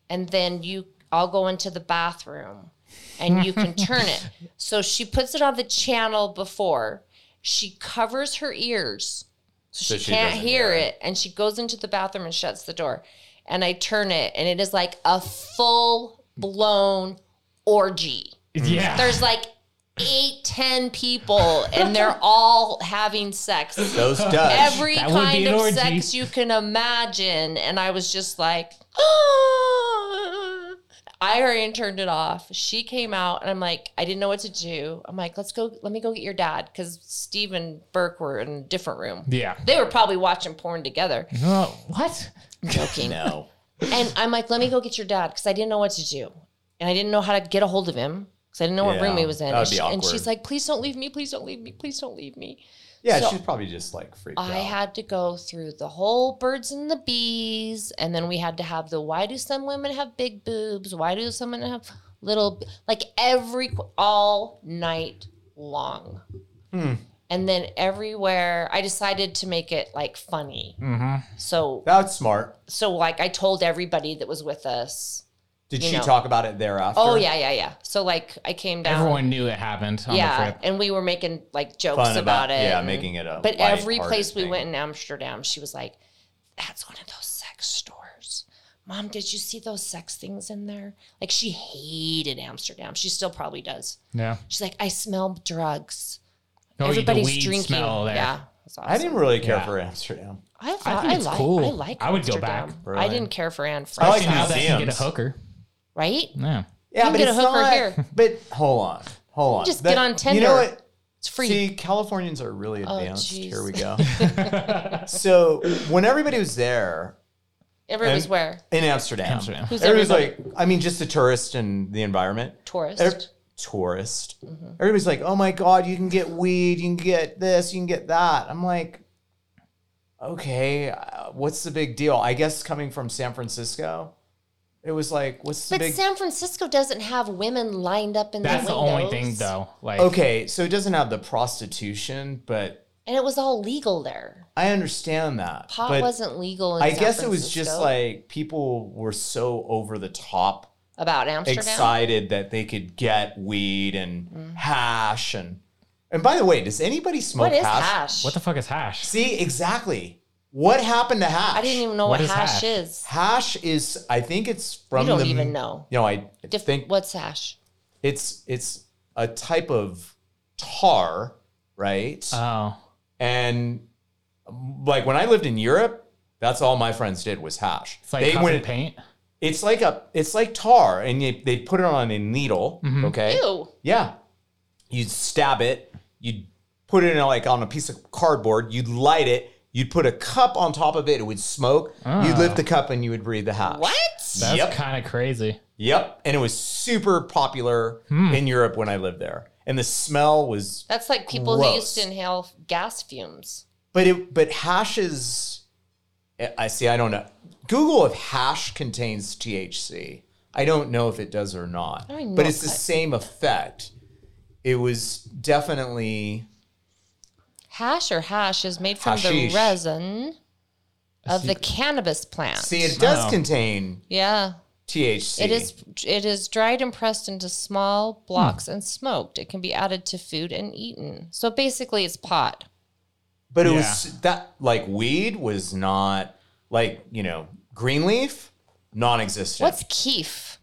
Speaker 1: and then you i'll go into the bathroom and you can turn it so she puts it on the channel before she covers her ears so
Speaker 3: So
Speaker 1: she,
Speaker 3: she
Speaker 1: can't
Speaker 3: doesn't
Speaker 1: hear
Speaker 3: hear it.
Speaker 1: it and she goes into the bathroom and shuts the door and i turn it and it is like a full blown orgy
Speaker 2: yeah.
Speaker 1: there's like eight, ten people, and they're all having sex.
Speaker 3: Those Dutch.
Speaker 1: Every
Speaker 2: That would be
Speaker 1: kind
Speaker 2: an
Speaker 1: of
Speaker 2: orgy.
Speaker 1: sex you can imagine. And I was just like, oh. I hurried and turned it off. She came out, and I'm like, I didn't know what to do. I'm like, let's go, let me go get your dad. Cause Steve and Burke were in a different room.
Speaker 2: Yeah.
Speaker 1: They were probably watching porn together.
Speaker 2: Oh, what?
Speaker 1: Joking.
Speaker 3: no.
Speaker 1: And I'm like, let me go get your dad because I didn't know what to do. And I didn't know how to get a hold of him because I didn't know what
Speaker 3: Yeah,
Speaker 1: room he was in.
Speaker 3: that would
Speaker 1: And,
Speaker 3: be
Speaker 1: she- and
Speaker 3: awkward.
Speaker 1: she's like, please don't leave me. Please don't leave me. Please don't leave me.
Speaker 3: Yeah,
Speaker 1: So-
Speaker 3: she's probably just like freaked
Speaker 1: I
Speaker 3: out.
Speaker 1: had to go through the whole birds and the bees. And then we had to have the why do some women have big boobs? Why do some women have little, b-" like every, all night long.
Speaker 3: Hmm.
Speaker 1: And then everywhere, I decided to make it like funny.
Speaker 3: Mm-hmm.
Speaker 1: So,
Speaker 3: That's smart.
Speaker 1: so like I told everybody that was with us.
Speaker 3: Did
Speaker 1: You
Speaker 3: she
Speaker 1: know.
Speaker 3: talk about it thereafter?
Speaker 1: Oh yeah, yeah, yeah. So like I came down.
Speaker 2: Everyone knew it happened on the
Speaker 1: yeah,
Speaker 2: trip.
Speaker 1: and we were making like jokes
Speaker 3: Fun
Speaker 1: about,
Speaker 3: about-
Speaker 1: it.
Speaker 3: yeah,
Speaker 1: and-
Speaker 3: making it a
Speaker 1: But every
Speaker 3: lighthearted
Speaker 1: place we
Speaker 3: thing.
Speaker 1: went in Amsterdam, she was like, "That's one of those sex stores." Mom, did you see those sex things in there? Like she hated Amsterdam. She still probably does.
Speaker 2: Yeah.
Speaker 1: She's like, "I smell drugs."
Speaker 2: Oh, you-
Speaker 1: Everybody's
Speaker 2: the weed
Speaker 1: drinking.
Speaker 2: smell there.
Speaker 1: Yeah. that's
Speaker 3: I
Speaker 1: Awesome.
Speaker 3: didn't really care
Speaker 2: Yeah.
Speaker 3: for Amsterdam.
Speaker 1: I, thought, I,
Speaker 2: think it's
Speaker 1: like.
Speaker 2: cool.
Speaker 1: I like.
Speaker 2: I would go
Speaker 1: Amsterdam.
Speaker 2: back,
Speaker 3: really.
Speaker 1: I didn't care for Anne Frank.
Speaker 3: I like
Speaker 2: Now that you can get
Speaker 3: museums.
Speaker 2: a hooker.
Speaker 1: right?
Speaker 2: Yeah.
Speaker 3: Yeah,
Speaker 1: can
Speaker 3: but
Speaker 1: get a
Speaker 3: it's
Speaker 1: hooker
Speaker 3: not.
Speaker 1: here.
Speaker 3: But hold on, hold on.
Speaker 1: just get on
Speaker 3: You
Speaker 1: Tinder.
Speaker 3: know what?
Speaker 1: It's free. Oh,
Speaker 3: See, Californians are really advanced.
Speaker 1: jeez.
Speaker 3: here we go. so when everybody was there
Speaker 1: Everybody's
Speaker 3: and-
Speaker 1: where
Speaker 3: in Amsterdam,
Speaker 2: Amsterdam.
Speaker 1: Who's
Speaker 3: everybody's
Speaker 1: everybody?
Speaker 3: like, I mean, just the tourist and the environment.
Speaker 1: tourist.
Speaker 3: Ev- tourist.
Speaker 1: Mm-hmm.
Speaker 3: Everybody's like, oh my God, you can get weed, you can get this, you can get that. I'm like, okay, uh, what's the big deal? I guess coming from San Francisco, it was like, what's the
Speaker 1: But
Speaker 3: big
Speaker 1: San Francisco doesn't have women lined up in
Speaker 2: That's
Speaker 1: the
Speaker 2: the
Speaker 1: windows.
Speaker 2: only thing, though. Like,
Speaker 3: Okay, so it doesn't have the prostitution, but
Speaker 1: And it was all legal there.
Speaker 3: I understand that.
Speaker 1: Pot
Speaker 3: but
Speaker 1: wasn't legal. In
Speaker 3: I
Speaker 1: San
Speaker 3: guess it was just
Speaker 1: Francisco.
Speaker 3: like people were so over the top
Speaker 1: about Amsterdam.
Speaker 3: excited that they could get weed and hash and and by the way, does anybody smoke
Speaker 1: Mm. what is hash?
Speaker 2: what the fuck is hash?
Speaker 3: See, exactly. What happened to hash?
Speaker 1: I didn't even know
Speaker 2: What
Speaker 1: what,
Speaker 2: is
Speaker 1: hash,
Speaker 2: hash?
Speaker 1: is.
Speaker 3: Hash is I think it's from
Speaker 1: You don't
Speaker 3: the
Speaker 1: even know.
Speaker 3: No, I
Speaker 1: Dif-
Speaker 3: think
Speaker 1: what's hash?
Speaker 3: it's it's a type of tar, right?
Speaker 2: Oh.
Speaker 3: And like when I lived in Europe, that's all my friends did was hash.
Speaker 2: It's like
Speaker 3: they
Speaker 2: they
Speaker 3: went.
Speaker 2: paint.
Speaker 3: It's like a. It's like tar, and they they put it on a needle.
Speaker 2: Mm-hmm.
Speaker 3: Okay.
Speaker 1: Ew.
Speaker 3: Yeah. You'd stab it. You'd put it in like on a piece of cardboard. You'd light it. You'd put a cup on top of it, it would smoke. You'd lift the cup and you would breathe the hash.
Speaker 1: What?
Speaker 2: That's
Speaker 3: Yep.
Speaker 2: kind of crazy.
Speaker 3: Yep. And it was super popular in Europe when I lived there. And the smell was
Speaker 1: That's like people who used to
Speaker 3: Gross.
Speaker 1: inhale gas fumes.
Speaker 3: But it but hashes. eh, I- I see. I don't know. Google if hash contains THC. I don't know if it does or not.
Speaker 1: I know
Speaker 3: But it's the
Speaker 1: that.
Speaker 3: same effect. It was definitely
Speaker 1: Hash or hash is made from
Speaker 3: Hashish.
Speaker 1: the resin of the cannabis plant.
Speaker 3: see. It does
Speaker 2: Wow.
Speaker 3: contain
Speaker 1: yeah.
Speaker 3: THC.
Speaker 1: It is it is dried and pressed into small blocks and smoked. It can be added to food and eaten. So basically it's pot.
Speaker 3: But it was that like weed was not like you know green leaf non-existent.
Speaker 1: What's keef?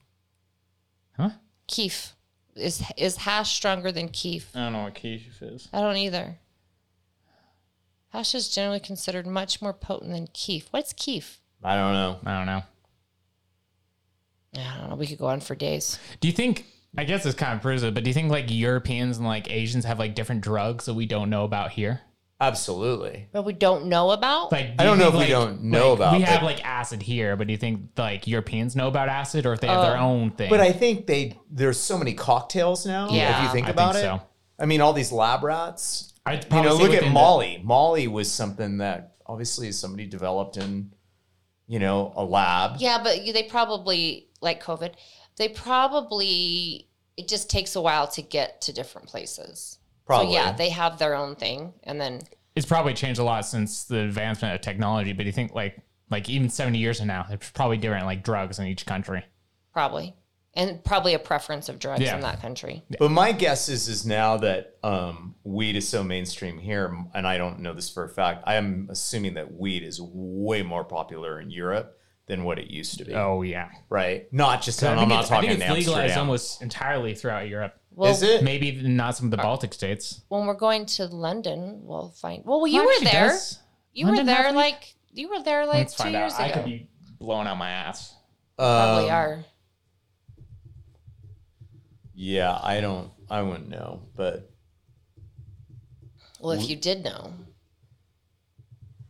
Speaker 2: Huh?
Speaker 1: Keef. Is is hash stronger than keef?
Speaker 2: I don't know what Keef is.
Speaker 1: I don't either. Hash is generally considered much more potent than keef. What's keef?
Speaker 3: I don't know.
Speaker 2: I don't know.
Speaker 1: I don't know. We could go on for days.
Speaker 2: Do you think? I guess it's kind of proves it, but do you think like Europeans and like Asians have like different drugs that we don't know about here?
Speaker 3: Absolutely.
Speaker 1: But we don't know about.
Speaker 2: Like, do
Speaker 3: I
Speaker 2: you
Speaker 3: don't know
Speaker 2: think,
Speaker 3: if we
Speaker 2: like-
Speaker 3: don't know
Speaker 2: like,
Speaker 3: about.
Speaker 2: We
Speaker 3: but-
Speaker 2: have like acid here, but do you think like Europeans know about acid or if they have their own thing?
Speaker 3: Uh, But I think they there's so many cocktails now.
Speaker 1: Yeah.
Speaker 3: If you think
Speaker 2: I
Speaker 3: about
Speaker 2: think
Speaker 3: it,
Speaker 2: so.
Speaker 3: I mean, all these lab rats.
Speaker 2: I'd
Speaker 3: You
Speaker 2: probably
Speaker 3: know,
Speaker 2: say
Speaker 3: look at
Speaker 2: within the-
Speaker 3: Molly. Molly was something that obviously somebody developed in, you know, a lab.
Speaker 1: yeah, but you- they probably like COVID. They probably it just takes a while to get to different places. So
Speaker 3: probably.
Speaker 1: yeah, they have their own thing, and then
Speaker 2: it's probably changed a lot since the advancement of technology. But do you think like like even seventy years from now, it's probably different like drugs in each country.
Speaker 1: probably and probably a preference of drugs
Speaker 2: Yeah.
Speaker 1: in that country.
Speaker 3: but my guess is is now that um, weed is so mainstream here, and I don't know this for a fact. I am assuming that weed is way more popular in Europe than what it used to be.
Speaker 2: Oh yeah,
Speaker 3: Right? Not just.
Speaker 2: I
Speaker 3: And
Speaker 2: think
Speaker 3: I'm not
Speaker 2: it's- I
Speaker 3: talking
Speaker 2: think it's legalized
Speaker 3: Amsterdam.
Speaker 2: almost entirely throughout Europe.
Speaker 1: Well,
Speaker 3: is it?
Speaker 2: Maybe not some of
Speaker 3: Uh,
Speaker 2: the Baltic states.
Speaker 1: when we're going to London, we'll find. Well, you
Speaker 2: Oh,
Speaker 1: were
Speaker 2: actually,
Speaker 1: there.
Speaker 2: does
Speaker 1: You
Speaker 2: London
Speaker 1: were
Speaker 2: have
Speaker 1: there
Speaker 2: weed?
Speaker 1: like you were there like
Speaker 2: Let's
Speaker 1: two
Speaker 2: find
Speaker 1: years
Speaker 2: out.
Speaker 1: ago.
Speaker 2: I could be blowing out my ass.
Speaker 1: probably
Speaker 3: Um,
Speaker 1: are.
Speaker 3: Yeah, I don't. I wouldn't know, but
Speaker 1: Well, if you did know,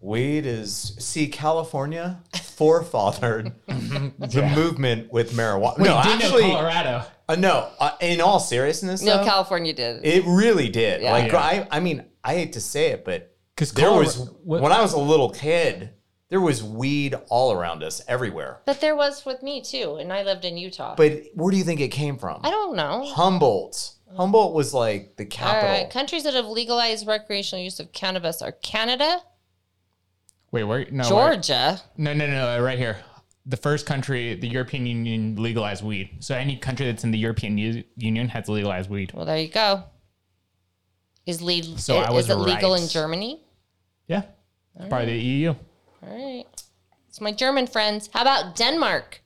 Speaker 3: Weed is see California forefathered the movement with marijuana. no,
Speaker 2: Wait, didn't know
Speaker 3: actually,
Speaker 2: Colorado.
Speaker 3: uh, no. Uh, in all seriousness,
Speaker 1: no,
Speaker 3: though,
Speaker 1: California did.
Speaker 3: it really did.
Speaker 1: Yeah.
Speaker 3: Like
Speaker 2: Yeah.
Speaker 3: I, I mean, I hate to say it, but
Speaker 2: Because
Speaker 3: there was when I was a little kid, there was weed all around us, everywhere.
Speaker 1: but there was with me too, and I lived in Utah.
Speaker 3: But where do you think it came from?
Speaker 1: I don't know.
Speaker 3: Humboldt. Humboldt was like the
Speaker 1: All
Speaker 3: capital.
Speaker 1: right, countries that have legalized recreational use of cannabis are
Speaker 2: Oh,
Speaker 1: Canada,
Speaker 2: wait, where? No, wait.
Speaker 1: Georgia.
Speaker 2: No, no, no, right here. The first country, the European Union legalized weed. So any country that's in the European U- Union has legalized weed.
Speaker 1: Well, there you go. Is, le-
Speaker 2: So I
Speaker 1: is
Speaker 2: was
Speaker 1: it legal
Speaker 2: right.
Speaker 1: in Germany?
Speaker 2: Yeah. It's probably the E EU.
Speaker 1: All right. It's my German friends. How about Denmark?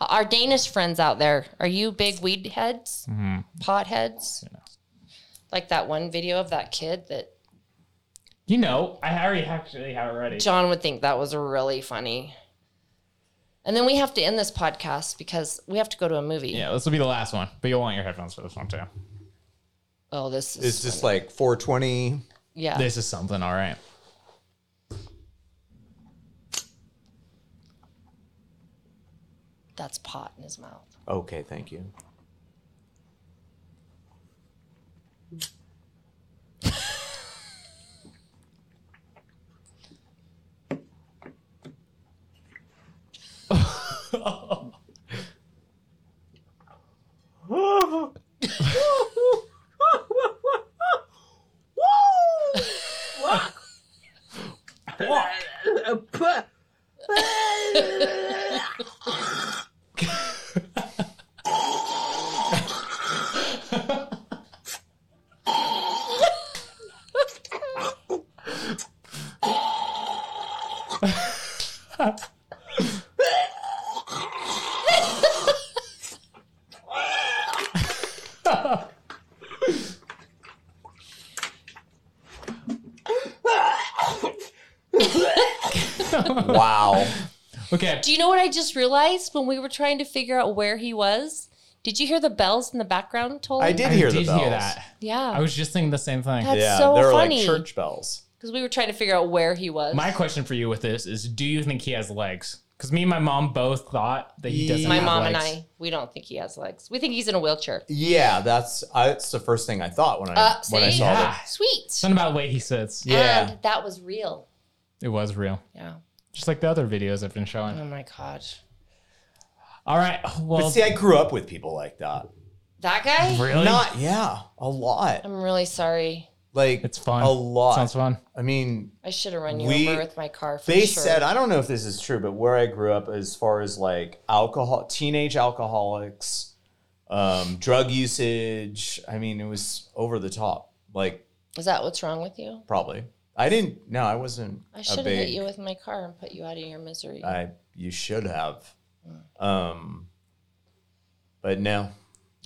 Speaker 1: Our Danish friends out there. Are you big weed heads? Pot heads? Like that one video of that kid that
Speaker 2: You know, I already actually have it ready.
Speaker 1: John would think that was really funny. And then we have to end this podcast because we have to go to a movie.
Speaker 2: Yeah, this will be the last one, but you'll want your headphones for this one too.
Speaker 1: Oh, this is
Speaker 3: It's just like 420.
Speaker 1: yeah.
Speaker 2: This is something, all right.
Speaker 1: That's pot in his mouth.
Speaker 3: Okay, thank you. Wow.
Speaker 2: Okay.
Speaker 1: Do you know what I just realized when we were trying to figure out where he was? Did you hear the bells in the background tolling?
Speaker 3: I did hear the
Speaker 2: did
Speaker 3: bells.
Speaker 2: hear that.
Speaker 1: Yeah.
Speaker 2: I was just thinking the same thing.
Speaker 1: That's
Speaker 3: Yeah,
Speaker 1: so
Speaker 3: they're
Speaker 1: funny.
Speaker 3: like church bells.
Speaker 1: because we were trying to figure out where he was.
Speaker 2: My question for you with this is do you think he has legs? Because me and my mom both thought that he doesn't
Speaker 1: My
Speaker 2: have
Speaker 1: mom
Speaker 2: legs.
Speaker 1: and I, we don't think he has legs. We think he's in a wheelchair.
Speaker 3: Yeah, that's I, that's the first thing I thought when I
Speaker 1: Uh,
Speaker 3: when I
Speaker 1: see?
Speaker 3: saw
Speaker 2: Yeah.
Speaker 3: it.
Speaker 1: Sweet.
Speaker 2: Something about the way he sits.
Speaker 3: Yeah.
Speaker 1: And that was real.
Speaker 2: It was real.
Speaker 1: Yeah.
Speaker 2: Just like the other videos I've been showing.
Speaker 1: Oh my gosh.
Speaker 2: All right.
Speaker 3: But
Speaker 2: Well,
Speaker 3: see, I grew up with people like that.
Speaker 1: That guy?
Speaker 2: really?
Speaker 3: Not yeah, a lot.
Speaker 1: I'm really sorry.
Speaker 3: Like
Speaker 2: It's fun.
Speaker 3: A lot.
Speaker 2: Sounds fun.
Speaker 3: I mean,
Speaker 1: I should have run you
Speaker 3: We-
Speaker 1: over with my car for
Speaker 3: they
Speaker 1: sure.
Speaker 3: said I don't know if this is true, but where I grew up, as far as like alcohol, teenage alcoholics, um, drug usage. I mean, it was over the top. Like
Speaker 1: Is that what's wrong with you?
Speaker 3: probably. I didn't. No, I wasn't.
Speaker 1: I
Speaker 3: a
Speaker 1: should have hit
Speaker 3: big-
Speaker 1: you with my car and put you out of your misery.
Speaker 3: I you should have. Um but no.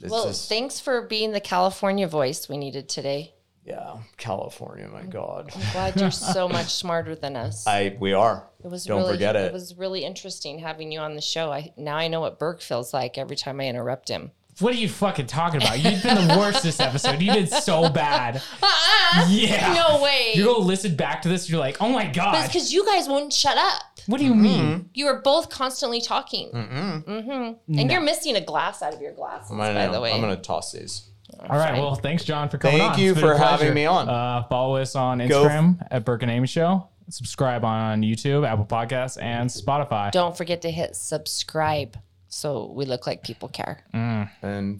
Speaker 3: It's
Speaker 1: well,
Speaker 3: just
Speaker 1: thanks for being the California voice we needed today.
Speaker 3: yeah, California,
Speaker 1: Mm.
Speaker 3: my god.
Speaker 1: Glad you're so much smarter than us.
Speaker 3: I we are.
Speaker 1: it was
Speaker 3: don't
Speaker 1: really,
Speaker 3: forget it.
Speaker 1: was really interesting having you on the show. I now I know what Burke feels like every time I interrupt him.
Speaker 2: What are you fucking talking about? You've been the worst this episode. You did so bad. Yeah.
Speaker 1: Uh-uh. No way.
Speaker 2: You go listen back to this. You're like, oh my
Speaker 1: But it's
Speaker 2: god.
Speaker 1: because you guys won't shut up.
Speaker 2: What do
Speaker 3: Mm-hmm.
Speaker 2: you mean?
Speaker 1: You are both constantly talking. Mm-hmm. And you're missing a glass out of your glasses,
Speaker 3: I
Speaker 1: by
Speaker 3: know.
Speaker 1: the way.
Speaker 3: I'm gonna toss these.
Speaker 2: All right. Well, thanks, John, for coming
Speaker 3: Thank
Speaker 2: on.
Speaker 3: you
Speaker 2: It's been a
Speaker 3: for having
Speaker 2: pleasure.
Speaker 3: me on.
Speaker 2: Uh, follow us on
Speaker 3: Go f-
Speaker 2: Instagram at Burke and Amy Show. Subscribe on YouTube, Apple Podcasts, and Spotify.
Speaker 1: Don't forget to hit subscribe so we look like people care.
Speaker 3: And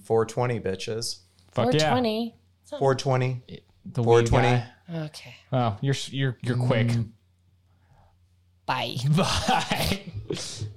Speaker 3: 420 bitches.
Speaker 2: Mm, Fuck yeah.
Speaker 1: 420.
Speaker 3: 420.
Speaker 2: The weed
Speaker 3: 420.
Speaker 2: guy.
Speaker 1: Okay.
Speaker 3: Mm.
Speaker 2: Oh, you're you're you're quick.
Speaker 1: Bye.
Speaker 2: Bye.